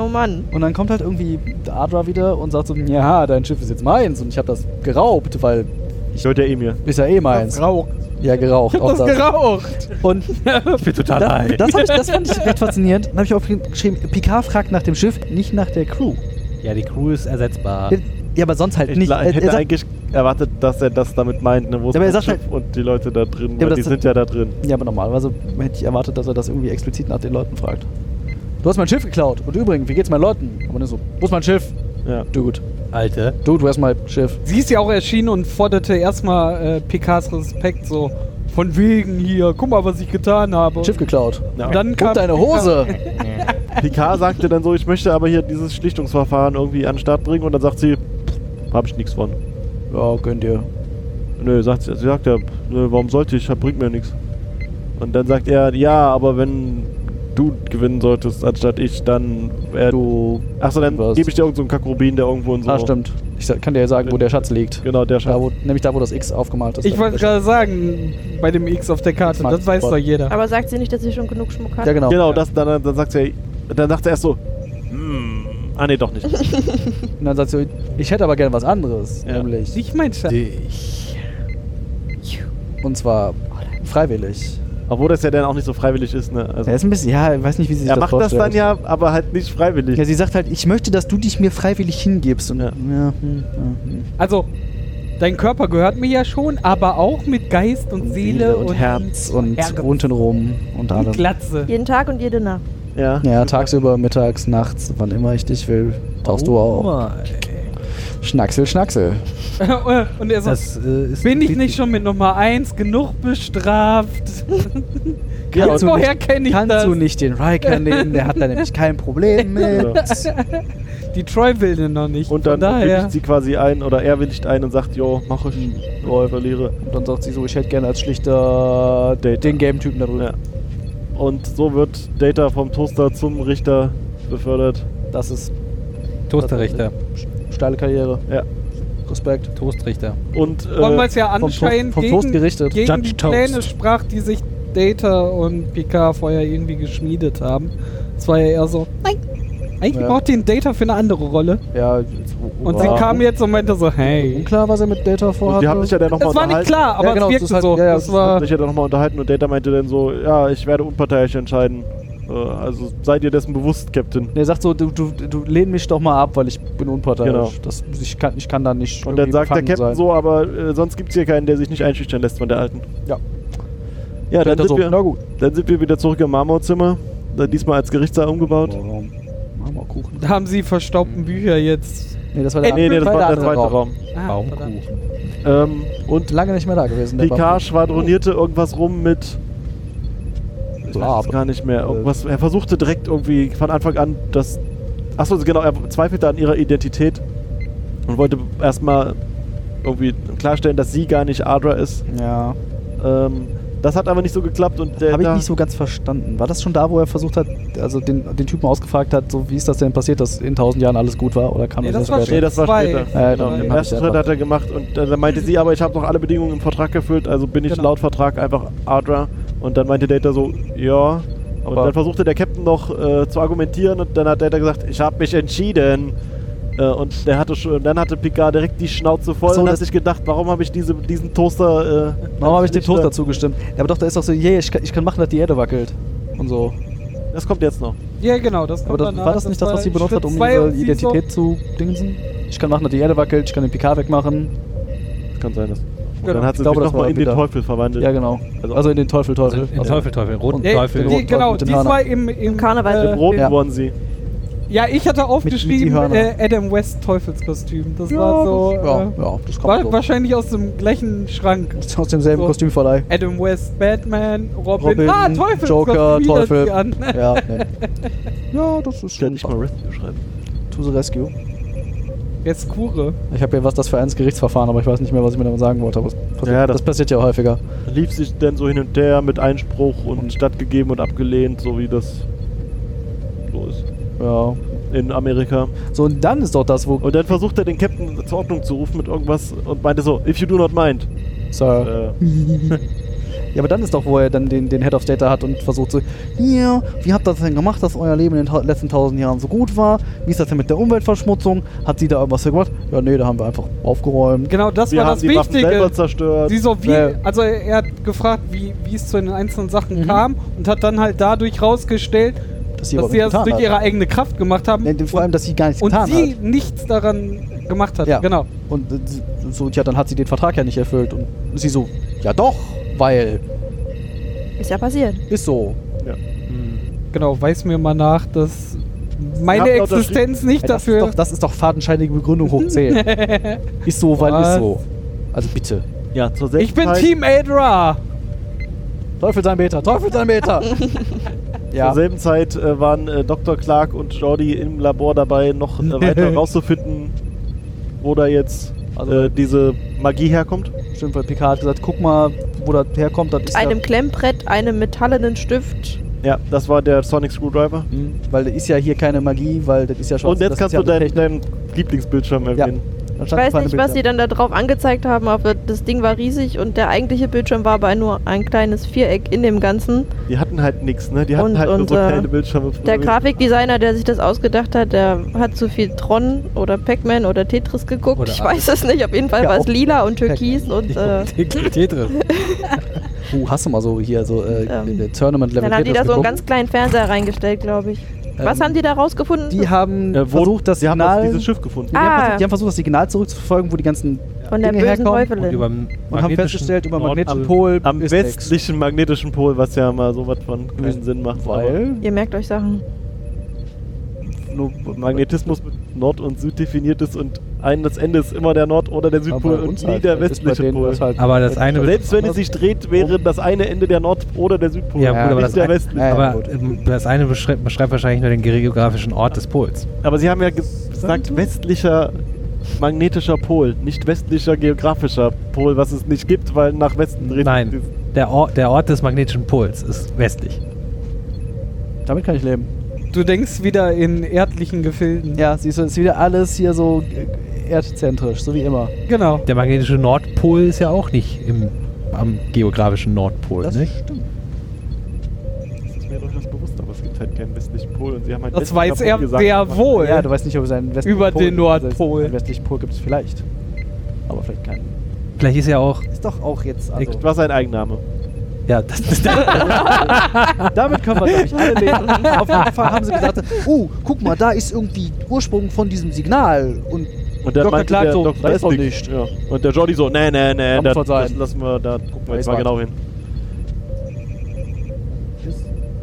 [SPEAKER 5] Oh Mann.
[SPEAKER 2] Und dann kommt halt irgendwie Adra wieder und sagt so, ja, dein Schiff ist jetzt meins und ich habe das geraubt, weil
[SPEAKER 1] Ich hörte ja eh mir.
[SPEAKER 2] ist ja eh meins.
[SPEAKER 3] Rauch.
[SPEAKER 2] Ja, geraucht. Auch
[SPEAKER 3] Das
[SPEAKER 2] das.
[SPEAKER 3] geraucht.
[SPEAKER 2] Und
[SPEAKER 4] Ich bin total
[SPEAKER 2] da,
[SPEAKER 4] high.
[SPEAKER 2] das, hab ich, das fand ich recht faszinierend. Dann habe ich aufgeschrieben, Picard fragt nach dem Schiff, nicht nach der Crew.
[SPEAKER 4] Ja, die Crew ist ersetzbar.
[SPEAKER 2] Ja, aber sonst halt
[SPEAKER 1] Ah. Ich
[SPEAKER 2] nicht.
[SPEAKER 1] la-
[SPEAKER 2] Er- er
[SPEAKER 1] hätte
[SPEAKER 2] sagt-
[SPEAKER 1] eigentlich erwartet, dass er das damit meint, ne? Wo ist
[SPEAKER 2] Ja, aber er
[SPEAKER 1] das
[SPEAKER 2] sagt
[SPEAKER 1] Schiff und die Leute da drin,
[SPEAKER 2] Ja, aber
[SPEAKER 1] weil
[SPEAKER 2] das
[SPEAKER 1] die
[SPEAKER 2] ist-
[SPEAKER 1] sind ja da drin.
[SPEAKER 2] Ja, aber normalerweise hätte ich erwartet, dass er das irgendwie explizit nach den Leuten fragt. Du hast mein Schiff geklaut. Und übrigens, wie geht's meinen Leuten? Aber dann so, wo ist mein Schiff?
[SPEAKER 1] Ja.
[SPEAKER 2] Dude,
[SPEAKER 4] Alte.
[SPEAKER 2] dude, where's my Schiff?
[SPEAKER 3] Sie ist ja auch erschienen und forderte erstmal äh, Picards Respekt so von wegen hier, guck mal, was ich getan habe.
[SPEAKER 2] Schiff geklaut.
[SPEAKER 1] Ja.
[SPEAKER 3] Und dann kam
[SPEAKER 2] Und deine Hose.
[SPEAKER 1] Picard sagte dann so, ich möchte aber hier dieses Schlichtungsverfahren irgendwie an den Start bringen und dann sagt sie, "Pff, hab ich nichts von.
[SPEAKER 2] Ja, gönn dir.
[SPEAKER 1] Nö, sagt sie, sie sagt ja, nö, warum sollte ich, bringt mir nichts. Und dann sagt er, ja, aber wenn du gewinnen solltest, anstatt ich, dann... Äh,
[SPEAKER 2] Du.
[SPEAKER 1] Achso, dann
[SPEAKER 2] was?
[SPEAKER 1] gebe ich dir irgendeinen so einen Kakrubin, der irgendwo in so...
[SPEAKER 2] Ah, stimmt. Ich sa- kann dir ja sagen, wo der Schatz liegt.
[SPEAKER 1] Genau, der
[SPEAKER 2] Da,
[SPEAKER 1] Schatz.
[SPEAKER 2] wo, nämlich da, wo das X aufgemalt ist.
[SPEAKER 3] Ich wollte gerade sagen, bei dem X auf der Karte,
[SPEAKER 2] Max
[SPEAKER 3] das weiß
[SPEAKER 2] Spot.
[SPEAKER 3] doch jeder.
[SPEAKER 5] Aber sagt sie nicht, dass sie schon genug Schmuck hat?
[SPEAKER 2] Ja, genau.
[SPEAKER 1] Genau, das, dann, dann sagt sie, dann sagt sie erst so, hm, ah nee, doch nicht.
[SPEAKER 2] Und dann sagt sie, ich hätte aber gerne was anderes.
[SPEAKER 1] Ja.
[SPEAKER 2] Nämlich.
[SPEAKER 3] Ich mein Schatz.
[SPEAKER 2] Und zwar freiwillig.
[SPEAKER 1] Obwohl das ja dann auch nicht so freiwillig ist, ne? Also,
[SPEAKER 2] Er ist ein bisschen, ja, ich weiß nicht, wie sie sich
[SPEAKER 1] er
[SPEAKER 2] das
[SPEAKER 1] macht das
[SPEAKER 2] vorstellt.
[SPEAKER 1] dann ja, aber halt nicht freiwillig.
[SPEAKER 2] Ja, sie sagt halt, ich möchte, dass du dich mir freiwillig hingibst. Und
[SPEAKER 1] Ja.
[SPEAKER 2] hm, ja, hm.
[SPEAKER 3] Also, dein Körper gehört mir ja schon, aber auch mit Geist und, Seele,
[SPEAKER 2] und, Herz und
[SPEAKER 3] Herz.
[SPEAKER 2] untenrum und
[SPEAKER 3] und
[SPEAKER 2] allem.
[SPEAKER 3] Glatze.
[SPEAKER 5] Jeden Tag und jede Nacht.
[SPEAKER 1] Ja.
[SPEAKER 2] Ja, tagsüber, mittags, nachts, wann immer ich dich will, tauchst
[SPEAKER 4] Oh
[SPEAKER 2] du auch. Schnacksel, Schnacksel.
[SPEAKER 3] und er sagt,
[SPEAKER 4] Das äh, ist
[SPEAKER 3] bin ich nicht schon mit Nummer 1 genug bestraft?
[SPEAKER 1] Ja,
[SPEAKER 3] Kannst
[SPEAKER 1] und-
[SPEAKER 3] Woher kenne ich
[SPEAKER 2] Kannst
[SPEAKER 3] das?
[SPEAKER 2] du nicht den Riker nehmen, der hat da nämlich kein Problem mit.
[SPEAKER 3] Die Troy will den noch nicht.
[SPEAKER 1] Und dann
[SPEAKER 3] Von daher.
[SPEAKER 1] willigt sie quasi ein oder er willigt ein und sagt, jo, mach ich, jo, ich verliere.
[SPEAKER 2] Und dann sagt sie so, ich hätte gerne als schlichter den Game-Typen da drüben.
[SPEAKER 1] Ja. Und so wird Data vom Toaster zum Richter befördert.
[SPEAKER 2] Das ist
[SPEAKER 4] Toasterrichter.
[SPEAKER 2] steile Karriere.
[SPEAKER 1] Ja.
[SPEAKER 2] Respekt.
[SPEAKER 4] Toastrichter.
[SPEAKER 1] Und
[SPEAKER 3] Wollen wir
[SPEAKER 1] äh,
[SPEAKER 3] es ja
[SPEAKER 2] vom Toast-
[SPEAKER 3] anscheinend
[SPEAKER 2] vom Toast
[SPEAKER 3] gegen,
[SPEAKER 2] gerichtet.
[SPEAKER 3] gegen die
[SPEAKER 4] Judge Toast.
[SPEAKER 3] Pläne sprach, die sich Data und Picard vorher irgendwie geschmiedet haben. Es war ja eher so, nein, eigentlich
[SPEAKER 2] Ja.
[SPEAKER 3] braucht den Data für eine andere Rolle.
[SPEAKER 2] Ja,
[SPEAKER 3] Und
[SPEAKER 1] Wow.
[SPEAKER 3] sie kam jetzt und meinte so, hey.
[SPEAKER 2] unklar, was er mit Data vorhat.
[SPEAKER 1] und die haben sich ja dann nochmal
[SPEAKER 3] Es war nicht
[SPEAKER 1] unterhalten.
[SPEAKER 3] klar, aber
[SPEAKER 2] Ja, genau,
[SPEAKER 3] es
[SPEAKER 2] das
[SPEAKER 3] wirkte
[SPEAKER 2] hat-
[SPEAKER 3] so.
[SPEAKER 2] ja, halt ja,
[SPEAKER 3] das
[SPEAKER 2] das
[SPEAKER 3] war,
[SPEAKER 1] Haben sich ja dann nochmal unterhalten und Data meinte dann so, ja, ich werde unparteiisch entscheiden. Äh, also seid ihr dessen bewusst, Captain.
[SPEAKER 2] er sagt so, du, du, du lehn mich doch mal ab, weil ich bin unparteiisch.
[SPEAKER 1] Genau.
[SPEAKER 2] Das, ich, kann, ich kann da nicht
[SPEAKER 1] Und dann
[SPEAKER 2] irgendwie
[SPEAKER 1] sagt der
[SPEAKER 2] befangen
[SPEAKER 1] Captain
[SPEAKER 2] sein.
[SPEAKER 1] so, aber äh, sonst gibt's hier keinen, der sich nicht einschüchtern lässt von der Alten.
[SPEAKER 2] Ja.
[SPEAKER 1] Ja, dann
[SPEAKER 2] Data
[SPEAKER 1] sind,
[SPEAKER 2] so,
[SPEAKER 1] wir,
[SPEAKER 2] na gut.
[SPEAKER 1] dann sind wir wieder zurück im Marmorzimmer. Dann diesmal als Gerichtssaal umgebaut.
[SPEAKER 2] Marmorkuchen.
[SPEAKER 3] haben sie verstaubten Bücher jetzt.
[SPEAKER 2] Nee, das war
[SPEAKER 3] der
[SPEAKER 2] der,
[SPEAKER 3] Ey,
[SPEAKER 1] Äh, Nee, nee, das war der
[SPEAKER 2] andere
[SPEAKER 1] zweite
[SPEAKER 2] Raum.
[SPEAKER 1] Raum.
[SPEAKER 3] Ah, verdammt.
[SPEAKER 4] Baumkuchen.
[SPEAKER 1] Ähm, und
[SPEAKER 2] Und lange nicht mehr da gewesen.
[SPEAKER 1] Picard schwadronierte irgendwas rum mit. Ich weiß es
[SPEAKER 2] Blab.
[SPEAKER 1] gar nicht mehr. Irgendwas, er versuchte direkt irgendwie von Anfang an, das. Achso, genau, er zweifelte an ihrer Identität und wollte erstmal irgendwie klarstellen, dass sie gar nicht Adra ist.
[SPEAKER 2] Ja.
[SPEAKER 1] Ähm, Das hat aber nicht so geklappt und der.
[SPEAKER 2] Habe ich
[SPEAKER 1] da-
[SPEAKER 2] nicht so ganz verstanden. War das schon da, wo er versucht hat, also den, den Typen ausgefragt hat, so wie ist das denn passiert, dass in tausend Jahren alles gut war? Oder kam
[SPEAKER 3] Nee, das
[SPEAKER 2] das,
[SPEAKER 3] war
[SPEAKER 2] erst
[SPEAKER 1] Nee, das war
[SPEAKER 3] Zwei.
[SPEAKER 1] später.
[SPEAKER 2] Ja,
[SPEAKER 1] genau,
[SPEAKER 2] dann
[SPEAKER 1] den
[SPEAKER 2] hab
[SPEAKER 1] ersten
[SPEAKER 2] ich
[SPEAKER 1] Schritt
[SPEAKER 2] einfach-
[SPEAKER 1] hat er gemacht und äh, dann meinte sie, aber ich habe noch alle Bedingungen im Vertrag erfüllt, also bin ich
[SPEAKER 3] Genau.
[SPEAKER 1] laut Vertrag einfach Adra. Und dann meinte Data so, ja. Und
[SPEAKER 2] Aber-
[SPEAKER 1] dann versuchte der Captain noch äh, zu argumentieren und dann hat Data gesagt, ich habe mich entschieden. Äh, und der hatte schon, dann hatte Picard direkt die Schnauze voll
[SPEAKER 2] Ach so,
[SPEAKER 1] und hat
[SPEAKER 2] das-
[SPEAKER 1] sich gedacht, warum habe ich diese, diesen Toaster. Äh,
[SPEAKER 2] Warum habe ich dem
[SPEAKER 1] nicht,
[SPEAKER 2] Toaster
[SPEAKER 1] äh,
[SPEAKER 2] zugestimmt? Ja, aber doch, da ist doch so, yeah, ich kann, ich kann machen, dass die Erde wackelt. Und so.
[SPEAKER 1] Das kommt jetzt noch.
[SPEAKER 3] Ja, genau, das kommt
[SPEAKER 2] Aber das,
[SPEAKER 3] danach.
[SPEAKER 2] war das nicht das, was sie benutzt
[SPEAKER 3] Schritt
[SPEAKER 2] hat, um
[SPEAKER 3] zwei
[SPEAKER 2] ihre
[SPEAKER 3] und sie
[SPEAKER 2] Identität zu dingsen? Ich kann machen, dass die Erde wackelt, ich kann den PK wegmachen.
[SPEAKER 1] Das kann sein, dass.
[SPEAKER 3] So,
[SPEAKER 1] Und
[SPEAKER 3] genau.
[SPEAKER 1] dann hat sie
[SPEAKER 2] ich
[SPEAKER 1] sich
[SPEAKER 2] glaube, das
[SPEAKER 1] nochmal
[SPEAKER 2] war
[SPEAKER 1] in den
[SPEAKER 2] wieder-
[SPEAKER 1] Teufel verwandelt.
[SPEAKER 2] Ja, genau.
[SPEAKER 1] Also-
[SPEAKER 2] Also in den Teufel, Teufel.
[SPEAKER 4] In
[SPEAKER 2] Also-
[SPEAKER 4] Teufel, Teufel, roten
[SPEAKER 3] Ey,
[SPEAKER 4] Teufel.
[SPEAKER 3] die, genau,
[SPEAKER 2] mit den
[SPEAKER 3] die
[SPEAKER 2] Hörnern.
[SPEAKER 3] zwei im, im äh,
[SPEAKER 5] Karneval.
[SPEAKER 1] Im roten
[SPEAKER 2] Ja.
[SPEAKER 1] wurden sie.
[SPEAKER 3] Ja, ich hatte aufgeschrieben
[SPEAKER 2] Mit- mit die
[SPEAKER 3] äh,
[SPEAKER 2] Hörner.
[SPEAKER 3] Adam West Teufelskostüm. Das war so.
[SPEAKER 2] Ja,
[SPEAKER 3] äh,
[SPEAKER 2] ja, das
[SPEAKER 3] wa-
[SPEAKER 2] kommt so.
[SPEAKER 3] wahrscheinlich aus dem gleichen Schrank.
[SPEAKER 2] Aus demselben
[SPEAKER 3] so.
[SPEAKER 2] Kostümverleih.
[SPEAKER 3] Adam West, Batman, Robin,
[SPEAKER 2] Robin,
[SPEAKER 3] ah, Teufel,
[SPEAKER 2] Joker,
[SPEAKER 3] wieder
[SPEAKER 2] Teufel.
[SPEAKER 3] die An.
[SPEAKER 2] Ja, nee. ja, das ist
[SPEAKER 1] Ich kann
[SPEAKER 2] schon
[SPEAKER 1] nicht mal Rescue schreiben.
[SPEAKER 2] To the Rescue.
[SPEAKER 3] Jetzt Kure.
[SPEAKER 2] Ich habe ja was das für eins Gerichtsverfahren, aber ich weiß nicht mehr, was ich mir damit sagen wollte. Aber es passiert,
[SPEAKER 1] Ja, das-
[SPEAKER 2] das, passiert ja häufiger.
[SPEAKER 1] lief sich denn so hin und her mit Einspruch und, stattgegeben und abgelehnt, so wie das so ist
[SPEAKER 2] Ja.
[SPEAKER 1] in Amerika.
[SPEAKER 2] So, und dann ist doch das, wo.
[SPEAKER 1] Und dann versucht er den Captain zur Ordnung zu rufen mit irgendwas und meinte so, if you do not mind.
[SPEAKER 2] Sir.
[SPEAKER 1] Äh,
[SPEAKER 2] Ja, aber dann ist doch, wo er dann den, den Head of Data hat und versucht so, ja, wie habt ihr das denn gemacht, dass euer Leben in den ta- letzten tausend Jahren so gut war? Wie ist das denn mit der Umweltverschmutzung? Hat sie da irgendwas für gemacht? Ja, nee, da haben wir einfach aufgeräumt.
[SPEAKER 3] Genau, das
[SPEAKER 1] wir
[SPEAKER 3] war
[SPEAKER 1] haben
[SPEAKER 3] das
[SPEAKER 1] die Waffen selber
[SPEAKER 3] Wichtige.
[SPEAKER 1] zerstört.
[SPEAKER 3] Sie so wie,
[SPEAKER 2] Ja. Mhm.
[SPEAKER 3] also er hat gefragt, wie, wie es zu den einzelnen Sachen kam und hat dann halt dadurch rausgestellt,
[SPEAKER 2] Dass
[SPEAKER 3] dass
[SPEAKER 2] überhaupt
[SPEAKER 3] sie das
[SPEAKER 2] nichts getan
[SPEAKER 3] durch
[SPEAKER 2] hat.
[SPEAKER 3] ihre eigene Kraft gemacht haben
[SPEAKER 2] Nee, Vor allem, dass sie gar nichts
[SPEAKER 3] und
[SPEAKER 2] getan
[SPEAKER 3] sie
[SPEAKER 2] hat.
[SPEAKER 3] nichts daran gemacht hat.
[SPEAKER 2] Ja.
[SPEAKER 3] Genau.
[SPEAKER 2] Und äh, sie- so, ja, dann hat sie den Vertrag ja nicht erfüllt. Und sie so, ja doch, weil,
[SPEAKER 5] Ist ja passiert.
[SPEAKER 2] ist so.
[SPEAKER 3] Genau, weiß mir mal nach, dass meine
[SPEAKER 1] habt da
[SPEAKER 3] Existenz nicht
[SPEAKER 2] Ey, das,
[SPEAKER 3] dafür.
[SPEAKER 2] Ist doch, das ist doch fadenscheinige Begründung hoch 10. ist so, weil
[SPEAKER 3] Was?
[SPEAKER 2] ist so. Also bitte.
[SPEAKER 1] ja, zur selben
[SPEAKER 3] ich bin
[SPEAKER 1] Zeit,
[SPEAKER 3] Team Adra!
[SPEAKER 2] Teufelsanbeter, Teufelsanbeter! ja.
[SPEAKER 1] Zur selben Zeit äh, waren äh, Dr. Clark und Jordi im Labor dabei, noch äh, weiter rauszufinden, wo da jetzt
[SPEAKER 2] Also-
[SPEAKER 1] äh, diese Magie herkommt.
[SPEAKER 2] Stimmt, weil Picard hat gesagt, guck mal, wo das herkommt, das ist
[SPEAKER 5] Einem Klemmbrett, einem metallenen Stift.
[SPEAKER 1] Ja, das war der Sonic Screwdriver.
[SPEAKER 2] ja, Hm, weil das ist ja hier keine Magie, weil das ist ja schon...
[SPEAKER 1] Und jetzt
[SPEAKER 2] das
[SPEAKER 1] kannst
[SPEAKER 2] ist ja
[SPEAKER 1] du deinen,
[SPEAKER 2] Technik.
[SPEAKER 1] deinen Lieblingsbildschirm erwähnen.
[SPEAKER 2] Dann
[SPEAKER 5] Ich
[SPEAKER 2] stand
[SPEAKER 5] weiß
[SPEAKER 2] vorne
[SPEAKER 5] nicht,
[SPEAKER 2] Bild
[SPEAKER 5] was sie dann da drauf angezeigt haben, aber das Ding war riesig und der eigentliche Bildschirm war aber nur ein kleines Viereck in dem Ganzen.
[SPEAKER 1] Die hatten halt nichts, ne? Die hatten
[SPEAKER 5] Und-
[SPEAKER 1] halt nur
[SPEAKER 5] und,
[SPEAKER 1] so
[SPEAKER 5] äh,
[SPEAKER 1] kleine Bildschirme. früher
[SPEAKER 5] Der
[SPEAKER 1] gewesen.
[SPEAKER 5] Grafikdesigner, der sich das ausgedacht hat, der hat zu viel Tron oder Pac-Man oder Tetris geguckt.
[SPEAKER 4] Oder
[SPEAKER 5] ich weiß es nicht. Auf jeden Fall
[SPEAKER 2] Ja,
[SPEAKER 5] war es
[SPEAKER 2] auch
[SPEAKER 5] lila und türkis und äh,
[SPEAKER 4] Tetris.
[SPEAKER 2] Uh, hast du mal so hier, so äh,
[SPEAKER 5] Ähm,
[SPEAKER 2] Tournament-Level
[SPEAKER 5] dann haben die da so einen
[SPEAKER 2] geguckt?
[SPEAKER 5] ganz kleinen Fernseher reingestellt, glaube ich. Was
[SPEAKER 2] Ähm,
[SPEAKER 5] haben die da rausgefunden?
[SPEAKER 2] Die haben
[SPEAKER 1] Äh, wo-
[SPEAKER 2] versucht, das
[SPEAKER 1] Sie haben
[SPEAKER 2] Signal...
[SPEAKER 1] das, dieses Schiff gefunden.
[SPEAKER 2] die, haben
[SPEAKER 5] Ah.
[SPEAKER 2] versucht, die haben versucht, das Signal zurückzuverfolgen, wo die ganzen...
[SPEAKER 5] Von der
[SPEAKER 2] Dinge
[SPEAKER 5] bösen
[SPEAKER 2] herkommen
[SPEAKER 4] Und
[SPEAKER 5] Teufelin.
[SPEAKER 4] über
[SPEAKER 2] Und haben festgestellt, über magnetischen
[SPEAKER 1] am-
[SPEAKER 2] Pol
[SPEAKER 1] Am
[SPEAKER 2] ist
[SPEAKER 1] westlichen magnetischen Pol, was ja mal sowas von keinen Sinn macht.
[SPEAKER 2] nix.
[SPEAKER 1] aber
[SPEAKER 2] Weil...
[SPEAKER 5] Ihr merkt euch Sachen.
[SPEAKER 1] Nur Magnetismus mit Nord und Süd definiert ist und ein, das Ende ist immer der Nord- oder der
[SPEAKER 2] Aber
[SPEAKER 1] Südpol
[SPEAKER 2] bei uns
[SPEAKER 1] und nie
[SPEAKER 2] halt,
[SPEAKER 1] der
[SPEAKER 2] das ist bei
[SPEAKER 1] westliche
[SPEAKER 2] denen
[SPEAKER 1] Pol.
[SPEAKER 2] das halt-
[SPEAKER 4] Aber das eine wird-
[SPEAKER 1] Selbst wenn es sich dreht, wäre das eine Ende der Nord- oder der Südpol.
[SPEAKER 4] Ja, gut, aber
[SPEAKER 1] nicht
[SPEAKER 4] das,
[SPEAKER 1] der
[SPEAKER 4] ein-
[SPEAKER 1] westliche.
[SPEAKER 2] Ja,
[SPEAKER 4] aber
[SPEAKER 2] gut.
[SPEAKER 4] ähm, das eine beschreibt, beschreibt wahrscheinlich nur den geografischen Ort des Pols.
[SPEAKER 1] Aber sie haben ja ge- gesagt, westlicher magnetischer Pol, nicht westlicher geografischer Pol, was es nicht gibt, weil nach Westen dreht
[SPEAKER 4] Nein, der, Or der Ort des magnetischen Pols ist westlich.
[SPEAKER 2] Damit kann ich leben.
[SPEAKER 3] Du denkst wieder in erdlichen Gefilden.
[SPEAKER 2] Ja, siehst du, ist wieder alles hier so äh, erdzentrisch, so wie immer.
[SPEAKER 3] Genau.
[SPEAKER 4] Der magnetische Nordpol ist ja auch nicht im, am geografischen Nordpol.
[SPEAKER 2] Das
[SPEAKER 4] ne?
[SPEAKER 2] stimmt.
[SPEAKER 1] Das ist mir durchaus bewusst, aber es gibt halt keinen westlichen Pol und sie haben halt
[SPEAKER 3] Das
[SPEAKER 1] westlicher
[SPEAKER 3] weiß
[SPEAKER 1] Pol
[SPEAKER 3] er
[SPEAKER 1] gesagt.
[SPEAKER 3] sehr wohl.
[SPEAKER 2] Ja, du weißt nicht, ob es einen westlichen
[SPEAKER 3] Über
[SPEAKER 2] Pol
[SPEAKER 3] den
[SPEAKER 2] gibt. Also
[SPEAKER 3] Nordpol.
[SPEAKER 2] Einen westlichen Pol gibt es vielleicht. Aber vielleicht keinen.
[SPEAKER 4] Vielleicht ist ja auch.
[SPEAKER 2] Ist doch auch jetzt.
[SPEAKER 1] Also. Was ein Eigenname.
[SPEAKER 4] Ja, das ist der
[SPEAKER 2] damit können wir, glaube ich, alle leben. Auf jeden Fall haben sie gesagt: Oh, guck mal, da ist irgendwie Ursprung von diesem Signal. Und
[SPEAKER 1] Und dann
[SPEAKER 2] Dr.
[SPEAKER 1] meinte
[SPEAKER 2] Clark
[SPEAKER 1] der
[SPEAKER 2] so,
[SPEAKER 1] Dr.
[SPEAKER 2] da ist doch
[SPEAKER 1] Estig,
[SPEAKER 2] nichts.
[SPEAKER 1] Ja. Und der Jordi so, nee, nee, nee,
[SPEAKER 2] Kann
[SPEAKER 1] das,
[SPEAKER 2] schon
[SPEAKER 1] das
[SPEAKER 2] sein.
[SPEAKER 1] lassen wir, da gucken wir jetzt
[SPEAKER 2] Weiß
[SPEAKER 1] mal
[SPEAKER 2] was.
[SPEAKER 1] genau hin.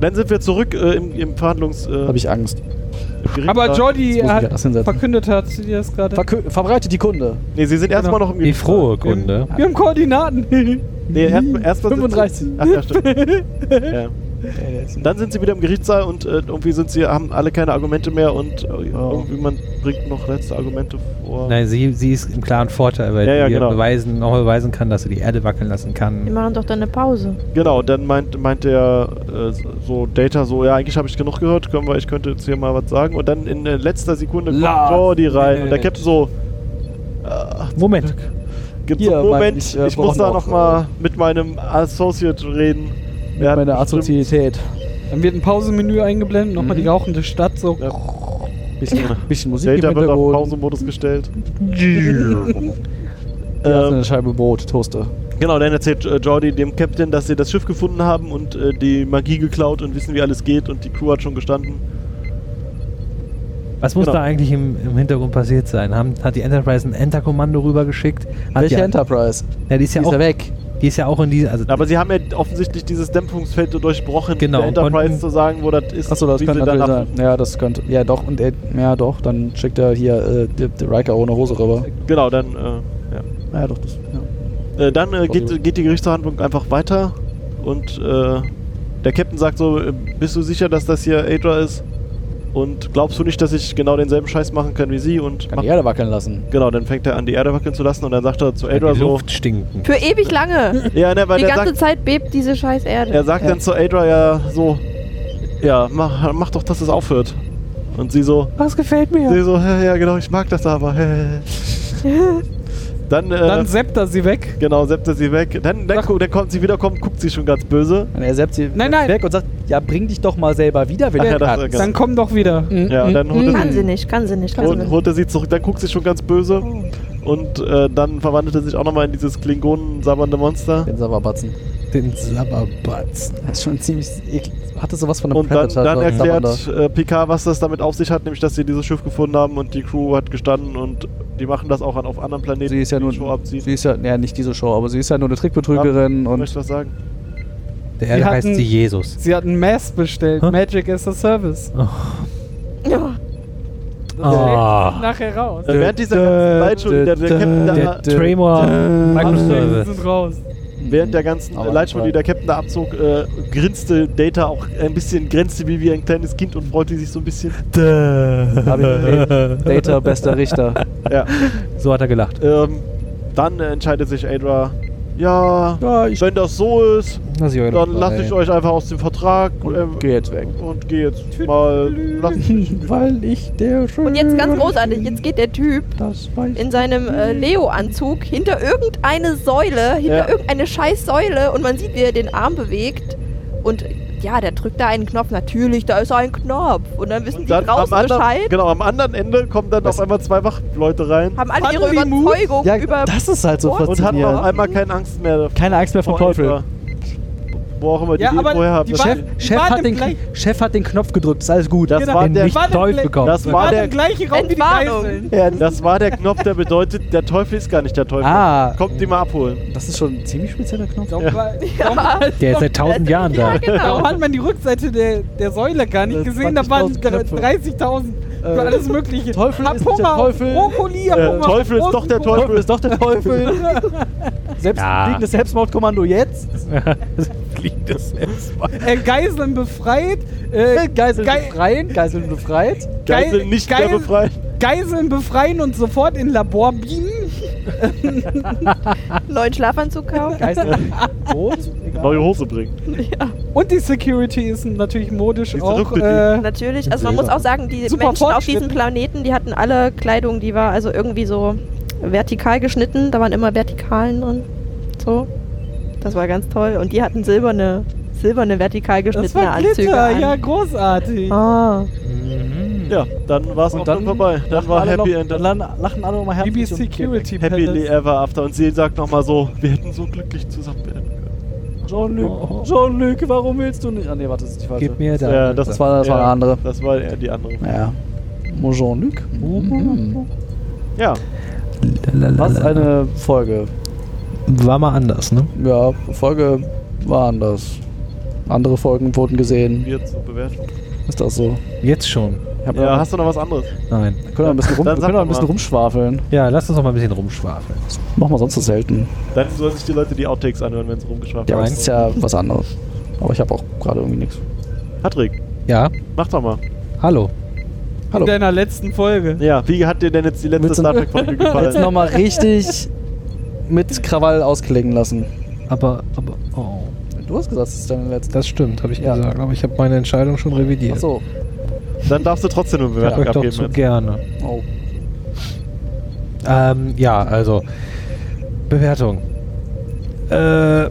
[SPEAKER 1] Dann sind wir zurück äh, im, im Verhandlungs... Äh,
[SPEAKER 2] habe ich Angst.
[SPEAKER 1] im Gerichtssaal.
[SPEAKER 3] Aber Jordi
[SPEAKER 2] Jetzt muss ich
[SPEAKER 3] hat
[SPEAKER 2] das hinsetzen.
[SPEAKER 3] verkündet, hat sie das gerade.
[SPEAKER 2] Verkö verbreitet die Kunde.
[SPEAKER 1] Nee, sie sind erstmal
[SPEAKER 3] Genau.
[SPEAKER 1] noch im
[SPEAKER 4] die
[SPEAKER 1] Gerichtssaal.
[SPEAKER 4] frohe
[SPEAKER 3] Wir,
[SPEAKER 4] Kunde.
[SPEAKER 3] wir haben Koordinaten.
[SPEAKER 1] Nee, erstmal... Erst erst mal sitzen-
[SPEAKER 2] 35.
[SPEAKER 1] Ach ja, stimmt. ja. Dann sind sie wieder im Gerichtssaal und äh, irgendwie sind sie, haben alle keine Argumente mehr und äh, irgendwie man bringt noch letzte Argumente vor.
[SPEAKER 4] Nein, sie, sie ist im klaren Vorteil, weil
[SPEAKER 1] Ja, ja,
[SPEAKER 4] sie
[SPEAKER 1] genau.
[SPEAKER 4] beweisen, nochmal beweisen kann, dass sie die Erde wackeln lassen
[SPEAKER 5] Wir
[SPEAKER 4] kann.
[SPEAKER 5] machen doch dann eine Pause.
[SPEAKER 1] Genau, dann meint, meint der äh, so Data so, ja, eigentlich habe ich genug gehört, können wir, ich könnte jetzt hier mal was sagen. Und dann in äh, letzter Sekunde kommt
[SPEAKER 3] Last
[SPEAKER 1] Jordi rein und der
[SPEAKER 3] minute.
[SPEAKER 1] Captain so,
[SPEAKER 4] Moment.
[SPEAKER 1] gibt
[SPEAKER 2] Hier,
[SPEAKER 1] so einen Moment,
[SPEAKER 2] mein,
[SPEAKER 1] ich,
[SPEAKER 2] ich, äh,
[SPEAKER 1] muss
[SPEAKER 2] brauchen
[SPEAKER 1] da
[SPEAKER 2] auch,
[SPEAKER 1] nochmal mit meinem Associate reden. Der hat
[SPEAKER 2] Meine
[SPEAKER 1] bestimmt-
[SPEAKER 2] Assoziität.
[SPEAKER 3] Dann wird ein Pausenmenü eingeblendet, nochmal
[SPEAKER 2] Mhm.
[SPEAKER 3] die rauchende Stadt so.
[SPEAKER 1] Ja.
[SPEAKER 2] Bisschen, bisschen Musik im
[SPEAKER 1] Data wird auf
[SPEAKER 2] Hintergrund.
[SPEAKER 1] Pausenmodus gestellt.
[SPEAKER 2] Ja, so
[SPEAKER 1] Ähm,
[SPEAKER 2] eine Scheibe Brot, Toaster.
[SPEAKER 1] Genau, dann erzählt äh, Jordi dem Captain, dass sie das Schiff gefunden haben und äh, die Magie geklaut und wissen, wie alles geht und die Crew hat schon gestanden.
[SPEAKER 4] Was muss
[SPEAKER 1] Genau.
[SPEAKER 4] da eigentlich im, im Hintergrund passiert sein? Haben, hat die Enterprise ein Enter-Kommando rübergeschickt? Hat
[SPEAKER 2] Welche
[SPEAKER 4] die,
[SPEAKER 2] Enterprise?
[SPEAKER 4] Ja, die ist ja
[SPEAKER 2] Die ist
[SPEAKER 4] auch
[SPEAKER 2] ja weg.
[SPEAKER 4] Die ist ja auch in diese. Also
[SPEAKER 1] Aber sie haben ja offensichtlich dieses Dämpfungsfeld durchbrochen,
[SPEAKER 4] Genau,
[SPEAKER 1] der Enterprise
[SPEAKER 4] konnten-
[SPEAKER 1] zu sagen, wo das ist,
[SPEAKER 2] Achso, das
[SPEAKER 1] wie
[SPEAKER 2] könnte
[SPEAKER 1] sie
[SPEAKER 2] natürlich
[SPEAKER 1] danach-
[SPEAKER 2] sein. Ja, das könnte. Ja, doch. Und er, ja, doch. Dann schickt er hier äh, die, die Riker ohne Hose rüber.
[SPEAKER 1] Genau, dann, äh,
[SPEAKER 2] Ja, doch. Das, ja.
[SPEAKER 1] ja. äh, dann äh, geht, geht die Gerichtsverhandlung einfach weiter und äh, der Captain sagt so, äh, bist du sicher, dass das hier Adra ist? Und glaubst du nicht, dass ich genau denselben Scheiß machen kann wie sie? Und
[SPEAKER 2] Kann
[SPEAKER 1] macht-
[SPEAKER 2] die Erde wackeln lassen.
[SPEAKER 1] genau, dann fängt er an, die Erde wackeln zu lassen und dann sagt er zu
[SPEAKER 4] die
[SPEAKER 1] Adra so,
[SPEAKER 4] Luft stinken.
[SPEAKER 5] Für ewig lange.
[SPEAKER 1] ja, ne, weil
[SPEAKER 5] Die
[SPEAKER 1] der
[SPEAKER 5] ganze
[SPEAKER 1] sagt,
[SPEAKER 5] Zeit bebt diese scheiß Erde.
[SPEAKER 1] Er sagt dann zu Adra ja so, ja, mach, mach doch, dass es aufhört. Und sie so,
[SPEAKER 4] Was gefällt mir?
[SPEAKER 2] Äh,
[SPEAKER 1] sie so, ja, ja genau, ich mag das aber. dann, äh,
[SPEAKER 3] Dann seppt er sie weg.
[SPEAKER 1] genau, seppt er sie weg. Dann, dann,
[SPEAKER 3] Ach.
[SPEAKER 1] gu- dann kommt sie wiederkommt, guckt sie schon ganz böse.
[SPEAKER 2] Und er seppt sie
[SPEAKER 3] Nein, nein.
[SPEAKER 2] weg und sagt: Ja, bring dich doch mal selber wieder, wenn
[SPEAKER 1] Ach
[SPEAKER 2] du
[SPEAKER 1] ja, das-
[SPEAKER 2] kannst.
[SPEAKER 1] genau.
[SPEAKER 3] Dann komm doch wieder.
[SPEAKER 2] Mhm.
[SPEAKER 1] Ja, und dann holt
[SPEAKER 5] Kann
[SPEAKER 1] er
[SPEAKER 5] sie nicht, kann sie nicht, kann sie
[SPEAKER 1] und
[SPEAKER 5] nicht.
[SPEAKER 1] holt er sie zurück, dann guckt sie schon ganz böse. Und äh, dann verwandelt er sich auch nochmal in dieses Klingonen-sabbernde Monster.
[SPEAKER 2] Den Sabberbatzen.
[SPEAKER 4] Den Sabberbatz.
[SPEAKER 2] Das ist schon ziemlich eklig. Hatte sowas von einem
[SPEAKER 1] Und dann, dann
[SPEAKER 2] glaub ich,
[SPEAKER 1] erklärt
[SPEAKER 2] Sabbernder.
[SPEAKER 1] äh, Picard, was das damit auf sich hat, nämlich dass sie dieses Schiff gefunden haben und die Crew hat gestanden und die machen das auch an, auf anderen Planeten,
[SPEAKER 2] Sie ist ja
[SPEAKER 1] die
[SPEAKER 2] nur.
[SPEAKER 1] die Show abziehen.
[SPEAKER 2] Sie ist ja. Ja, nicht diese Show, aber sie ist ja nur eine Trickbetrügerin
[SPEAKER 1] Ich
[SPEAKER 2] und.
[SPEAKER 1] möchte was sagen.
[SPEAKER 4] Der Erde
[SPEAKER 3] Wir
[SPEAKER 4] heißt
[SPEAKER 3] hatten-
[SPEAKER 4] sie Jesus.
[SPEAKER 3] Sie hat ein Mass bestellt.
[SPEAKER 4] Hä?
[SPEAKER 3] Magic as a Service.
[SPEAKER 5] Ja.
[SPEAKER 3] Das
[SPEAKER 4] Ah.
[SPEAKER 3] schlägt nachher raus.
[SPEAKER 1] Äh, während dieser ganzen Zeit schon, der, der Captain da,
[SPEAKER 4] Der Tremor
[SPEAKER 3] Äh, Alle
[SPEAKER 4] Microservice.
[SPEAKER 3] sind raus.
[SPEAKER 1] während der ganzen
[SPEAKER 2] Aber-
[SPEAKER 1] Leitschule, die der Captain da abzog, äh, grinste Data auch ein bisschen, grenzte wie, wie ein kleines Kind und freute sich so ein bisschen.
[SPEAKER 2] Hab ich gesehen. Data, bester Richter.
[SPEAKER 1] Ja.
[SPEAKER 4] So hat er gelacht.
[SPEAKER 1] ähm, dann äh, entscheidet sich Adra, ja,
[SPEAKER 2] Ja, ich.
[SPEAKER 1] wenn das so ist,
[SPEAKER 4] Lass ich euch
[SPEAKER 1] dann
[SPEAKER 4] doch
[SPEAKER 1] lasse
[SPEAKER 4] frei.
[SPEAKER 1] ich euch einfach aus dem Vertrag ähm,
[SPEAKER 2] Geh jetzt weg.
[SPEAKER 1] und gehe jetzt mal. Lass mich nicht mehr.
[SPEAKER 2] Weil ich der schön.
[SPEAKER 5] Und jetzt ganz großartig, jetzt geht der Typ
[SPEAKER 2] Das weiß
[SPEAKER 5] in seinem äh, Leo-Anzug hinter irgendeine Säule, hinter
[SPEAKER 1] Ja.
[SPEAKER 5] irgendeine scheiß Säule und man sieht, wie er den Arm bewegt und ja, der drückt da einen Knopf, natürlich, da ist ein Knopf und dann wissen
[SPEAKER 1] Und
[SPEAKER 5] die
[SPEAKER 1] dann am
[SPEAKER 5] draußen
[SPEAKER 1] anderen,
[SPEAKER 5] Bescheid,
[SPEAKER 1] genau, am anderen Ende kommen dann
[SPEAKER 2] Was?
[SPEAKER 1] auf einmal zwei Wachtleute rein
[SPEAKER 5] haben alle ihre
[SPEAKER 3] Hatten die Mut?
[SPEAKER 5] Überzeugung
[SPEAKER 2] Ja,
[SPEAKER 5] über...
[SPEAKER 2] das ist halt so
[SPEAKER 1] und
[SPEAKER 5] Und
[SPEAKER 1] hatten auf
[SPEAKER 2] faszinierend.
[SPEAKER 1] einmal keine Angst mehr
[SPEAKER 2] Keine Angst mehr vom Teufel.
[SPEAKER 1] Adra. Wo auch immer die
[SPEAKER 3] Ja,
[SPEAKER 1] die
[SPEAKER 3] aber
[SPEAKER 1] vorher haben.
[SPEAKER 3] die
[SPEAKER 1] das-
[SPEAKER 3] waren-
[SPEAKER 2] Chef, Chef,
[SPEAKER 3] Warte
[SPEAKER 2] hat den,
[SPEAKER 3] gleich.
[SPEAKER 2] Chef hat den Knopf gedrückt, ist alles gut.
[SPEAKER 1] Das
[SPEAKER 3] Genau.
[SPEAKER 1] war
[SPEAKER 4] Den
[SPEAKER 1] der,
[SPEAKER 4] nicht
[SPEAKER 3] Warte,
[SPEAKER 4] Teufel
[SPEAKER 3] Blake.
[SPEAKER 4] bekommen.
[SPEAKER 1] Das war
[SPEAKER 3] War
[SPEAKER 1] der-
[SPEAKER 3] der gleiche Raum wie die
[SPEAKER 5] Entwarnung.
[SPEAKER 3] Geiseln.
[SPEAKER 1] Ja, das war der Knopf, der bedeutet, der Teufel ist gar nicht der Teufel.
[SPEAKER 2] Ah.
[SPEAKER 1] Kommt die mal abholen.
[SPEAKER 2] Das ist schon ein ziemlich spezieller Knopf.
[SPEAKER 3] Darum, war- darum,
[SPEAKER 4] der ist seit tausend Jahren da.
[SPEAKER 5] ja,
[SPEAKER 3] darum
[SPEAKER 5] genau.
[SPEAKER 3] hat man die Rückseite der, der Säule gar nicht
[SPEAKER 2] Das
[SPEAKER 3] gesehen. Da waren
[SPEAKER 2] 20.000
[SPEAKER 3] dr-
[SPEAKER 2] Knöpfe.
[SPEAKER 3] 30.000 für
[SPEAKER 2] Äh,
[SPEAKER 3] alles Mögliche.
[SPEAKER 2] Teufel
[SPEAKER 3] Hab
[SPEAKER 2] ist nicht
[SPEAKER 3] Hunger
[SPEAKER 2] der
[SPEAKER 3] auf
[SPEAKER 2] Teufel.
[SPEAKER 3] Brokkoli, hab
[SPEAKER 1] Äh,
[SPEAKER 3] Hunger auf
[SPEAKER 1] Teufel ist doch der
[SPEAKER 3] Rosenkohl.
[SPEAKER 1] Teufel.
[SPEAKER 2] ist doch der Teufel. Selbst
[SPEAKER 4] Ja.
[SPEAKER 2] fliegendes Selbstmordkommando jetzt.
[SPEAKER 4] Fliegt das selbst mal.
[SPEAKER 3] Äh, Geiseln befreit. Äh,
[SPEAKER 2] Geiseln
[SPEAKER 3] Geil-
[SPEAKER 2] befreien, Geiseln befreit.
[SPEAKER 3] Geil-
[SPEAKER 1] Geiseln nicht
[SPEAKER 3] geil-
[SPEAKER 1] mehr befreien.
[SPEAKER 3] Geiseln befreien und sofort in Labor beamen.
[SPEAKER 5] Neuen Schlafanzug kaufen.
[SPEAKER 2] Geiseln tot. Egal.
[SPEAKER 1] Neue Hose bringen.
[SPEAKER 3] Und die Security ist natürlich modisch
[SPEAKER 1] Die ist
[SPEAKER 3] auch.
[SPEAKER 1] zurückbedient.
[SPEAKER 3] Äh,
[SPEAKER 5] Natürlich, also man muss auch sagen, die
[SPEAKER 3] Super
[SPEAKER 5] Menschen auf
[SPEAKER 3] Fortschritt.
[SPEAKER 5] diesem Planeten, die hatten alle Kleidung, die war also irgendwie so vertikal geschnitten, da waren immer Vertikalen drin. So. Das war ganz toll. Und die hatten silberne, silberne vertikal
[SPEAKER 3] das
[SPEAKER 5] geschnittene
[SPEAKER 3] war
[SPEAKER 5] Anzüge.
[SPEAKER 3] Glitter,
[SPEAKER 5] an.
[SPEAKER 3] ja, großartig.
[SPEAKER 5] Ah.
[SPEAKER 1] Ja, dann war es
[SPEAKER 2] Hm. Und
[SPEAKER 1] auch dann
[SPEAKER 2] dann
[SPEAKER 1] vorbei. Dann war
[SPEAKER 2] Alle
[SPEAKER 1] Happy
[SPEAKER 2] noch,
[SPEAKER 1] End.
[SPEAKER 2] Dann
[SPEAKER 1] Dann
[SPEAKER 2] lachen alle nochmal herzlich.
[SPEAKER 3] BB
[SPEAKER 2] und
[SPEAKER 3] Security
[SPEAKER 1] happily
[SPEAKER 3] Palace.
[SPEAKER 1] ever after. Und sie sagt nochmal so, wir hätten so glücklich zusammen werden können.
[SPEAKER 4] Oh.
[SPEAKER 2] Jean-Luc, Jean-Luc, warum willst du nicht? Ah, nee, warte, das ist die falsche.
[SPEAKER 4] Gib mir da.
[SPEAKER 1] Ja,
[SPEAKER 2] Das war, das war
[SPEAKER 1] Ja,
[SPEAKER 2] eine andere.
[SPEAKER 1] Das war eher die andere.
[SPEAKER 2] Naja. Mon Jean-Luc. Mhm.
[SPEAKER 1] Ja,
[SPEAKER 2] Was eine Folge.
[SPEAKER 4] War mal anders, ne?
[SPEAKER 2] Ja, Folge war anders. Andere Folgen wurden gesehen.
[SPEAKER 1] wir zur Bewertung.
[SPEAKER 2] Ist das so?
[SPEAKER 4] Jetzt schon.
[SPEAKER 2] Ich hab
[SPEAKER 1] Ja,
[SPEAKER 2] noch-
[SPEAKER 1] hast du noch was anderes?
[SPEAKER 4] Nein.
[SPEAKER 2] können wir ein bisschen, rum,
[SPEAKER 1] Dann
[SPEAKER 2] wir
[SPEAKER 1] sag
[SPEAKER 2] können noch
[SPEAKER 1] doch
[SPEAKER 2] ein bisschen
[SPEAKER 1] mal.
[SPEAKER 2] rumschwafeln.
[SPEAKER 4] Ja, lass uns noch mal ein bisschen rumschwafeln.
[SPEAKER 2] Machen wir sonst so selten.
[SPEAKER 1] Dann sollen sich die Leute die Outtakes anhören, wenn es rumgeschafft
[SPEAKER 2] Ja, aber
[SPEAKER 1] wird.
[SPEAKER 2] das ist ja was anderes. Aber ich habe auch gerade irgendwie nichts.
[SPEAKER 1] Patrick,
[SPEAKER 4] Ja,
[SPEAKER 1] mach doch mal.
[SPEAKER 4] hallo.
[SPEAKER 2] Hallo.
[SPEAKER 3] In deiner letzten Folge.
[SPEAKER 1] Ja, wie hat dir denn jetzt die letzte
[SPEAKER 2] Willst du-
[SPEAKER 1] Star Trek-Folge
[SPEAKER 2] Jetzt
[SPEAKER 1] gefallen?
[SPEAKER 2] nochmal richtig mit Krawall ausklingen lassen.
[SPEAKER 4] Aber, aber, oh.
[SPEAKER 2] Du hast gesagt, es ist deine letzte.
[SPEAKER 8] Das stimmt, habe ich
[SPEAKER 2] Ja.
[SPEAKER 8] gesagt. Aber ich habe meine Entscheidung schon revidiert.
[SPEAKER 2] Achso.
[SPEAKER 1] Dann darfst du trotzdem eine
[SPEAKER 4] Ich hab
[SPEAKER 1] Bewertung
[SPEAKER 4] euch doch
[SPEAKER 1] abgeben.
[SPEAKER 4] zu
[SPEAKER 1] Jetzt.
[SPEAKER 4] gerne.
[SPEAKER 2] Oh.
[SPEAKER 4] Ähm, ja, also Bewertung. Äh,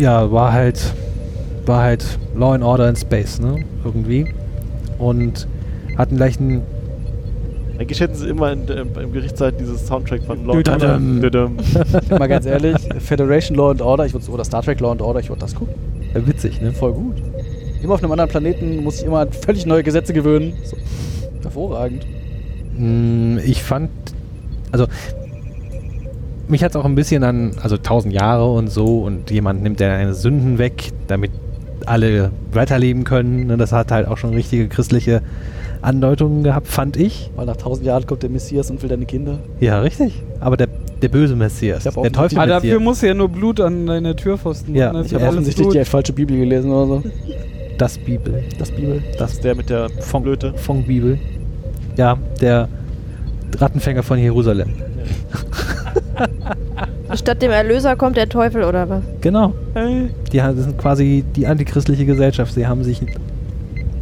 [SPEAKER 4] ja, war halt war halt Law and Order in Space, ne? Irgendwie. Und hatten gleich einen
[SPEAKER 1] Eigentlich hätten sie immer in, äh, im, im Gerichtssaal dieses Soundtrack von Lord
[SPEAKER 4] Düdüm.
[SPEAKER 1] Düdüm.
[SPEAKER 2] Mal ganz ehrlich, Federation Law and Order, ich würde oder Star Trek Law and Order, ich würde das gucken.
[SPEAKER 4] äh, witzig, ne?
[SPEAKER 2] Voll gut. Immer auf einem anderen Planeten muss ich immer an völlig neue Gesetze gewöhnen. So. Hervorragend.
[SPEAKER 4] Mm, Ich fand, also mich hat es auch ein bisschen an, also tausend Jahre und so und jemand nimmt ja eine Sünden weg, damit alle weiterleben können. ne? Das hat halt auch schon richtige christliche Andeutungen gehabt, fand ich.
[SPEAKER 2] Weil nach tausend Jahren kommt der Messias und will deine Kinder.
[SPEAKER 4] Ja, richtig. Aber der, der böse Messias,
[SPEAKER 2] Ich hab auch
[SPEAKER 4] der
[SPEAKER 2] ein
[SPEAKER 4] Teufel
[SPEAKER 2] Video-
[SPEAKER 3] Ah, dafür
[SPEAKER 4] Messias,
[SPEAKER 3] muss ja nur Blut an deine Türpfosten.
[SPEAKER 4] Ja,
[SPEAKER 3] machen, ne?
[SPEAKER 4] ich
[SPEAKER 2] Ich
[SPEAKER 4] hab
[SPEAKER 2] habe
[SPEAKER 3] Alles
[SPEAKER 2] offensichtlich
[SPEAKER 3] Blut.
[SPEAKER 2] die falsche Bibel gelesen oder so.
[SPEAKER 4] das Bibel,
[SPEAKER 2] Das Bibel.
[SPEAKER 1] Das ist der mit der
[SPEAKER 4] Fong,
[SPEAKER 1] Blöte.
[SPEAKER 4] Fong Bibel. Ja, der Rattenfänger von Jerusalem.
[SPEAKER 5] Statt dem Erlöser kommt der Teufel oder was?
[SPEAKER 4] Genau.
[SPEAKER 3] Äh,
[SPEAKER 4] Die ha- das sind quasi die antichristliche Gesellschaft. Sie haben sich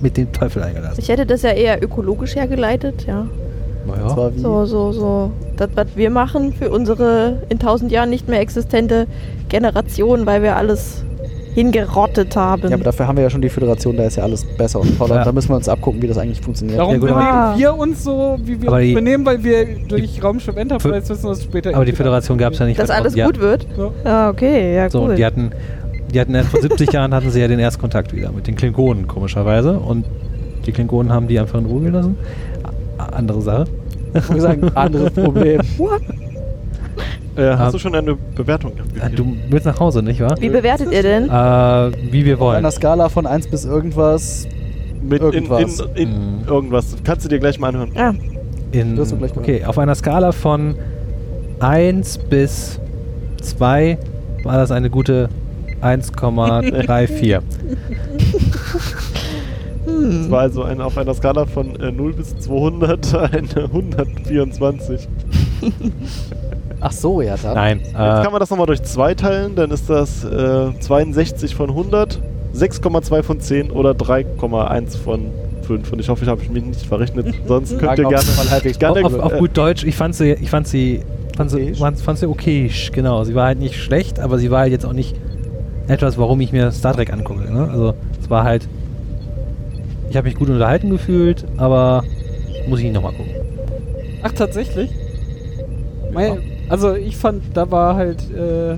[SPEAKER 4] mit dem Teufel eingelassen.
[SPEAKER 5] Ich hätte das ja eher ökologisch hergeleitet, ja.
[SPEAKER 2] Das war wie
[SPEAKER 3] Mhm.
[SPEAKER 5] So, so, so. Das, was wir machen für unsere in tausend Jahren nicht mehr existente Generation, weil wir alles hingerottet haben.
[SPEAKER 2] Ja, aber dafür haben wir ja schon die Föderation, da ist ja alles besser und toller.
[SPEAKER 4] Ja.
[SPEAKER 2] Da müssen wir uns abgucken, wie das eigentlich funktioniert.
[SPEAKER 3] Darum
[SPEAKER 4] Ja, gut, aber-
[SPEAKER 3] benehmen wir uns so, wie wir
[SPEAKER 4] Aber
[SPEAKER 3] uns
[SPEAKER 4] die-
[SPEAKER 3] benehmen, weil wir durch Raumschiff Enterprise wissen, was später
[SPEAKER 4] Aber die
[SPEAKER 3] entweder-
[SPEAKER 4] Föderation gab es ja nicht.
[SPEAKER 5] dass
[SPEAKER 4] vor
[SPEAKER 5] alles
[SPEAKER 4] 1000 Jahren.
[SPEAKER 5] gut wird.
[SPEAKER 3] Ja.
[SPEAKER 5] Ah, okay, ja,
[SPEAKER 4] So,
[SPEAKER 5] cool.
[SPEAKER 4] und die hatten, die hatten ja vor 70 Jahren hatten sie ja den Erstkontakt wieder mit den Klingonen, komischerweise. Und die Klingonen haben die einfach in Ruhe gelassen. A- Andere Sache.
[SPEAKER 2] Ich würde sagen, anderes Problem.
[SPEAKER 1] Äh, hast
[SPEAKER 4] Ah.
[SPEAKER 1] du schon eine Bewertung
[SPEAKER 4] Äh,
[SPEAKER 1] abgegeben?
[SPEAKER 4] Du willst nach Hause, nicht wahr?
[SPEAKER 5] Wie bewertet ihr denn?
[SPEAKER 4] Äh, wie wir
[SPEAKER 2] Auf
[SPEAKER 4] wollen.
[SPEAKER 2] einer Skala von 1 bis irgendwas.
[SPEAKER 1] Mit
[SPEAKER 2] irgendwas.
[SPEAKER 1] In, in, in
[SPEAKER 4] Mhm.
[SPEAKER 1] irgendwas. Kannst du dir gleich mal anhören.
[SPEAKER 5] Ah,
[SPEAKER 4] In,
[SPEAKER 2] Wirst du gleich
[SPEAKER 4] okay, auf einer Skala von 1 bis 2 war das eine gute 1,34. Mhm.
[SPEAKER 1] Es war also ein, auf einer Skala von äh, 0 bis 200 eine 124.
[SPEAKER 2] Ach so, ja, da.
[SPEAKER 4] Nein.
[SPEAKER 1] Jetzt
[SPEAKER 4] Äh,
[SPEAKER 1] kann man das nochmal durch 2 teilen, dann ist das äh, 62 von 100, 6,2 von 10 oder 3,1 von 5. Und ich hoffe, ich habe mich nicht verrechnet. Sonst könnt ihr
[SPEAKER 2] Fragen, ob
[SPEAKER 1] gerne
[SPEAKER 2] es mal halbwegs
[SPEAKER 1] gerne
[SPEAKER 4] halt auf, auf
[SPEAKER 1] äh,
[SPEAKER 4] gut Deutsch, ich fand sie, ich fand sie, fand sie,
[SPEAKER 2] Okayisch.
[SPEAKER 4] fand, fand sie okayisch, genau. Sie war halt nicht schlecht, aber sie war halt jetzt auch nicht etwas, warum ich mir Star Trek angucke. Ne? Also es war halt, ich habe mich gut unterhalten gefühlt, aber muss ich nochmal gucken.
[SPEAKER 3] Ach, tatsächlich? Mei- Also ich fand, da war halt äh,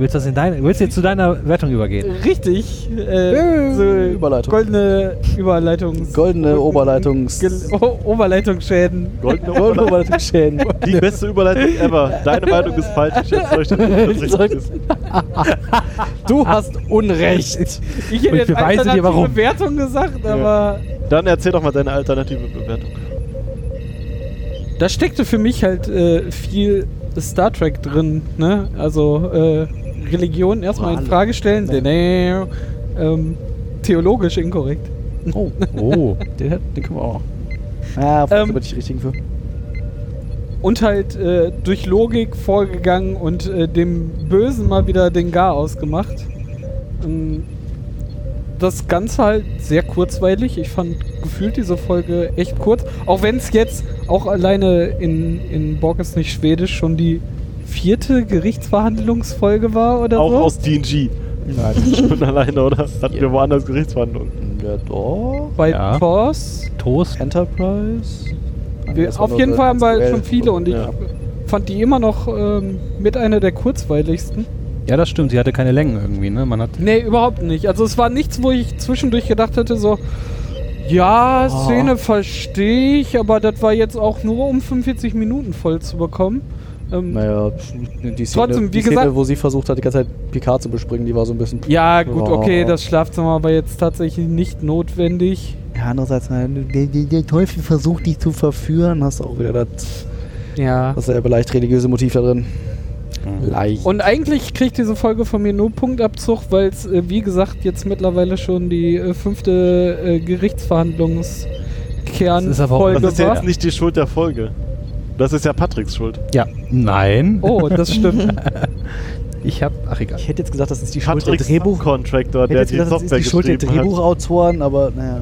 [SPEAKER 4] Willst du das in deine, willst du jetzt zu deiner Wertung übergehen?
[SPEAKER 3] richtig äh,
[SPEAKER 2] Äh,
[SPEAKER 3] so
[SPEAKER 2] Überleitung.
[SPEAKER 3] goldene Überleitungs...
[SPEAKER 2] Goldene Oberleitungs-
[SPEAKER 3] Gel- o Oberleitungsschäden.
[SPEAKER 1] goldene
[SPEAKER 2] Goldene
[SPEAKER 1] Oberleitung.
[SPEAKER 2] Oberleitungsschäden.
[SPEAKER 1] Die beste Überleitung ever. Deine Meinung ist falsch. Ich erzeuge, dass das richtig ist.
[SPEAKER 2] Du hast Unrecht.
[SPEAKER 3] Ich hätte
[SPEAKER 4] Und
[SPEAKER 3] jetzt
[SPEAKER 4] wir weisen dir,
[SPEAKER 3] alternative
[SPEAKER 4] warum.
[SPEAKER 3] Wertung gesagt, aber
[SPEAKER 1] Dann erzähl doch mal deine alternative Bewertung.
[SPEAKER 3] da steckte für mich halt äh, viel Star Trek drin. Ne? Also äh, Religion erstmal in
[SPEAKER 1] Morale.
[SPEAKER 3] Frage stellen. Ähm, theologisch inkorrekt.
[SPEAKER 2] Oh,
[SPEAKER 4] Oh.
[SPEAKER 2] den, hat- den können wir auch. Ja, ah,
[SPEAKER 3] Ähm,
[SPEAKER 2] ähm, bin ich richtigen für.
[SPEAKER 3] Und halt äh, durch Logik vorgegangen und äh, dem Bösen mal wieder den Gar ausgemacht. Ähm, das Ganze halt sehr kurzweilig. Ich fand gefühlt diese Folge echt kurz. Auch wenn es jetzt auch alleine in, in Borg ist nicht Schwedisch schon die vierte Gerichtsverhandlungsfolge war oder
[SPEAKER 1] Auch
[SPEAKER 3] so.
[SPEAKER 1] aus DNG.
[SPEAKER 2] Nein.
[SPEAKER 1] Schon alleine, oder? Hatten wir woanders Gerichtsverhandlungen.
[SPEAKER 2] ja, doch.
[SPEAKER 3] bei
[SPEAKER 4] Ja.
[SPEAKER 3] Force.
[SPEAKER 4] Toast.
[SPEAKER 2] Enterprise. Nein,
[SPEAKER 3] Wir,
[SPEAKER 2] das war
[SPEAKER 3] auf
[SPEAKER 2] nur
[SPEAKER 3] jeden
[SPEAKER 2] so
[SPEAKER 3] Fall haben wir
[SPEAKER 2] SQL.
[SPEAKER 3] schon viele und ich
[SPEAKER 1] Ja.
[SPEAKER 3] fand die immer noch ähm, mit einer der kurzweiligsten.
[SPEAKER 8] Ja, das stimmt. Sie hatte keine Längen irgendwie, ne? Man hat.
[SPEAKER 3] Nee, überhaupt nicht. Also es war nichts, wo ich zwischendurch gedacht hätte, so, ja,
[SPEAKER 4] Ah.
[SPEAKER 3] Szene verstehe ich, aber das war jetzt auch nur, um 45 Minuten voll zu bekommen. Ähm,
[SPEAKER 2] Naja, die Szene,
[SPEAKER 3] Trotzdem, wie
[SPEAKER 2] die Szene
[SPEAKER 3] gesagt-
[SPEAKER 2] wo sie versucht hat, die ganze Zeit Picard zu bespringen, die war so ein bisschen.
[SPEAKER 3] Ja, gut,
[SPEAKER 2] Ja.
[SPEAKER 3] okay, das Schlafzimmer war jetzt tatsächlich nicht notwendig.
[SPEAKER 2] Ja, andererseits, na, der, der, der Teufel versucht, dich zu verführen. Hast du auch wieder das,
[SPEAKER 3] Ja.
[SPEAKER 2] das selbe leicht religiöse Motiv da drin.
[SPEAKER 4] Mhm.
[SPEAKER 9] Leicht.
[SPEAKER 3] Und eigentlich kriegt diese Folge von mir nur Punktabzug, weil es, äh, wie gesagt, jetzt mittlerweile schon die äh, fünfte äh, Gerichtsverhandlungskernfolge
[SPEAKER 4] Das ist aber auch-
[SPEAKER 1] Das ist ja jetzt
[SPEAKER 3] war.
[SPEAKER 1] nicht die Schuld der Folge. Das ist ja Patricks Schuld.
[SPEAKER 4] Ja, nein.
[SPEAKER 3] Oh, das stimmt.
[SPEAKER 4] Ich hab, ach egal.
[SPEAKER 2] Ich hätte jetzt gesagt, das ist die Schuld der
[SPEAKER 1] Patricks
[SPEAKER 2] Drehbuch.
[SPEAKER 1] Contractor,
[SPEAKER 2] Ich hätte
[SPEAKER 1] der
[SPEAKER 2] jetzt
[SPEAKER 1] die
[SPEAKER 2] gesagt, das ist
[SPEAKER 1] Software
[SPEAKER 2] die Schuld der
[SPEAKER 1] geschrieben hat.
[SPEAKER 2] Drehbuchautoren, aber naja.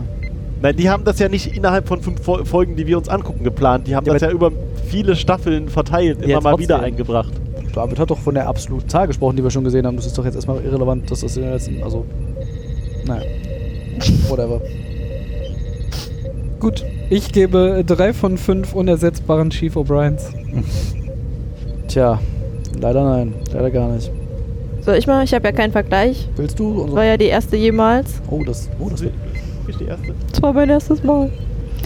[SPEAKER 1] Nein, die haben das ja nicht innerhalb von fünf Fol- Folgen, die wir uns angucken, geplant. Die haben
[SPEAKER 2] Ja,
[SPEAKER 1] das ja
[SPEAKER 2] aber-
[SPEAKER 1] über viele Staffeln verteilt, immer
[SPEAKER 2] Ja,
[SPEAKER 1] mal wieder
[SPEAKER 2] trotzdem.
[SPEAKER 1] eingebracht.
[SPEAKER 2] David hat doch von der absoluten Zahl gesprochen, die wir schon gesehen haben. Das ist doch jetzt erstmal irrelevant, dass das in der letzten. Also. Naja. Whatever.
[SPEAKER 3] Gut, ich gebe äh, drei von fünf unersetzbaren Chief O'Briens.
[SPEAKER 2] Tja, leider nein. Leider gar nicht.
[SPEAKER 5] Soll ich mal? Ich habe ja keinen Vergleich.
[SPEAKER 2] Willst du?
[SPEAKER 5] Das war
[SPEAKER 2] Unsere
[SPEAKER 5] ja die erste jemals.
[SPEAKER 2] oh, das, oh, das,
[SPEAKER 1] Ich die erste.
[SPEAKER 5] Das war mein erstes Mal.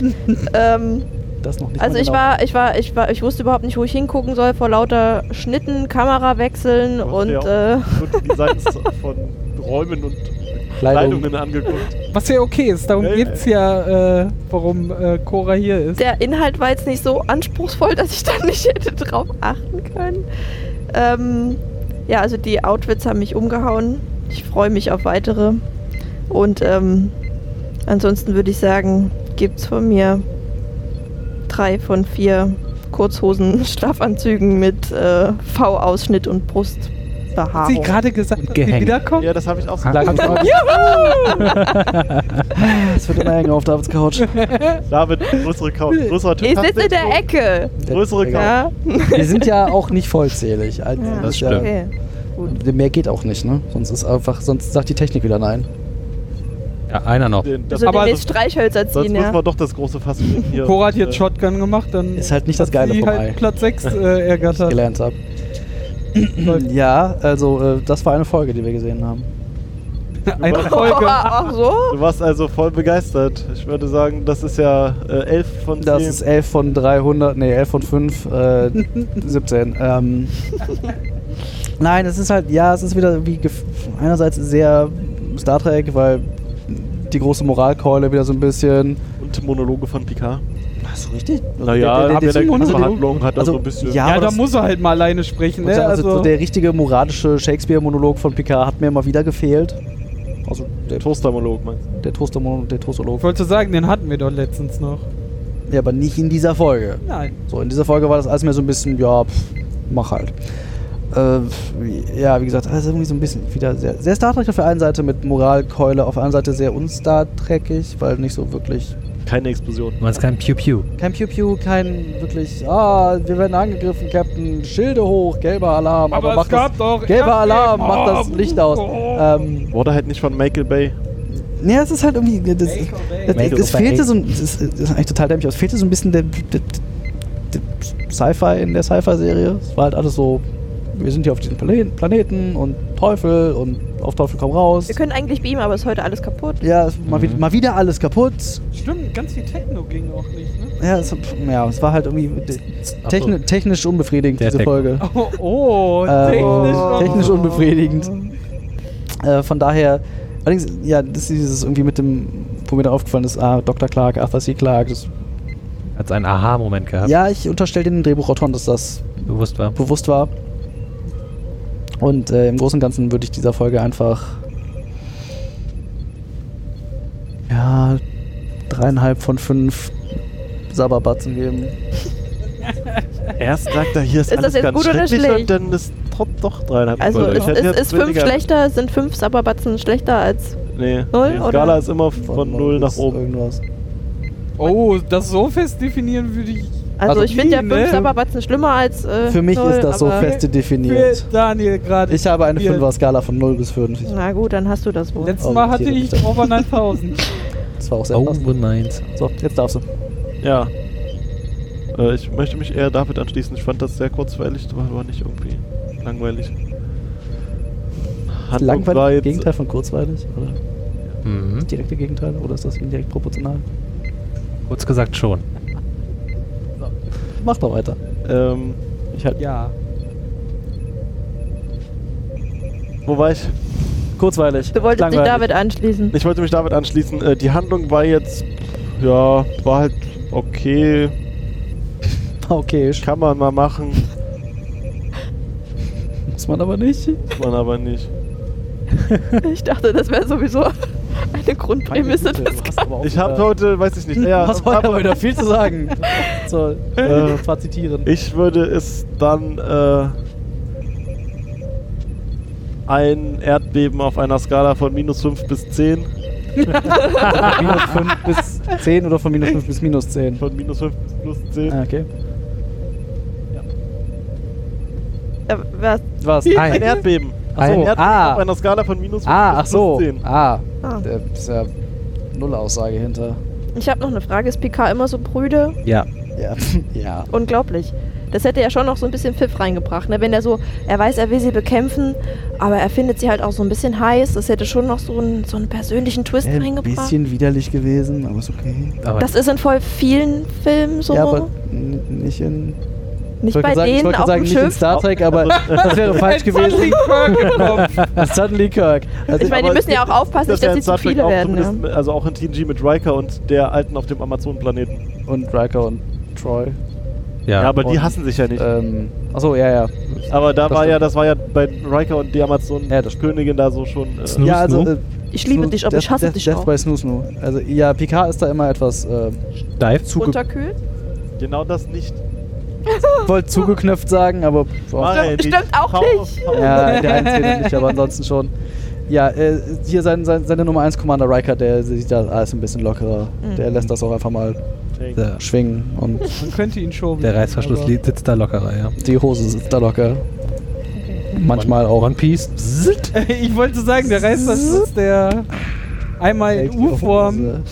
[SPEAKER 5] ähm,
[SPEAKER 2] das noch nicht.
[SPEAKER 5] also
[SPEAKER 2] mal
[SPEAKER 5] ich
[SPEAKER 2] genau.
[SPEAKER 5] war, ich war, ich war, ich wusste überhaupt nicht, wo ich hingucken soll vor lauter Schnitten, Kamerawechseln
[SPEAKER 1] Du hast
[SPEAKER 5] und
[SPEAKER 1] dir
[SPEAKER 5] äh,
[SPEAKER 1] auch nur die Designs von Räumen und
[SPEAKER 2] Kleidung.
[SPEAKER 1] Kleidungen angeguckt.
[SPEAKER 3] Was ja okay ist, darum
[SPEAKER 1] Ja, ja.
[SPEAKER 3] geht's ja, äh, warum äh, Cora hier ist.
[SPEAKER 5] der Inhalt war jetzt nicht so anspruchsvoll, dass ich da nicht hätte drauf achten können. Ähm, ja, also die Outfits haben mich umgehauen. Ich freue mich auf weitere. Und ähm, ansonsten würde ich sagen, gibt's von mir drei von vier Kurzhosen, Schlafanzügen mit äh, V-Ausschnitt und
[SPEAKER 3] Hat sie
[SPEAKER 5] Brustbehaarung.
[SPEAKER 3] gerade gesagt, dass sie
[SPEAKER 4] gehängt.
[SPEAKER 3] wiederkommt?
[SPEAKER 1] Ja, das habe ich auch so.
[SPEAKER 2] Lag- Es wird immer enger auf Davids Couch.
[SPEAKER 1] David, größere Couch, größerer Tisch.
[SPEAKER 5] ich sitze in der Ecke.
[SPEAKER 1] Größere Couch.
[SPEAKER 5] Ja,
[SPEAKER 2] Wir sind ja auch nicht vollzählig. Also,
[SPEAKER 5] Ja.
[SPEAKER 4] Das
[SPEAKER 2] ist
[SPEAKER 4] stimmt.
[SPEAKER 5] okay.
[SPEAKER 2] Ja, mehr geht auch nicht, ne? Sonst ist einfach, sonst sagt die Technik wieder nein.
[SPEAKER 4] Ja, einer noch.
[SPEAKER 1] Den- Das,
[SPEAKER 5] Also
[SPEAKER 3] Aber
[SPEAKER 5] demnächst Streichhölzer
[SPEAKER 1] sonst
[SPEAKER 5] ziehen, ja.
[SPEAKER 1] müssen wir doch das große Fass mit hier.
[SPEAKER 3] Cora hat jetzt
[SPEAKER 1] äh,
[SPEAKER 3] Shotgun gemacht, dann
[SPEAKER 2] Ist halt nicht das
[SPEAKER 3] hat
[SPEAKER 2] Geile
[SPEAKER 3] sie
[SPEAKER 2] vorbei.
[SPEAKER 3] halt Platz 6 äh,
[SPEAKER 2] was ich
[SPEAKER 3] ergattert.
[SPEAKER 2] gelernt habe. ja, also äh, das war eine Folge, die wir gesehen haben.
[SPEAKER 3] Eine
[SPEAKER 5] Oha,
[SPEAKER 3] Folge.
[SPEAKER 5] Ach so?
[SPEAKER 1] Du warst also voll begeistert. Ich würde sagen, das ist ja äh, 11 von 10.
[SPEAKER 2] Das ist 11 von 300, nee, 11 von 5, äh, 17. Ähm, nein, es ist halt, ja, es ist wieder wie gef- einerseits sehr Star Trek, weil die große Moralkeule wieder so ein bisschen.
[SPEAKER 1] Und Monologe von Picard.
[SPEAKER 2] So richtig?
[SPEAKER 1] Naja, haben wir da
[SPEAKER 2] also,
[SPEAKER 1] eine
[SPEAKER 2] der-
[SPEAKER 1] Verhandlung, hat also,
[SPEAKER 2] also,
[SPEAKER 1] so ein bisschen.
[SPEAKER 2] ja,
[SPEAKER 3] Ja,
[SPEAKER 2] aber
[SPEAKER 3] da
[SPEAKER 2] das-
[SPEAKER 3] muss er halt mal alleine sprechen,
[SPEAKER 2] Und
[SPEAKER 3] ne?
[SPEAKER 2] also,
[SPEAKER 3] Also,
[SPEAKER 2] so der richtige moralische Shakespeare-Monolog von Picard hat mir mal wieder gefehlt. Also der,
[SPEAKER 1] Toastermonolog meinst du?
[SPEAKER 2] der, Toaster der Toasterolog.
[SPEAKER 3] ich wollte sagen, den hatten wir doch letztens noch.
[SPEAKER 2] Ja, aber nicht in dieser Folge.
[SPEAKER 3] Nein.
[SPEAKER 2] So, in dieser Folge war das alles mehr so ein bisschen, ja, pff, mach halt. Äh, wie- ja, wie gesagt, also irgendwie so ein bisschen wieder sehr, sehr Star Trek auf der einen Seite mit Moralkeule, auf der anderen Seite sehr unstar Trekig, weil nicht so wirklich.
[SPEAKER 1] Keine Explosion.
[SPEAKER 4] Du meinst kein Pew Pew.
[SPEAKER 2] Kein Pew Pew, kein wirklich, ah, wir werden angegriffen, Captain, Schilde hoch, gelber Alarm, aber, mach das.
[SPEAKER 3] doch.
[SPEAKER 2] Gelber Alarm, mach das Licht aus. Ähm,
[SPEAKER 1] Wurde halt nicht von Michael Bay.
[SPEAKER 2] Ja, es ist halt irgendwie. Das, das,
[SPEAKER 4] Make
[SPEAKER 2] es,
[SPEAKER 4] or
[SPEAKER 2] es
[SPEAKER 4] break.
[SPEAKER 2] fehlte so ein. Das ist, das ist eigentlich total dämlich, aber es fehlte so ein bisschen der, der, der Sci-Fi in der Sci-Fi-Serie. Es war halt alles so. Wir sind hier auf diesem Planeten, Planeten und Teufel und auf Teufel komm raus.
[SPEAKER 5] Wir können eigentlich beamen, aber ist heute alles kaputt.
[SPEAKER 2] Ja, es, mal,
[SPEAKER 4] Mhm.
[SPEAKER 2] wieder, mal wieder alles kaputt.
[SPEAKER 3] Stimmt, ganz viel Techno ging auch nicht, ne?
[SPEAKER 2] Ja, es, ja, es war halt irgendwie techni technisch unbefriedigend,
[SPEAKER 4] Der
[SPEAKER 2] diese
[SPEAKER 4] Techno.
[SPEAKER 2] Folge.
[SPEAKER 3] Oh, oh
[SPEAKER 2] Äh,
[SPEAKER 3] technisch.
[SPEAKER 2] oh,
[SPEAKER 3] noch.
[SPEAKER 2] technisch unbefriedigend. Äh, von daher, allerdings, ja, das ist dieses irgendwie mit dem, wo mir da aufgefallen ist, ah, Dr. Clark, Arthur C. Clark, das
[SPEAKER 4] Hat einen Aha-Moment
[SPEAKER 1] Ähm.
[SPEAKER 4] gehabt,
[SPEAKER 2] Ja, ich unterstelle den Drehbuchautoren, dass das
[SPEAKER 4] bewusst war.
[SPEAKER 2] bewusst war. Und äh, im Großen und Ganzen würde ich dieser Folge einfach. Ja, dreieinhalb von fünf Saberbatzen geben.
[SPEAKER 1] Erst sagt er, hier ist,
[SPEAKER 5] Ist das
[SPEAKER 1] alles
[SPEAKER 5] jetzt
[SPEAKER 1] ganz
[SPEAKER 5] gut oder
[SPEAKER 1] schrecklich
[SPEAKER 5] schlecht?
[SPEAKER 1] und dann ist top doch dreieinhalb.
[SPEAKER 5] Also
[SPEAKER 1] Gold.
[SPEAKER 5] es,
[SPEAKER 1] hätte
[SPEAKER 5] es
[SPEAKER 1] jetzt
[SPEAKER 5] ist fünf
[SPEAKER 1] weniger-
[SPEAKER 5] schlechter, sind fünf Sabberbatzen schlechter als.
[SPEAKER 1] Nee,
[SPEAKER 5] Null,
[SPEAKER 1] die
[SPEAKER 5] oder?
[SPEAKER 1] Skala ist immer von 0 nach
[SPEAKER 2] bis
[SPEAKER 1] oben.
[SPEAKER 2] Irgendwas.
[SPEAKER 3] Oh, das so fest definieren würde ich.
[SPEAKER 5] Also,
[SPEAKER 2] Also
[SPEAKER 5] ich finde ja
[SPEAKER 3] nie,
[SPEAKER 5] fünf
[SPEAKER 3] ne?
[SPEAKER 5] Sabberbatzen schlimmer als. Äh,
[SPEAKER 2] Für mich
[SPEAKER 5] null,
[SPEAKER 2] ist das so
[SPEAKER 5] aber-
[SPEAKER 2] feste
[SPEAKER 3] Für
[SPEAKER 2] definiert.
[SPEAKER 3] Daniel gerade.
[SPEAKER 2] Ich habe eine
[SPEAKER 3] definiert.
[SPEAKER 2] 5er-Skala von 0 bis 5.
[SPEAKER 5] Na gut, dann hast du das wohl.
[SPEAKER 3] Letztes
[SPEAKER 2] Oh,
[SPEAKER 3] Mal hatte
[SPEAKER 2] hier,
[SPEAKER 3] ich
[SPEAKER 2] bitte.
[SPEAKER 3] over 9000.
[SPEAKER 2] Das war auch sehr
[SPEAKER 4] Oh,
[SPEAKER 2] passend.
[SPEAKER 4] nein.
[SPEAKER 2] So, jetzt darfst du.
[SPEAKER 1] Ja. Äh, ich möchte mich eher David anschließen. Ich fand das sehr kurzweilig, aber war nicht irgendwie langweilig. Handlung war
[SPEAKER 2] Langweilig,
[SPEAKER 1] jetzt-
[SPEAKER 2] Gegenteil von kurzweilig? Oder
[SPEAKER 4] Mhm.
[SPEAKER 2] direkte Gegenteil? Oder ist das indirekt proportional?
[SPEAKER 4] Kurz gesagt schon.
[SPEAKER 2] Mach doch weiter.
[SPEAKER 1] Ähm,
[SPEAKER 2] Ich halt.
[SPEAKER 3] Ja.
[SPEAKER 1] wo war ich?
[SPEAKER 2] Kurzweilig.
[SPEAKER 5] Du wolltest dich
[SPEAKER 2] langweilig.
[SPEAKER 5] David anschließen.
[SPEAKER 1] Ich wollte mich damit anschließen. Äh, die Handlung war jetzt, ja, war halt okay,
[SPEAKER 2] Okay, ich
[SPEAKER 1] kann man mal machen.
[SPEAKER 2] Muss man aber nicht.
[SPEAKER 1] Muss man aber nicht.
[SPEAKER 5] Ich dachte, das wäre sowieso eine Grundprämisse
[SPEAKER 2] Güte,
[SPEAKER 5] des
[SPEAKER 2] du hast aber auch
[SPEAKER 1] Ich habe
[SPEAKER 2] wieder-
[SPEAKER 1] heute, weiß ich nicht, naja,
[SPEAKER 2] hast heute
[SPEAKER 1] aber
[SPEAKER 2] aber wieder viel zu sagen. so, äh, zwar zitieren.
[SPEAKER 1] ich würde es dann äh, ein Erdbeben auf einer Skala von minus 5 bis 10.
[SPEAKER 2] Von minus 5 bis 10 oder von minus 5 bis minus 10?
[SPEAKER 1] Von minus 5 bis plus 10.
[SPEAKER 2] Ah, okay.
[SPEAKER 5] Äh, was?
[SPEAKER 2] Was?
[SPEAKER 1] Ein Erdbeben.
[SPEAKER 2] Ach so,
[SPEAKER 1] ein Erdbeben
[SPEAKER 2] ah.
[SPEAKER 1] auf einer Skala von minus 5
[SPEAKER 2] Ah,
[SPEAKER 1] bis
[SPEAKER 2] ach so.
[SPEAKER 1] plus 10.
[SPEAKER 2] Ah,
[SPEAKER 5] Ah.
[SPEAKER 2] da ist ja null Aussage hinter.
[SPEAKER 5] Ich habe noch eine Frage. Ist PK immer so brüde?
[SPEAKER 4] Ja.
[SPEAKER 2] Ja. ja.
[SPEAKER 5] Unglaublich. Das hätte ja schon noch so ein bisschen Pfiff reingebracht. Ne? Wenn er so, er weiß, er will sie bekämpfen, aber er findet sie halt auch so ein bisschen heiß. Das hätte schon noch so einen, so einen persönlichen Twist
[SPEAKER 2] Äh,
[SPEAKER 6] Ein
[SPEAKER 5] reingebracht.
[SPEAKER 6] bisschen widerlich gewesen, aber ist okay.
[SPEAKER 4] Aber
[SPEAKER 5] Das ist in voll vielen Filmen so.
[SPEAKER 6] Ja, aber n- nicht in.
[SPEAKER 2] Ich
[SPEAKER 5] nicht
[SPEAKER 2] wollte
[SPEAKER 5] bei
[SPEAKER 2] gerade sagen, ich
[SPEAKER 5] denen
[SPEAKER 2] wollte
[SPEAKER 5] auf
[SPEAKER 2] gerade sagen
[SPEAKER 5] dem
[SPEAKER 2] nicht in
[SPEAKER 5] Schiff.
[SPEAKER 2] Star Trek, aber das wäre falsch gewesen. Suddenly Kirk. Also,
[SPEAKER 5] Ich meine, die
[SPEAKER 1] Aber
[SPEAKER 5] müssen
[SPEAKER 1] es
[SPEAKER 5] ja auch
[SPEAKER 1] gibt-
[SPEAKER 5] aufpassen, nicht,
[SPEAKER 1] ja
[SPEAKER 5] dass
[SPEAKER 1] in
[SPEAKER 5] sie zu
[SPEAKER 1] Star Trek
[SPEAKER 5] viele
[SPEAKER 1] auch
[SPEAKER 5] werden. ne? Ja.
[SPEAKER 1] zumindest- Also auch in TNG mit Riker und der Alten auf dem Amazonenplaneten.
[SPEAKER 2] und Riker und Troy.
[SPEAKER 1] Ja,
[SPEAKER 4] ja.
[SPEAKER 1] aber die
[SPEAKER 2] und-
[SPEAKER 1] hassen sich ja nicht.
[SPEAKER 2] Ähm, achso, ja, ja.
[SPEAKER 1] aber da
[SPEAKER 2] das
[SPEAKER 1] war ja,
[SPEAKER 2] stimmt.
[SPEAKER 1] das war ja bei Riker und die Amazonen
[SPEAKER 2] Ja, das
[SPEAKER 1] Königin da so schon. Äh,
[SPEAKER 4] Snoo-
[SPEAKER 2] ja, also,
[SPEAKER 4] Snoo?
[SPEAKER 2] äh,
[SPEAKER 5] Ich liebe dich, aber
[SPEAKER 2] Death,
[SPEAKER 5] ich hasse
[SPEAKER 2] Death,
[SPEAKER 5] dich
[SPEAKER 2] Death
[SPEAKER 5] auch.
[SPEAKER 2] by Snoo Snoo. Also, ja, Picard ist da immer etwas äh,
[SPEAKER 4] Dive?
[SPEAKER 2] zuge
[SPEAKER 5] Unterkühlt?
[SPEAKER 1] genau das nicht.
[SPEAKER 2] voll zugeknöpft sagen, aber boah,
[SPEAKER 1] Nein, die
[SPEAKER 5] stimmt auch
[SPEAKER 1] Power-
[SPEAKER 5] nicht.
[SPEAKER 1] Power-
[SPEAKER 2] ja, der eins redet nicht, aber ansonsten schon. Ja, äh, hier sein, sein, seine Nummer 1 Commander Riker, der sieht da alles ein bisschen lockerer.
[SPEAKER 5] Mhm.
[SPEAKER 2] Der lässt das auch einfach mal äh,
[SPEAKER 4] Der,
[SPEAKER 2] schwingen und
[SPEAKER 3] Man könnte ihn schon.
[SPEAKER 4] der Reißverschluss li- sitzt da lockerer, ja.
[SPEAKER 2] die Hose sitzt da locker. Manchmal auch.
[SPEAKER 4] One Piece. Zzt.
[SPEAKER 3] Ich wollte sagen, der Reißverschluss, der einmal in U-Form.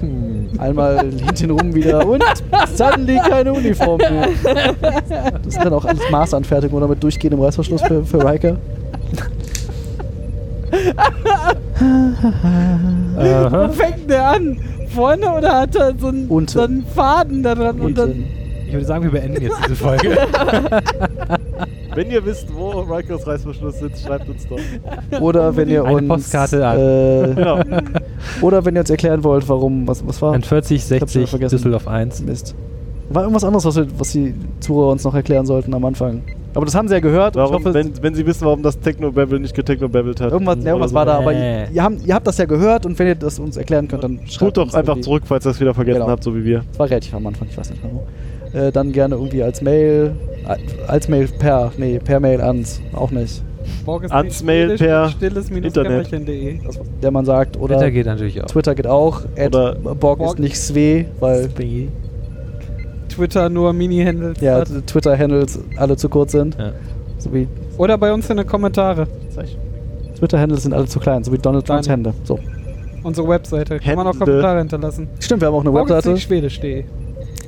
[SPEAKER 2] Hm. Einmal hinten rum wieder und suddenly keine Uniform mehr. Das ist dann auch alles Maßanfertigung oder mit durchgehendem Reißverschluss für, für Riker.
[SPEAKER 3] Wo fängt der an? Vorne oder hat er so einen,
[SPEAKER 2] Unten.
[SPEAKER 3] so einen Faden da dran? Und dann,
[SPEAKER 4] Ich würde sagen, wir beenden jetzt diese Folge.
[SPEAKER 1] Wenn ihr wisst, wo Rikers Reißverschluss sitzt, schreibt uns doch.
[SPEAKER 2] Oder wenn ihr
[SPEAKER 4] Eine
[SPEAKER 2] uns
[SPEAKER 4] Postkarte an.
[SPEAKER 2] äh,
[SPEAKER 1] Genau.
[SPEAKER 2] oder wenn ihr uns erklären wollt, warum was was war
[SPEAKER 4] An 40,
[SPEAKER 2] hab's wieder
[SPEAKER 4] 60,
[SPEAKER 2] vergessen.
[SPEAKER 4] Düsseldorf 1.
[SPEAKER 2] Mist. War irgendwas anderes, was, wir, was die Zuhörer uns noch erklären sollten am Anfang. Aber das haben sie ja gehört. und
[SPEAKER 1] Warum,
[SPEAKER 2] ich hoffe,
[SPEAKER 1] wenn, wenn sie wissen, warum das Technobabble nicht getechnobabbelt hat.
[SPEAKER 2] irgendwas,
[SPEAKER 1] oder
[SPEAKER 2] irgendwas
[SPEAKER 1] so.
[SPEAKER 2] war da, aber
[SPEAKER 4] Nee.
[SPEAKER 2] ihr, ihr, habt, ihr habt das ja gehört und wenn ihr das uns erklären könnt, dann schreibt
[SPEAKER 1] Tut doch
[SPEAKER 2] uns
[SPEAKER 1] einfach
[SPEAKER 2] irgendwie.
[SPEAKER 1] zurück, falls ihr es wieder vergessen
[SPEAKER 2] Genau.
[SPEAKER 1] habt, so wie wir.
[SPEAKER 2] Das war relativ am Anfang, ich weiß nicht mehr wo. Äh, dann gerne irgendwie als Mail, äh, als Mail per, nee, per Mail ans, auch nicht.
[SPEAKER 3] Morgens
[SPEAKER 1] Ans Mail per
[SPEAKER 3] stilles
[SPEAKER 1] Internet.
[SPEAKER 3] Internet.
[SPEAKER 2] Das, was der man sagt, oder
[SPEAKER 4] Twitter geht natürlich auch.
[SPEAKER 2] Twitter geht auch, at
[SPEAKER 1] Oder
[SPEAKER 2] Borg ist
[SPEAKER 3] Borg-
[SPEAKER 2] nicht Sve, weil
[SPEAKER 3] Twitter nur Mini-Handles.
[SPEAKER 2] ja,
[SPEAKER 3] hat.
[SPEAKER 2] Twitter-Handles alle zu kurz sind,
[SPEAKER 4] Ja.
[SPEAKER 2] so wie
[SPEAKER 3] Oder bei uns in den Kommentaren.
[SPEAKER 2] Twitter-Handles sind alle zu klein, so wie Donald Trumps
[SPEAKER 3] Kleine.
[SPEAKER 2] Hände. So.
[SPEAKER 3] Unsere Webseite. Kann man auch
[SPEAKER 1] Hände.
[SPEAKER 3] Kommentare hinterlassen.
[SPEAKER 2] Stimmt, wir haben auch eine
[SPEAKER 3] Morgens
[SPEAKER 2] Webseite,
[SPEAKER 3] nicht schwedisch.de.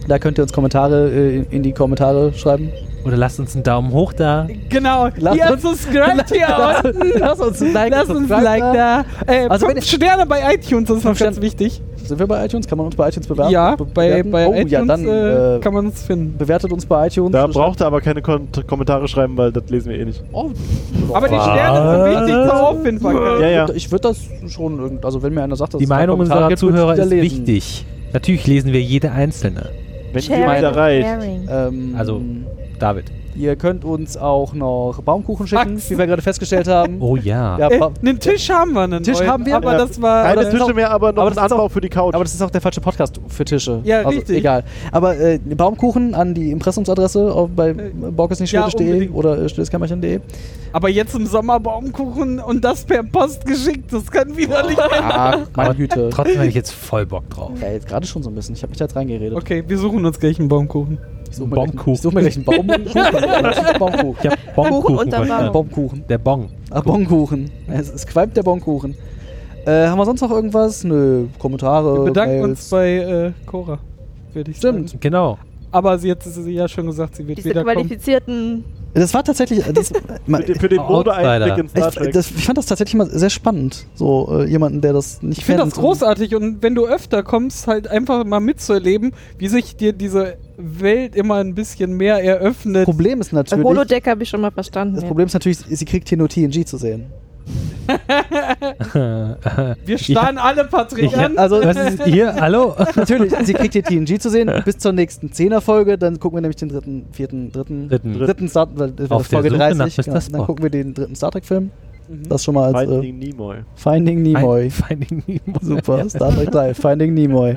[SPEAKER 2] da könnt ihr uns Kommentare äh, in- in die Kommentare schreiben.
[SPEAKER 4] Oder lasst uns einen Daumen hoch da.
[SPEAKER 3] Genau,
[SPEAKER 2] Lasst
[SPEAKER 3] ihr
[SPEAKER 2] uns-
[SPEAKER 3] subscribt hier unten.
[SPEAKER 2] Lass uns ein Like,
[SPEAKER 3] Lasst uns ein Like da. Äh,
[SPEAKER 2] Also
[SPEAKER 3] also
[SPEAKER 2] wenn
[SPEAKER 3] fünf Sterne bei iTunes, das ist noch ganz wichtig.
[SPEAKER 2] Sind wir bei iTunes? Kann man uns bei iTunes bewerten?
[SPEAKER 3] ja,
[SPEAKER 2] Be-
[SPEAKER 3] bei,
[SPEAKER 2] bewerten?
[SPEAKER 3] bei
[SPEAKER 2] oh,
[SPEAKER 3] iTunes
[SPEAKER 2] ja, dann
[SPEAKER 3] äh,
[SPEAKER 2] äh,
[SPEAKER 3] kann man uns finden.
[SPEAKER 2] bewertet uns bei iTunes.
[SPEAKER 1] Da
[SPEAKER 2] Schreibt-
[SPEAKER 1] braucht ihr aber keine Kon Kommentare schreiben, weil das lesen wir eh nicht.
[SPEAKER 2] Oh,
[SPEAKER 3] Aber die Sterne sind wichtig zur Auffindbarkeit.
[SPEAKER 1] Ja, ja.
[SPEAKER 2] Ich würde das schon, irgend- also wenn mir einer sagt, dass
[SPEAKER 4] Die
[SPEAKER 2] es da
[SPEAKER 4] Meinung
[SPEAKER 2] Kommentare
[SPEAKER 4] unserer
[SPEAKER 2] gibt, würd ich
[SPEAKER 4] Zuhörer
[SPEAKER 2] da
[SPEAKER 4] ist
[SPEAKER 2] lesen.
[SPEAKER 4] wichtig. Natürlich lesen wir jede einzelne.
[SPEAKER 1] Wenn ihr
[SPEAKER 5] Sharing,
[SPEAKER 1] uns erreicht.
[SPEAKER 5] caring.
[SPEAKER 2] Ähm,
[SPEAKER 4] Also- David.
[SPEAKER 2] ihr könnt uns auch noch Baumkuchen schicken,
[SPEAKER 3] Fax.
[SPEAKER 2] wie wir gerade festgestellt haben.
[SPEAKER 4] Oh ja.
[SPEAKER 2] Ja,
[SPEAKER 3] Äh,
[SPEAKER 2] ba-
[SPEAKER 3] einen Tisch haben wir, einen
[SPEAKER 2] Tisch
[SPEAKER 3] neuen,
[SPEAKER 2] haben wir,
[SPEAKER 3] aber
[SPEAKER 2] ja.
[SPEAKER 3] das war
[SPEAKER 2] Keine
[SPEAKER 1] Keine
[SPEAKER 3] aber-
[SPEAKER 2] Tür-
[SPEAKER 1] Tische mehr, aber noch
[SPEAKER 2] aber
[SPEAKER 1] ein
[SPEAKER 2] das ist auch-
[SPEAKER 1] Anbau für die Couch.
[SPEAKER 2] aber das ist auch der falsche Podcast für Tische.
[SPEAKER 3] Ja,
[SPEAKER 2] also,
[SPEAKER 3] richtig.
[SPEAKER 2] Egal. Aber äh, Baumkuchen an die Impressumsadresse auf, bei
[SPEAKER 3] Äh, ja,
[SPEAKER 2] borgesnichtschwedisch.de
[SPEAKER 3] unbedingt.
[SPEAKER 2] oder äh, stilleskämmerchen.de.
[SPEAKER 3] aber jetzt im Sommer Baumkuchen und das per Post geschickt, das kann wieder nicht.
[SPEAKER 2] Ah, meine Güte.
[SPEAKER 4] Trotzdem habe ich jetzt voll Bock drauf.
[SPEAKER 2] Ja, jetzt gerade schon so ein bisschen. Ich habe mich da jetzt reingeredet.
[SPEAKER 3] Okay, wir suchen uns gleich einen Baumkuchen.
[SPEAKER 2] Ich suche mir,
[SPEAKER 4] Baumkuchen.
[SPEAKER 2] gleich- ich such mir gleich einen Baumkuchen. Baumkuchen. Ah,
[SPEAKER 4] Ich habe
[SPEAKER 5] Kuchen
[SPEAKER 4] Bonkuchen.
[SPEAKER 5] unterm
[SPEAKER 4] verstanden.
[SPEAKER 2] Baumkuchen.
[SPEAKER 4] Der Bong.
[SPEAKER 2] Ah, Bonkuchen. Es, es qualmt der Bonkuchen. Äh, haben wir sonst noch irgendwas? Nö, Kommentare.
[SPEAKER 3] Wir bedanken
[SPEAKER 2] Mails.
[SPEAKER 3] uns bei äh, Cora, würde ich
[SPEAKER 2] Oh, Stimmt.
[SPEAKER 3] sagen.
[SPEAKER 4] Genau.
[SPEAKER 3] Aber sie, jetzt ist sie ja schon gesagt, sie wird
[SPEAKER 5] Diese
[SPEAKER 3] wieder kommen.
[SPEAKER 5] qualifizierten
[SPEAKER 2] Das war tatsächlich. äh, Das,
[SPEAKER 1] für, den- für den
[SPEAKER 4] Outsider.
[SPEAKER 1] Modeeinblick in Star
[SPEAKER 2] ich,
[SPEAKER 1] Trek.
[SPEAKER 2] das, ich fand das tatsächlich mal sehr spannend. So äh, jemanden, der das nicht
[SPEAKER 3] Ich finde das
[SPEAKER 2] kennt.
[SPEAKER 3] großartig und wenn du öfter kommst, halt einfach mal mitzuerleben, wie sich dir diese Welt immer ein bisschen mehr
[SPEAKER 2] Das
[SPEAKER 3] eröffnet.
[SPEAKER 2] Problem ist natürlich.
[SPEAKER 5] Holodeck habe ich schon mal verstanden.
[SPEAKER 2] Das
[SPEAKER 5] ja.
[SPEAKER 2] Problem ist natürlich, sie kriegt hier nur TNG zu sehen.
[SPEAKER 3] Wir starren alle Patrick
[SPEAKER 4] Ich hab-
[SPEAKER 3] an.
[SPEAKER 2] Also,
[SPEAKER 4] Was ist hier? Hallo?
[SPEAKER 2] natürlich, sie kriegt ihr TNG zu sehen bis zur nächsten 10er-Folge. Dann gucken wir nämlich den dritten, vierten, dritten,
[SPEAKER 4] Dritten.
[SPEAKER 2] dritten Star weil das war
[SPEAKER 4] Auf der
[SPEAKER 2] Folge
[SPEAKER 4] Suche nach
[SPEAKER 2] 30.
[SPEAKER 4] Mr.
[SPEAKER 2] Genau. Dann
[SPEAKER 4] Spock.
[SPEAKER 2] gucken wir den dritten Star Trek-Film.
[SPEAKER 3] Mhm.
[SPEAKER 2] Das schon mal als äh,
[SPEAKER 1] Finding Nimoy.
[SPEAKER 2] Finding Nimoy.
[SPEAKER 4] Finding Nemo.
[SPEAKER 2] Super, Star Trek 3, Finding Nimoy.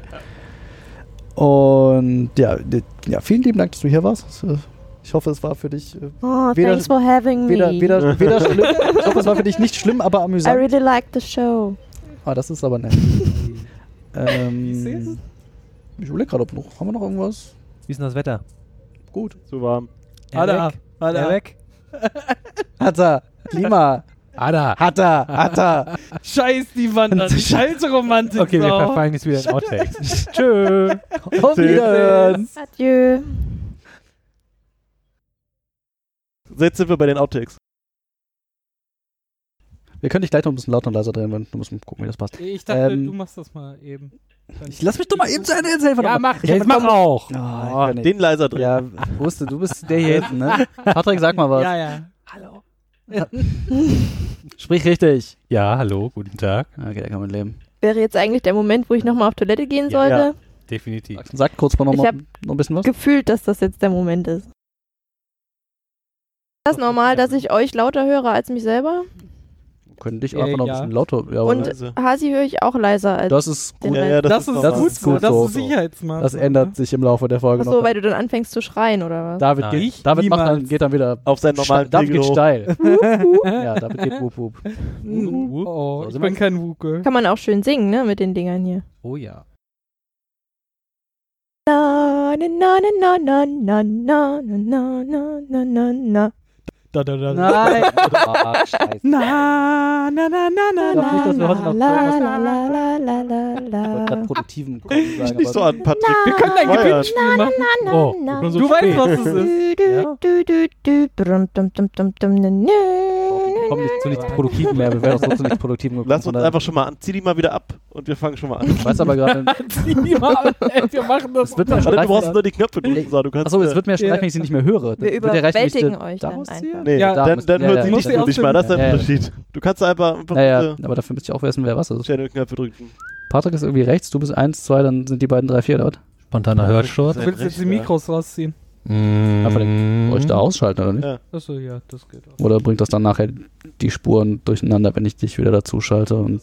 [SPEAKER 2] Und ja, d- ja, vielen lieben Dank, dass du hier warst. Es, äh, Ich hoffe, es war für dich äh,
[SPEAKER 5] Oh,
[SPEAKER 2] Weder-
[SPEAKER 5] thanks for having me.
[SPEAKER 2] weder, weder, weder schlimm. Ich hoffe, es war für dich nicht schlimm, aber
[SPEAKER 5] I
[SPEAKER 2] amüsant.
[SPEAKER 5] really like the show.
[SPEAKER 2] Ah, das ist aber nett.
[SPEAKER 3] siehst
[SPEAKER 2] ähm, ich überlege gerade, ob noch. Haben wir noch irgendwas?
[SPEAKER 4] Wie ist denn das Wetter?
[SPEAKER 2] Gut.
[SPEAKER 1] Zu warm.
[SPEAKER 4] Ada.
[SPEAKER 3] Alle Alle
[SPEAKER 4] Er
[SPEAKER 3] ab.
[SPEAKER 4] weg?
[SPEAKER 2] Hat er. Klima.
[SPEAKER 4] Ada.
[SPEAKER 2] Hat er. Hat er.
[SPEAKER 3] Scheiß die Wand an. Scheiß Romantik.
[SPEAKER 4] Okay, wir
[SPEAKER 3] Sau.
[SPEAKER 4] verfallen jetzt wieder in Outtakes. Tschö.
[SPEAKER 2] Auf Wiederhören.
[SPEAKER 5] Adieu.
[SPEAKER 1] Jetzt sind wir bei den Outtakes.
[SPEAKER 2] Wir können dich gleich noch ein bisschen lauter und leiser drehen, wenn du musst mal gucken, wie das passt.
[SPEAKER 3] Ich dachte,
[SPEAKER 2] Ähm,
[SPEAKER 3] du machst das mal eben.
[SPEAKER 2] Ich lass mich doch mal eben zu Ende erzählen.
[SPEAKER 3] Ja,
[SPEAKER 2] verdammt.
[SPEAKER 3] mach.
[SPEAKER 2] Ich hab
[SPEAKER 4] Jetzt mach auch.
[SPEAKER 2] Oh,
[SPEAKER 1] Oh,
[SPEAKER 2] ich kann nicht.
[SPEAKER 1] den leiser drin.
[SPEAKER 2] ja, wusste, du bist der hier hinten, ne? Patrick, sag mal was.
[SPEAKER 3] Ja, ja.
[SPEAKER 2] Hallo. Sprich richtig.
[SPEAKER 4] Ja, hallo, guten Tag.
[SPEAKER 2] Okay, da kann man leben.
[SPEAKER 5] Wäre jetzt eigentlich der Moment, wo ich nochmal auf Toilette gehen
[SPEAKER 4] Ja,
[SPEAKER 5] sollte?
[SPEAKER 1] ja.
[SPEAKER 4] Definitiv.
[SPEAKER 2] Sag kurz mal noch,
[SPEAKER 5] Ich
[SPEAKER 2] mal,
[SPEAKER 5] hab
[SPEAKER 2] noch ein bisschen was.
[SPEAKER 5] Gefühlt, dass das jetzt der Moment ist. Ist das normal, dass ich euch lauter höre als mich selber?
[SPEAKER 2] Wir können dich
[SPEAKER 3] Äh,
[SPEAKER 2] einfach noch
[SPEAKER 3] ja.
[SPEAKER 2] ein bisschen lauter. Ja,
[SPEAKER 5] Und-
[SPEAKER 2] aber
[SPEAKER 5] äh,
[SPEAKER 1] Leise.
[SPEAKER 5] Hasi höre ich auch leiser als.
[SPEAKER 2] das ist gut.
[SPEAKER 1] Also. ja, ja,
[SPEAKER 3] Das, ist
[SPEAKER 1] normal.
[SPEAKER 2] das
[SPEAKER 3] gut,
[SPEAKER 2] ist
[SPEAKER 3] so.
[SPEAKER 2] gut
[SPEAKER 3] Das
[SPEAKER 2] so.
[SPEAKER 3] ist Sicherheitsmaßnahme.
[SPEAKER 2] Das
[SPEAKER 5] ne?
[SPEAKER 2] ändert sich im Laufe der Folge
[SPEAKER 5] Achso,
[SPEAKER 2] noch.
[SPEAKER 5] weil du dann anfängst zu schreien oder was?
[SPEAKER 2] David,
[SPEAKER 4] Nein.
[SPEAKER 2] geht,
[SPEAKER 3] Ich?
[SPEAKER 2] David macht dann,
[SPEAKER 3] Niemals.
[SPEAKER 2] geht dann wieder.
[SPEAKER 1] Auf seinen normalen
[SPEAKER 2] David
[SPEAKER 1] Pegel
[SPEAKER 2] geht
[SPEAKER 1] hoch.
[SPEAKER 2] steil. ja, David geht wup, wup.
[SPEAKER 3] Mhm. Oh,
[SPEAKER 4] So
[SPEAKER 3] ich
[SPEAKER 4] sind
[SPEAKER 3] bin
[SPEAKER 4] wir.
[SPEAKER 3] kein Wuke.
[SPEAKER 5] Kann man auch schön singen, ne, mit den Dingern hier.
[SPEAKER 4] Oh ja.
[SPEAKER 5] Na, na, na, na, na, na, na, na, na, na, na, na, na.
[SPEAKER 3] Da, da, da.
[SPEAKER 2] Nein! Ah, scheiße.
[SPEAKER 3] Na, na, na, na, na,
[SPEAKER 2] Ich glaub nicht, dass wir heute noch
[SPEAKER 5] La,
[SPEAKER 2] irgendwas-
[SPEAKER 5] la, la, la,
[SPEAKER 2] Ich
[SPEAKER 5] la, la,
[SPEAKER 2] wollte
[SPEAKER 5] la.
[SPEAKER 2] grad produktiven Kommen sagen,
[SPEAKER 1] Nicht so
[SPEAKER 2] aber-
[SPEAKER 1] an, Patrick.
[SPEAKER 3] Wir können ein
[SPEAKER 1] Feuer.
[SPEAKER 3] Gewinnspiel machen.
[SPEAKER 5] Na,
[SPEAKER 4] Oh,
[SPEAKER 5] na.
[SPEAKER 4] wir können so
[SPEAKER 3] Du weißt,
[SPEAKER 4] spät.
[SPEAKER 3] was es ist.
[SPEAKER 5] Du, du, du, du, du, brum, dum, dum, dum, dum, na, na,
[SPEAKER 2] Wir kommen nicht zu nichts Produktiven mehr. Wir werden auch so zu nichts Produktiven gekommen.
[SPEAKER 1] Lass
[SPEAKER 2] von
[SPEAKER 1] uns
[SPEAKER 2] daher-
[SPEAKER 1] einfach schon mal an. Zieh die mal wieder ab und wir fangen schon mal an.
[SPEAKER 2] Ich weiß aber gerade.
[SPEAKER 3] Zieh die mal ab, ey, Wir machen das.
[SPEAKER 2] Es wird halt mir
[SPEAKER 1] Warte, du brauchst
[SPEAKER 2] streichen.
[SPEAKER 1] nur die Knöpfe drücken, so, du kannst.
[SPEAKER 2] Achso, es
[SPEAKER 1] äh,
[SPEAKER 2] wird mir streichen, wenn ich sie nicht mehr höre. Dann
[SPEAKER 5] Wir
[SPEAKER 2] wird der Rest mich
[SPEAKER 5] überwältigen
[SPEAKER 2] da-
[SPEAKER 5] euch
[SPEAKER 2] da
[SPEAKER 5] dann
[SPEAKER 2] rausziehen?
[SPEAKER 5] einfach.
[SPEAKER 1] Nee,
[SPEAKER 3] Ja,
[SPEAKER 1] dann,
[SPEAKER 2] da-
[SPEAKER 1] dann
[SPEAKER 2] ja,
[SPEAKER 1] hört
[SPEAKER 2] ja,
[SPEAKER 1] sie
[SPEAKER 2] muss
[SPEAKER 1] nicht
[SPEAKER 3] ich
[SPEAKER 1] gut.
[SPEAKER 3] auch
[SPEAKER 1] Ich meine, das ist
[SPEAKER 2] stimmen.
[SPEAKER 1] ein
[SPEAKER 2] Ja, ja.
[SPEAKER 1] Unterschied. Du kannst einfach einfach
[SPEAKER 2] Naja,
[SPEAKER 1] diese
[SPEAKER 2] aber dafür müsste ich auch wissen, wer was ist.
[SPEAKER 1] Channel-Knöpfe drücken.
[SPEAKER 2] Mhm. Patrick ist irgendwie rechts, du bist 1, 2, dann sind die beiden 3, 4 dort.
[SPEAKER 4] Spontaner Mm. Hörsturz.
[SPEAKER 3] Du willst jetzt die Mikros rausziehen.
[SPEAKER 4] Einfach Mhm.
[SPEAKER 2] Soll ich da ausschalten oder nicht?
[SPEAKER 1] Ja.
[SPEAKER 3] Achso, ja, das geht auch.
[SPEAKER 2] Oder bringt das dann nachher die Spuren durcheinander, wenn ich dich wieder dazu schalte? Und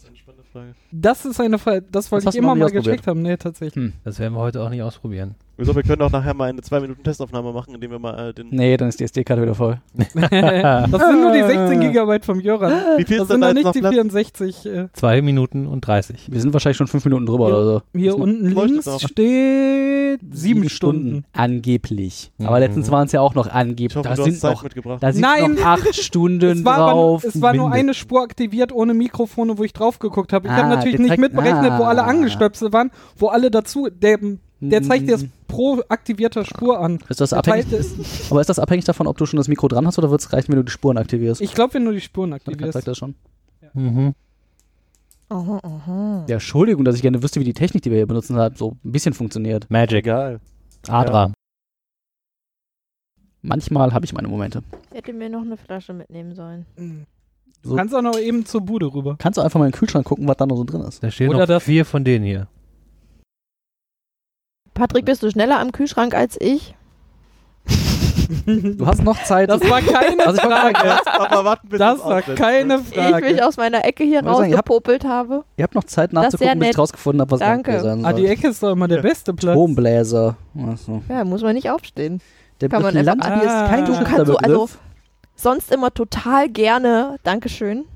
[SPEAKER 3] Das ist eine Frage, das wollte
[SPEAKER 2] hast
[SPEAKER 3] ich
[SPEAKER 2] du noch
[SPEAKER 3] immer
[SPEAKER 2] nie
[SPEAKER 3] mal
[SPEAKER 2] ausprobiert.
[SPEAKER 3] gecheckt haben. Nee, tatsächlich.
[SPEAKER 4] Das werden wir heute auch nicht ausprobieren.
[SPEAKER 1] Wieso, wir können auch nachher mal eine 2-Minuten-Testaufnahme machen, indem wir mal äh, den.
[SPEAKER 2] nee, dann ist die SD-Karte wieder voll. Ah.
[SPEAKER 3] das sind nur die 16 Gigabyte vom Joran.
[SPEAKER 1] Wie viel
[SPEAKER 3] Das
[SPEAKER 1] ist denn
[SPEAKER 3] sind
[SPEAKER 1] da
[SPEAKER 3] noch
[SPEAKER 1] jetzt noch
[SPEAKER 3] nicht die
[SPEAKER 1] Platz?
[SPEAKER 3] 64. Äh,
[SPEAKER 4] 2 Minuten und 30.
[SPEAKER 2] Wir sind wahrscheinlich schon 5 Minuten drüber
[SPEAKER 3] Ja.
[SPEAKER 2] oder so.
[SPEAKER 3] hier
[SPEAKER 2] Ist
[SPEAKER 3] unten
[SPEAKER 1] leuchtet
[SPEAKER 3] links
[SPEAKER 1] auch.
[SPEAKER 3] steht 7 Stunden.
[SPEAKER 2] Angeblich. Aber
[SPEAKER 4] Mhm.
[SPEAKER 2] letztens waren es ja auch noch
[SPEAKER 1] Ich
[SPEAKER 2] angeblich.
[SPEAKER 1] hoffe,
[SPEAKER 2] Da
[SPEAKER 1] du hast
[SPEAKER 2] sind
[SPEAKER 1] Zeit
[SPEAKER 2] noch,
[SPEAKER 1] mitgebracht.
[SPEAKER 2] da sind
[SPEAKER 3] Nein.
[SPEAKER 2] noch 8 Stunden
[SPEAKER 3] Es war, aber, nur-
[SPEAKER 2] drauf.
[SPEAKER 3] es war nur
[SPEAKER 2] mindestens.
[SPEAKER 3] eine Spur aktiviert ohne Mikrofone, wo ich drauf geguckt habe. Ich
[SPEAKER 2] Ah,
[SPEAKER 3] habe natürlich
[SPEAKER 2] der
[SPEAKER 3] nicht
[SPEAKER 2] zeigt-
[SPEAKER 3] mitberechnet, wo alle
[SPEAKER 2] ah.
[SPEAKER 3] angestöpselt waren, wo alle dazu. Der, der zeigt dir das pro aktivierter Spur an.
[SPEAKER 2] Ist das abhängig?
[SPEAKER 3] Geteilt ist,
[SPEAKER 2] Aber ist das abhängig davon, ob du schon das Mikro dran hast oder wird es reichen, wenn du die Spuren aktivierst?
[SPEAKER 3] ich glaube, wenn du die Spuren
[SPEAKER 2] Dann zeigt
[SPEAKER 3] aktivierst.
[SPEAKER 2] das schon.
[SPEAKER 4] Mhm.
[SPEAKER 5] Aha, aha.
[SPEAKER 2] Ja, Entschuldigung, dass ich gerne wüsste, wie die Technik, die wir hier benutzen, halt so ein bisschen funktioniert.
[SPEAKER 4] Magic.
[SPEAKER 1] Egal.
[SPEAKER 4] Adra.
[SPEAKER 2] Manchmal habe ich meine Momente.
[SPEAKER 5] Ich hätte mir noch eine Flasche mitnehmen sollen.
[SPEAKER 3] Du kannst auch noch eben zur Bude rüber.
[SPEAKER 2] Kannst du einfach mal in den Kühlschrank gucken, was da noch so drin ist?
[SPEAKER 4] Da stehen
[SPEAKER 3] Oder
[SPEAKER 4] noch
[SPEAKER 3] das-
[SPEAKER 4] vier von denen hier.
[SPEAKER 5] Patrick, bist du schneller am Kühlschrank als ich?
[SPEAKER 2] Du hast noch Zeit.
[SPEAKER 3] Das war keine
[SPEAKER 2] Also ich wollte
[SPEAKER 3] Frage.
[SPEAKER 1] Jetzt aber warten, bis
[SPEAKER 3] Das
[SPEAKER 1] es
[SPEAKER 3] war
[SPEAKER 1] aussetzt.
[SPEAKER 3] keine
[SPEAKER 5] Ich mich
[SPEAKER 3] Frage.
[SPEAKER 5] aus meiner Ecke hier
[SPEAKER 2] Wollte sagen, ihr habt-
[SPEAKER 5] rausgepopelt habe.
[SPEAKER 2] Ihr habt noch Zeit
[SPEAKER 5] Das ist sehr
[SPEAKER 2] nachzugucken, bis ich
[SPEAKER 5] nett.
[SPEAKER 2] rausgefunden habe, was
[SPEAKER 5] Danke.
[SPEAKER 2] Dampfbläser
[SPEAKER 3] Ah, die
[SPEAKER 2] sind.
[SPEAKER 3] Ecke ist doch immer der beste Platz.
[SPEAKER 2] Bombläser. Achso.
[SPEAKER 5] Ja, muss man nicht aufstehen.
[SPEAKER 2] Der
[SPEAKER 5] Kann man einfach-
[SPEAKER 2] Land Ah. hier ist kein
[SPEAKER 3] Du
[SPEAKER 5] Du kannst so,
[SPEAKER 2] geschützter
[SPEAKER 5] also
[SPEAKER 2] Begriff.
[SPEAKER 5] sonst immer total gerne, Dankeschön.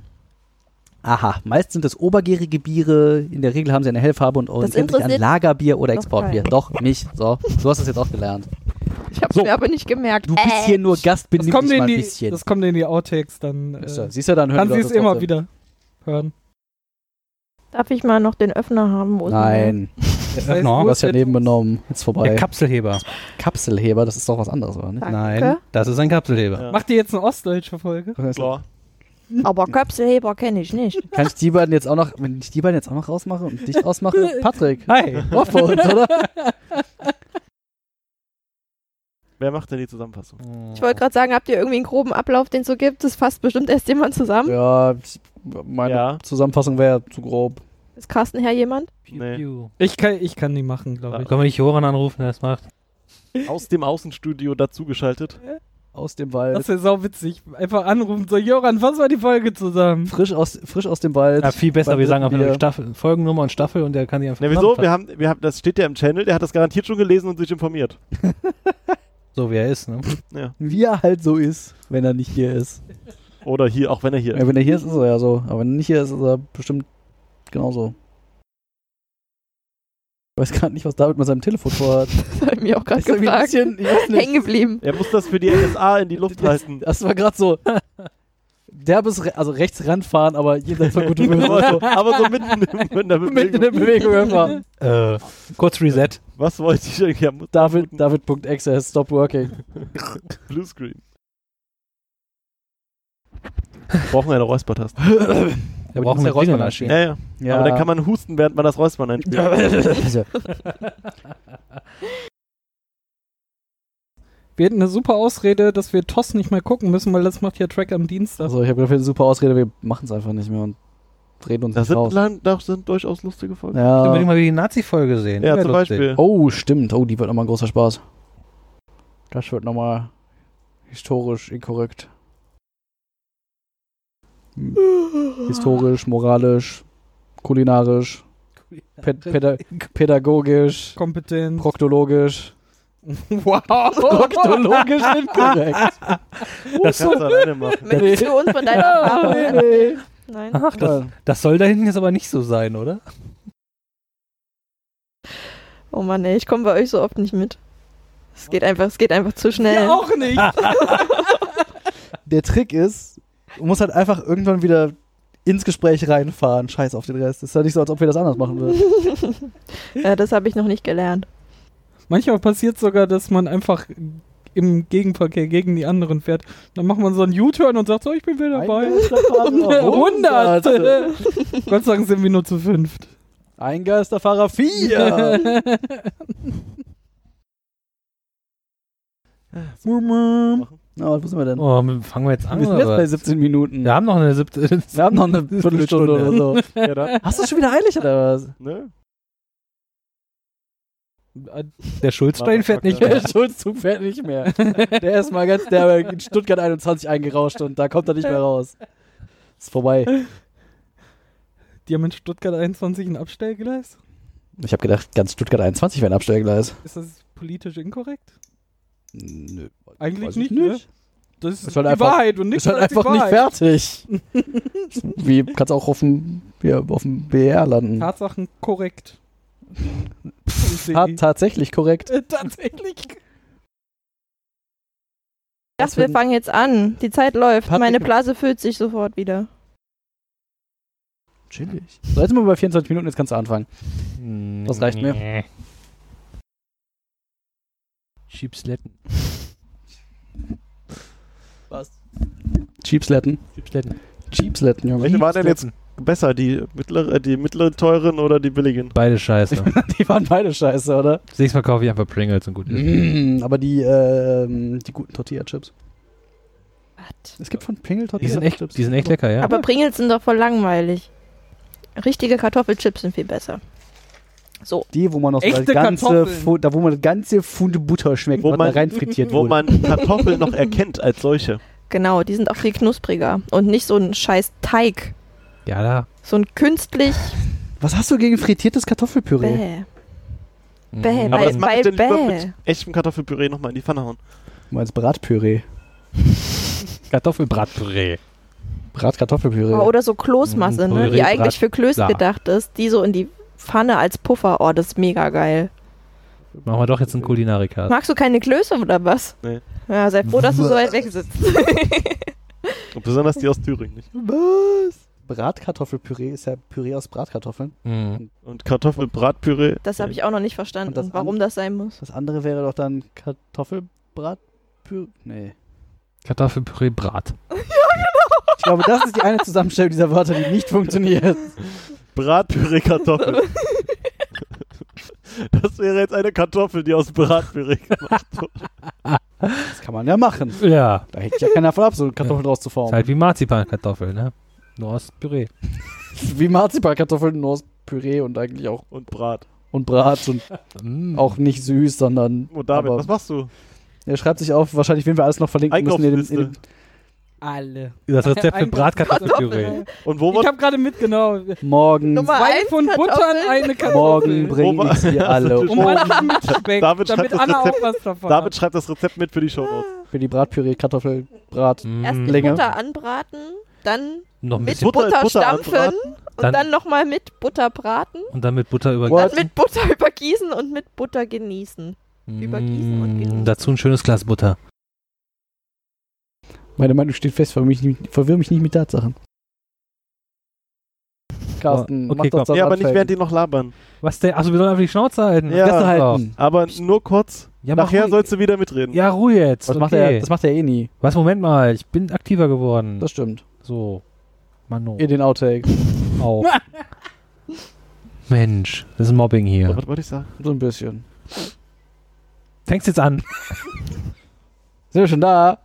[SPEAKER 2] Aha, meist sind es obergärige Biere. In der Regel haben sie eine Hellfarbe und und kennen sich an
[SPEAKER 5] interessiert-
[SPEAKER 2] Lagerbier oder
[SPEAKER 5] Doch,
[SPEAKER 2] Exportbier.
[SPEAKER 5] geil.
[SPEAKER 2] Doch, mich. So, du hast das jetzt auch gelernt.
[SPEAKER 5] Ich hab's
[SPEAKER 2] So.
[SPEAKER 5] mir aber nicht gemerkt.
[SPEAKER 2] Du bist
[SPEAKER 5] Äh.
[SPEAKER 2] hier nur Gast,
[SPEAKER 3] Das
[SPEAKER 2] benimm
[SPEAKER 3] kommt,
[SPEAKER 2] dich
[SPEAKER 3] in
[SPEAKER 2] mal ein
[SPEAKER 3] die,
[SPEAKER 2] bisschen.
[SPEAKER 3] das kommt in die Outtakes dann.
[SPEAKER 2] Ist ja,
[SPEAKER 3] Äh,
[SPEAKER 2] Siehst du, dann hören
[SPEAKER 3] kannst
[SPEAKER 2] wir
[SPEAKER 3] du
[SPEAKER 2] das
[SPEAKER 3] es immer
[SPEAKER 2] trotzdem.
[SPEAKER 3] wieder hören.
[SPEAKER 5] Darf ich mal noch den Öffner haben? Wo ist denn
[SPEAKER 2] Nein,
[SPEAKER 3] Das
[SPEAKER 4] Öffner,
[SPEAKER 3] wo
[SPEAKER 2] du
[SPEAKER 3] ist
[SPEAKER 2] hast ja
[SPEAKER 3] der-
[SPEAKER 2] nebengenommen. Jetzt vorbei.
[SPEAKER 4] Der Kapselheber.
[SPEAKER 2] Kapselheber, das ist doch was anderes, oder nicht?
[SPEAKER 5] Danke.
[SPEAKER 4] Nein, das ist ein Kapselheber.
[SPEAKER 1] Ja.
[SPEAKER 3] Macht ihr jetzt eine ostdeutsche Folge?
[SPEAKER 1] Klar.
[SPEAKER 5] Aber Köpselheber kenne ich nicht.
[SPEAKER 2] Kann ich die beiden jetzt auch noch, wenn ich die beiden jetzt auch noch rausmache und dich ausmache? Patrick,
[SPEAKER 3] Hi.
[SPEAKER 2] Waffe uns, oder?
[SPEAKER 1] Wer macht denn die Zusammenfassung?
[SPEAKER 5] Ich wollte gerade sagen, habt ihr irgendwie einen groben Ablauf, den es so gibt? Das fasst bestimmt erst jemand zusammen.
[SPEAKER 2] Ja, ich Meine
[SPEAKER 1] Ja.
[SPEAKER 2] Zusammenfassung wäre zu grob.
[SPEAKER 5] Ist Carsten Herr jemand?
[SPEAKER 1] Nee.
[SPEAKER 3] Ich kann, ich kann die machen, glaube ich.
[SPEAKER 4] Können wir nicht Joran anrufen, der das macht?
[SPEAKER 1] Aus dem Außenstudio dazugeschaltet.
[SPEAKER 2] Aus dem Wald.
[SPEAKER 3] Das wäre sau witzig. Einfach anrufen, so, Joran, fass mal die Folge zusammen.
[SPEAKER 2] frisch, aus, frisch aus dem Wald.
[SPEAKER 4] Ja, viel besser,
[SPEAKER 2] Beim
[SPEAKER 4] wir sagen einfach
[SPEAKER 2] dritten
[SPEAKER 4] nur
[SPEAKER 2] Bier.
[SPEAKER 4] Staffel, Folgennummer und Staffel und der kann die einfach.
[SPEAKER 1] Ne, wieso?
[SPEAKER 4] zusammenfassen.
[SPEAKER 1] Wir haben, wir haben, das steht ja im Channel, der hat das garantiert schon gelesen und sich informiert.
[SPEAKER 4] So wie er ist, ne?
[SPEAKER 2] Wie er halt so ist, wenn er nicht hier ist.
[SPEAKER 1] Oder hier, auch wenn er hier ist.
[SPEAKER 2] Ja, wenn er hier ist, ist er ja so. Aber wenn er nicht hier ist, ist er bestimmt genauso. Ich weiß gerade nicht, was David mit seinem Telefon vorhat.
[SPEAKER 5] Das habe ich mir auch gerade
[SPEAKER 2] Ist irgendwie ein
[SPEAKER 5] gefragt.
[SPEAKER 2] bisschen, ich weiß nicht.
[SPEAKER 5] Hängen geblieben.
[SPEAKER 1] Er muss das für die NSA in die Luft halten.
[SPEAKER 2] Das war gerade so. Derbes, Re- also rechts ranfahren, aber jenseits von gutem
[SPEAKER 1] aber,
[SPEAKER 2] Willen.
[SPEAKER 1] so, aber so mitten in, in der
[SPEAKER 2] Mit in
[SPEAKER 1] Bewegung.
[SPEAKER 2] der Bewegung irgendwann.
[SPEAKER 4] Äh, kurz Reset.
[SPEAKER 1] Was wollte ich eigentlich? Ja,
[SPEAKER 2] David, David.exe has stopped working.
[SPEAKER 1] Bluescreen. Brauchen wir eine Räuspertaste.
[SPEAKER 4] Wir brauchen eine Räuspermaschine.
[SPEAKER 1] Ja, ja,
[SPEAKER 2] Ja.
[SPEAKER 1] Aber dann kann man husten, während man das Räuspern einspielt.
[SPEAKER 3] Wir hätten eine super Ausrede, dass wir TOS nicht mehr gucken müssen, weil das macht ja Track am Dienstag.
[SPEAKER 2] Also, ich habe gerade eine super Ausrede, wir machen es einfach nicht mehr und reden uns
[SPEAKER 1] Das
[SPEAKER 2] nicht
[SPEAKER 1] sind,
[SPEAKER 2] raus.
[SPEAKER 1] lang, das sind durchaus lustige Folgen.
[SPEAKER 4] Ich
[SPEAKER 2] Ja.
[SPEAKER 4] unbedingt mal wie die Nazi-Folge sehen.
[SPEAKER 1] Ja,
[SPEAKER 4] Wär
[SPEAKER 1] zum
[SPEAKER 4] lustig.
[SPEAKER 1] Beispiel.
[SPEAKER 2] Oh, stimmt. Oh, die wird nochmal ein großer Spaß. Das wird nochmal historisch inkorrekt. Hm. historisch, moralisch, kulinarisch, pä päda pädagogisch,
[SPEAKER 3] Kompetent.
[SPEAKER 2] proktologisch.
[SPEAKER 3] Wow.
[SPEAKER 2] Proktologisch inkorrekt.
[SPEAKER 1] Das kannst du alleine machen.
[SPEAKER 5] Möchtest du uns von deiner
[SPEAKER 2] Nee,
[SPEAKER 5] Erfahrung?
[SPEAKER 2] nee.
[SPEAKER 5] Nein.
[SPEAKER 4] Ach, das,
[SPEAKER 2] Ja.
[SPEAKER 4] das soll da hinten jetzt aber nicht so sein, oder?
[SPEAKER 5] Oh Mann, ey, ich komme bei euch so oft nicht mit. Es geht einfach, es geht einfach zu schnell.
[SPEAKER 3] Ja, auch nicht.
[SPEAKER 2] Der Trick ist, du musst halt einfach irgendwann wieder ins Gespräch reinfahren. Scheiß auf den Rest. Ist ja nicht so, als ob wir das anders machen würden.
[SPEAKER 5] ja, das habe ich noch nicht gelernt.
[SPEAKER 3] Manchmal passiert sogar, dass man einfach im Gegenverkehr gegen die anderen fährt. Dann macht man so einen U-Turn und sagt so, ich bin wieder dabei.
[SPEAKER 2] Hundert.
[SPEAKER 3] 100! Gott sei Dank sind wir nur zu fünft.
[SPEAKER 2] Ein Geisterfahrer 4. Na, was müssen wir denn?
[SPEAKER 4] Oh, fangen wir jetzt an.
[SPEAKER 2] wir sind
[SPEAKER 4] oder
[SPEAKER 2] jetzt bei
[SPEAKER 4] was?
[SPEAKER 2] 17 Minuten.
[SPEAKER 4] wir haben noch eine siebte.
[SPEAKER 2] Wir haben noch eine Viertelstunde oder so.
[SPEAKER 1] Ja, dann,
[SPEAKER 2] Hast du schon wieder eilig oder was?
[SPEAKER 1] ne?
[SPEAKER 4] Der Schulzstein fährt nicht mehr.
[SPEAKER 2] Der Schulzzug fährt nicht mehr. Der ist mal ganz derbe in Stuttgart 21 eingerauscht und da kommt er nicht mehr raus. Ist vorbei.
[SPEAKER 3] Die haben in Stuttgart 21 ein Abstellgleis.
[SPEAKER 2] Ich habe gedacht, ganz Stuttgart 21 wäre ein Abstellgleis.
[SPEAKER 3] Ist das politisch inkorrekt?
[SPEAKER 2] Nö.
[SPEAKER 3] Eigentlich
[SPEAKER 2] Weiß ich
[SPEAKER 3] nicht,
[SPEAKER 2] nicht.
[SPEAKER 3] ne? Das ist,
[SPEAKER 2] Ist halt
[SPEAKER 3] die
[SPEAKER 2] einfach-
[SPEAKER 3] Wahrheit und nichts
[SPEAKER 2] ist halt
[SPEAKER 3] als die
[SPEAKER 2] einfach nicht
[SPEAKER 3] Wahrheit.
[SPEAKER 2] fertig. Wie kannst auch auf dem, ja, auf dem BR landen?
[SPEAKER 3] Tatsachen korrekt.
[SPEAKER 2] Hat tatsächlich korrekt.
[SPEAKER 3] Äh, Tatsächlich.
[SPEAKER 5] Ich dachte, wir fangen jetzt an. Die Zeit läuft.
[SPEAKER 2] Patrick-
[SPEAKER 5] Meine Blase füllt sich sofort wieder.
[SPEAKER 2] Chillig. So, jetzt sind wir bei 24 Minuten, jetzt kannst du anfangen. Das reicht mir.
[SPEAKER 4] Schiebsletten.
[SPEAKER 2] Was? Cheapsletten.
[SPEAKER 4] Schiebsletten.
[SPEAKER 2] Cheapsletten, Junge.
[SPEAKER 1] Welche waren denn jetzt besser? Die mittlere, äh, die mittlere teuren oder die billigen?
[SPEAKER 4] Beide scheiße.
[SPEAKER 2] Die waren beide scheiße, oder?
[SPEAKER 4] Das nächste Mal kaufe ich einfach Pringles und gut. ist.
[SPEAKER 2] Mm, aber die, ähm, die guten Tortilla-Chips.
[SPEAKER 5] Was?
[SPEAKER 2] Es gibt von Pingel
[SPEAKER 4] Die sind echt,
[SPEAKER 2] Tortilla-Chips.
[SPEAKER 4] die sind echt lecker, ja.
[SPEAKER 5] Aber Pringles sind doch voll langweilig. Richtige Kartoffelchips sind viel besser.
[SPEAKER 2] Die, wo man noch so das
[SPEAKER 3] Echte
[SPEAKER 2] ganze,
[SPEAKER 3] Kartoffeln.
[SPEAKER 2] Fu da, wo man das ganze Pfund Butter schmeckt,
[SPEAKER 1] Wo
[SPEAKER 2] was
[SPEAKER 1] man-
[SPEAKER 2] da rein frittiert
[SPEAKER 1] Wo
[SPEAKER 2] wurde.
[SPEAKER 1] man Kartoffeln noch erkennt als solche.
[SPEAKER 5] Genau, die sind auch viel knuspriger. Und nicht so ein scheiß Teig.
[SPEAKER 4] Ja, da.
[SPEAKER 5] So ein künstlich.
[SPEAKER 2] Was hast du gegen frittiertes Kartoffelpüree?
[SPEAKER 5] Bäh. Bäh.
[SPEAKER 1] Aber
[SPEAKER 5] bei,
[SPEAKER 1] das mache ich
[SPEAKER 5] bei,
[SPEAKER 1] dann lieber
[SPEAKER 5] bäh.
[SPEAKER 1] mit echtem Kartoffelpüree nochmal in die Pfanne hauen.
[SPEAKER 2] Du meinst Bratpüree.
[SPEAKER 4] Kartoffelbratpüree.
[SPEAKER 2] Bratkartoffelpüree.
[SPEAKER 5] Oh, oder so Kloßmasse,
[SPEAKER 2] Mhm,
[SPEAKER 4] Mm,
[SPEAKER 5] ne? die
[SPEAKER 4] Püree,
[SPEAKER 5] eigentlich für Klöße
[SPEAKER 4] Brat-
[SPEAKER 5] gedacht ist. Die so in die Pfanne als Puffer. Oh, das ist mega geil.
[SPEAKER 4] Machen wir doch jetzt
[SPEAKER 1] Mhm.
[SPEAKER 4] einen Kulinarikast.
[SPEAKER 5] Magst du keine Klöße oder was?
[SPEAKER 1] Nee.
[SPEAKER 5] Ja, sei froh, dass du so weit weg sitzt.
[SPEAKER 1] Und besonders die aus Thüringen nicht.
[SPEAKER 2] Was? Bratkartoffelpüree ist ja Püree aus Bratkartoffeln.
[SPEAKER 4] Mhm.
[SPEAKER 1] Und Kartoffelbratpüree.
[SPEAKER 5] Das habe ich auch noch nicht verstanden,
[SPEAKER 2] Und das
[SPEAKER 5] warum
[SPEAKER 2] an-
[SPEAKER 5] das sein muss.
[SPEAKER 2] Das andere wäre doch dann Kartoffelbratpüree. Nee.
[SPEAKER 4] Kartoffelpüree Brat.
[SPEAKER 2] Ich glaube, das ist die eine Zusammenstellung dieser Wörter, die nicht funktioniert.
[SPEAKER 1] Äh, Bratpüree Kartoffel. das wäre jetzt eine Kartoffel, die aus Bratpüree gemacht wurde.
[SPEAKER 2] Das kann man ja machen.
[SPEAKER 4] Ja.
[SPEAKER 2] Da hängt ja keiner von ab, so Kartoffeln draus zu formen.
[SPEAKER 4] Ist halt wie Marzipankartoffel, ne? Nur aus Püree.
[SPEAKER 2] Wie Marzipankartoffeln, nur aus Püree und eigentlich auch
[SPEAKER 1] Und Brat.
[SPEAKER 2] und Bratz und
[SPEAKER 4] Mm.
[SPEAKER 2] auch nicht süß, sondern.
[SPEAKER 1] Und Oh, David,
[SPEAKER 2] aber-
[SPEAKER 1] was machst du?
[SPEAKER 2] Er schreibt sich auf, wahrscheinlich werden wir alles noch verlinken müssen. In, den- in,
[SPEAKER 1] Einkaufsliste.
[SPEAKER 2] den-
[SPEAKER 3] Alle.
[SPEAKER 4] Das Rezept für Bratkartoffelpüree.
[SPEAKER 1] Und wo
[SPEAKER 3] Ich
[SPEAKER 1] war
[SPEAKER 3] habe gerade mitgenommen.
[SPEAKER 2] morgen,
[SPEAKER 5] Nummer
[SPEAKER 3] Zwei
[SPEAKER 5] eins
[SPEAKER 3] Pfund Butter
[SPEAKER 5] Kartoffeln.
[SPEAKER 3] und eine Kartoffel.
[SPEAKER 1] bring-
[SPEAKER 2] morgen
[SPEAKER 1] Wo
[SPEAKER 2] bringe
[SPEAKER 1] war-
[SPEAKER 2] ich sie alle
[SPEAKER 1] Also,
[SPEAKER 2] um
[SPEAKER 3] um Anna mit Speck,
[SPEAKER 1] David schreibt
[SPEAKER 3] damit
[SPEAKER 1] das
[SPEAKER 3] Anna auch
[SPEAKER 1] Rezept.
[SPEAKER 3] was davon
[SPEAKER 1] David
[SPEAKER 3] hat.
[SPEAKER 1] schreibt das Rezept mit für die Show Notes.
[SPEAKER 2] für die Bratpüree, Kartoffelbrat.
[SPEAKER 5] Erst die
[SPEAKER 2] Länge.
[SPEAKER 5] Butter anbraten, dann
[SPEAKER 4] Mhm. Noch mit
[SPEAKER 5] mit
[SPEAKER 1] Butter-
[SPEAKER 5] Butter,
[SPEAKER 1] Butter
[SPEAKER 5] stampfen
[SPEAKER 1] anbraten,
[SPEAKER 5] und
[SPEAKER 4] dann-
[SPEAKER 5] dann, nochmal mit Butter braten,
[SPEAKER 4] Und dann mit Butter über
[SPEAKER 2] What?
[SPEAKER 5] dann mit Butter übergießen und mit Butter genießen. übergießen und genießen.
[SPEAKER 4] Mhm. Dazu ein schönes Glas Butter.
[SPEAKER 2] Meine Meinung steht fest, verwirr mich nicht, verwirr mich nicht mit Tatsachen. Carsten,
[SPEAKER 4] Okay,
[SPEAKER 2] mach
[SPEAKER 4] komm.
[SPEAKER 2] doch das
[SPEAKER 1] Ja, aber nicht
[SPEAKER 2] anfangen.
[SPEAKER 1] während die noch labern.
[SPEAKER 4] Was denn? Achso, wir sollen einfach die Schnauze halten.
[SPEAKER 1] Ja.
[SPEAKER 4] Fresse halten.
[SPEAKER 1] Aber nur kurz.
[SPEAKER 4] Ja, mach
[SPEAKER 1] Nachher
[SPEAKER 4] ruhig.
[SPEAKER 1] sollst du wieder mitreden.
[SPEAKER 4] Ja, Ruhe jetzt.
[SPEAKER 2] Das, macht
[SPEAKER 4] okay.
[SPEAKER 2] er, das macht er eh nie.
[SPEAKER 4] Was, Moment mal, ich bin aktiver geworden.
[SPEAKER 2] Das stimmt.
[SPEAKER 4] so. Mano.
[SPEAKER 2] In den Outtake.
[SPEAKER 4] Auch. Mensch, das ist Mobbing hier.
[SPEAKER 1] Was wollte ich sagen?
[SPEAKER 2] So ein bisschen.
[SPEAKER 4] Fängst jetzt an.
[SPEAKER 2] Sind wir schon da?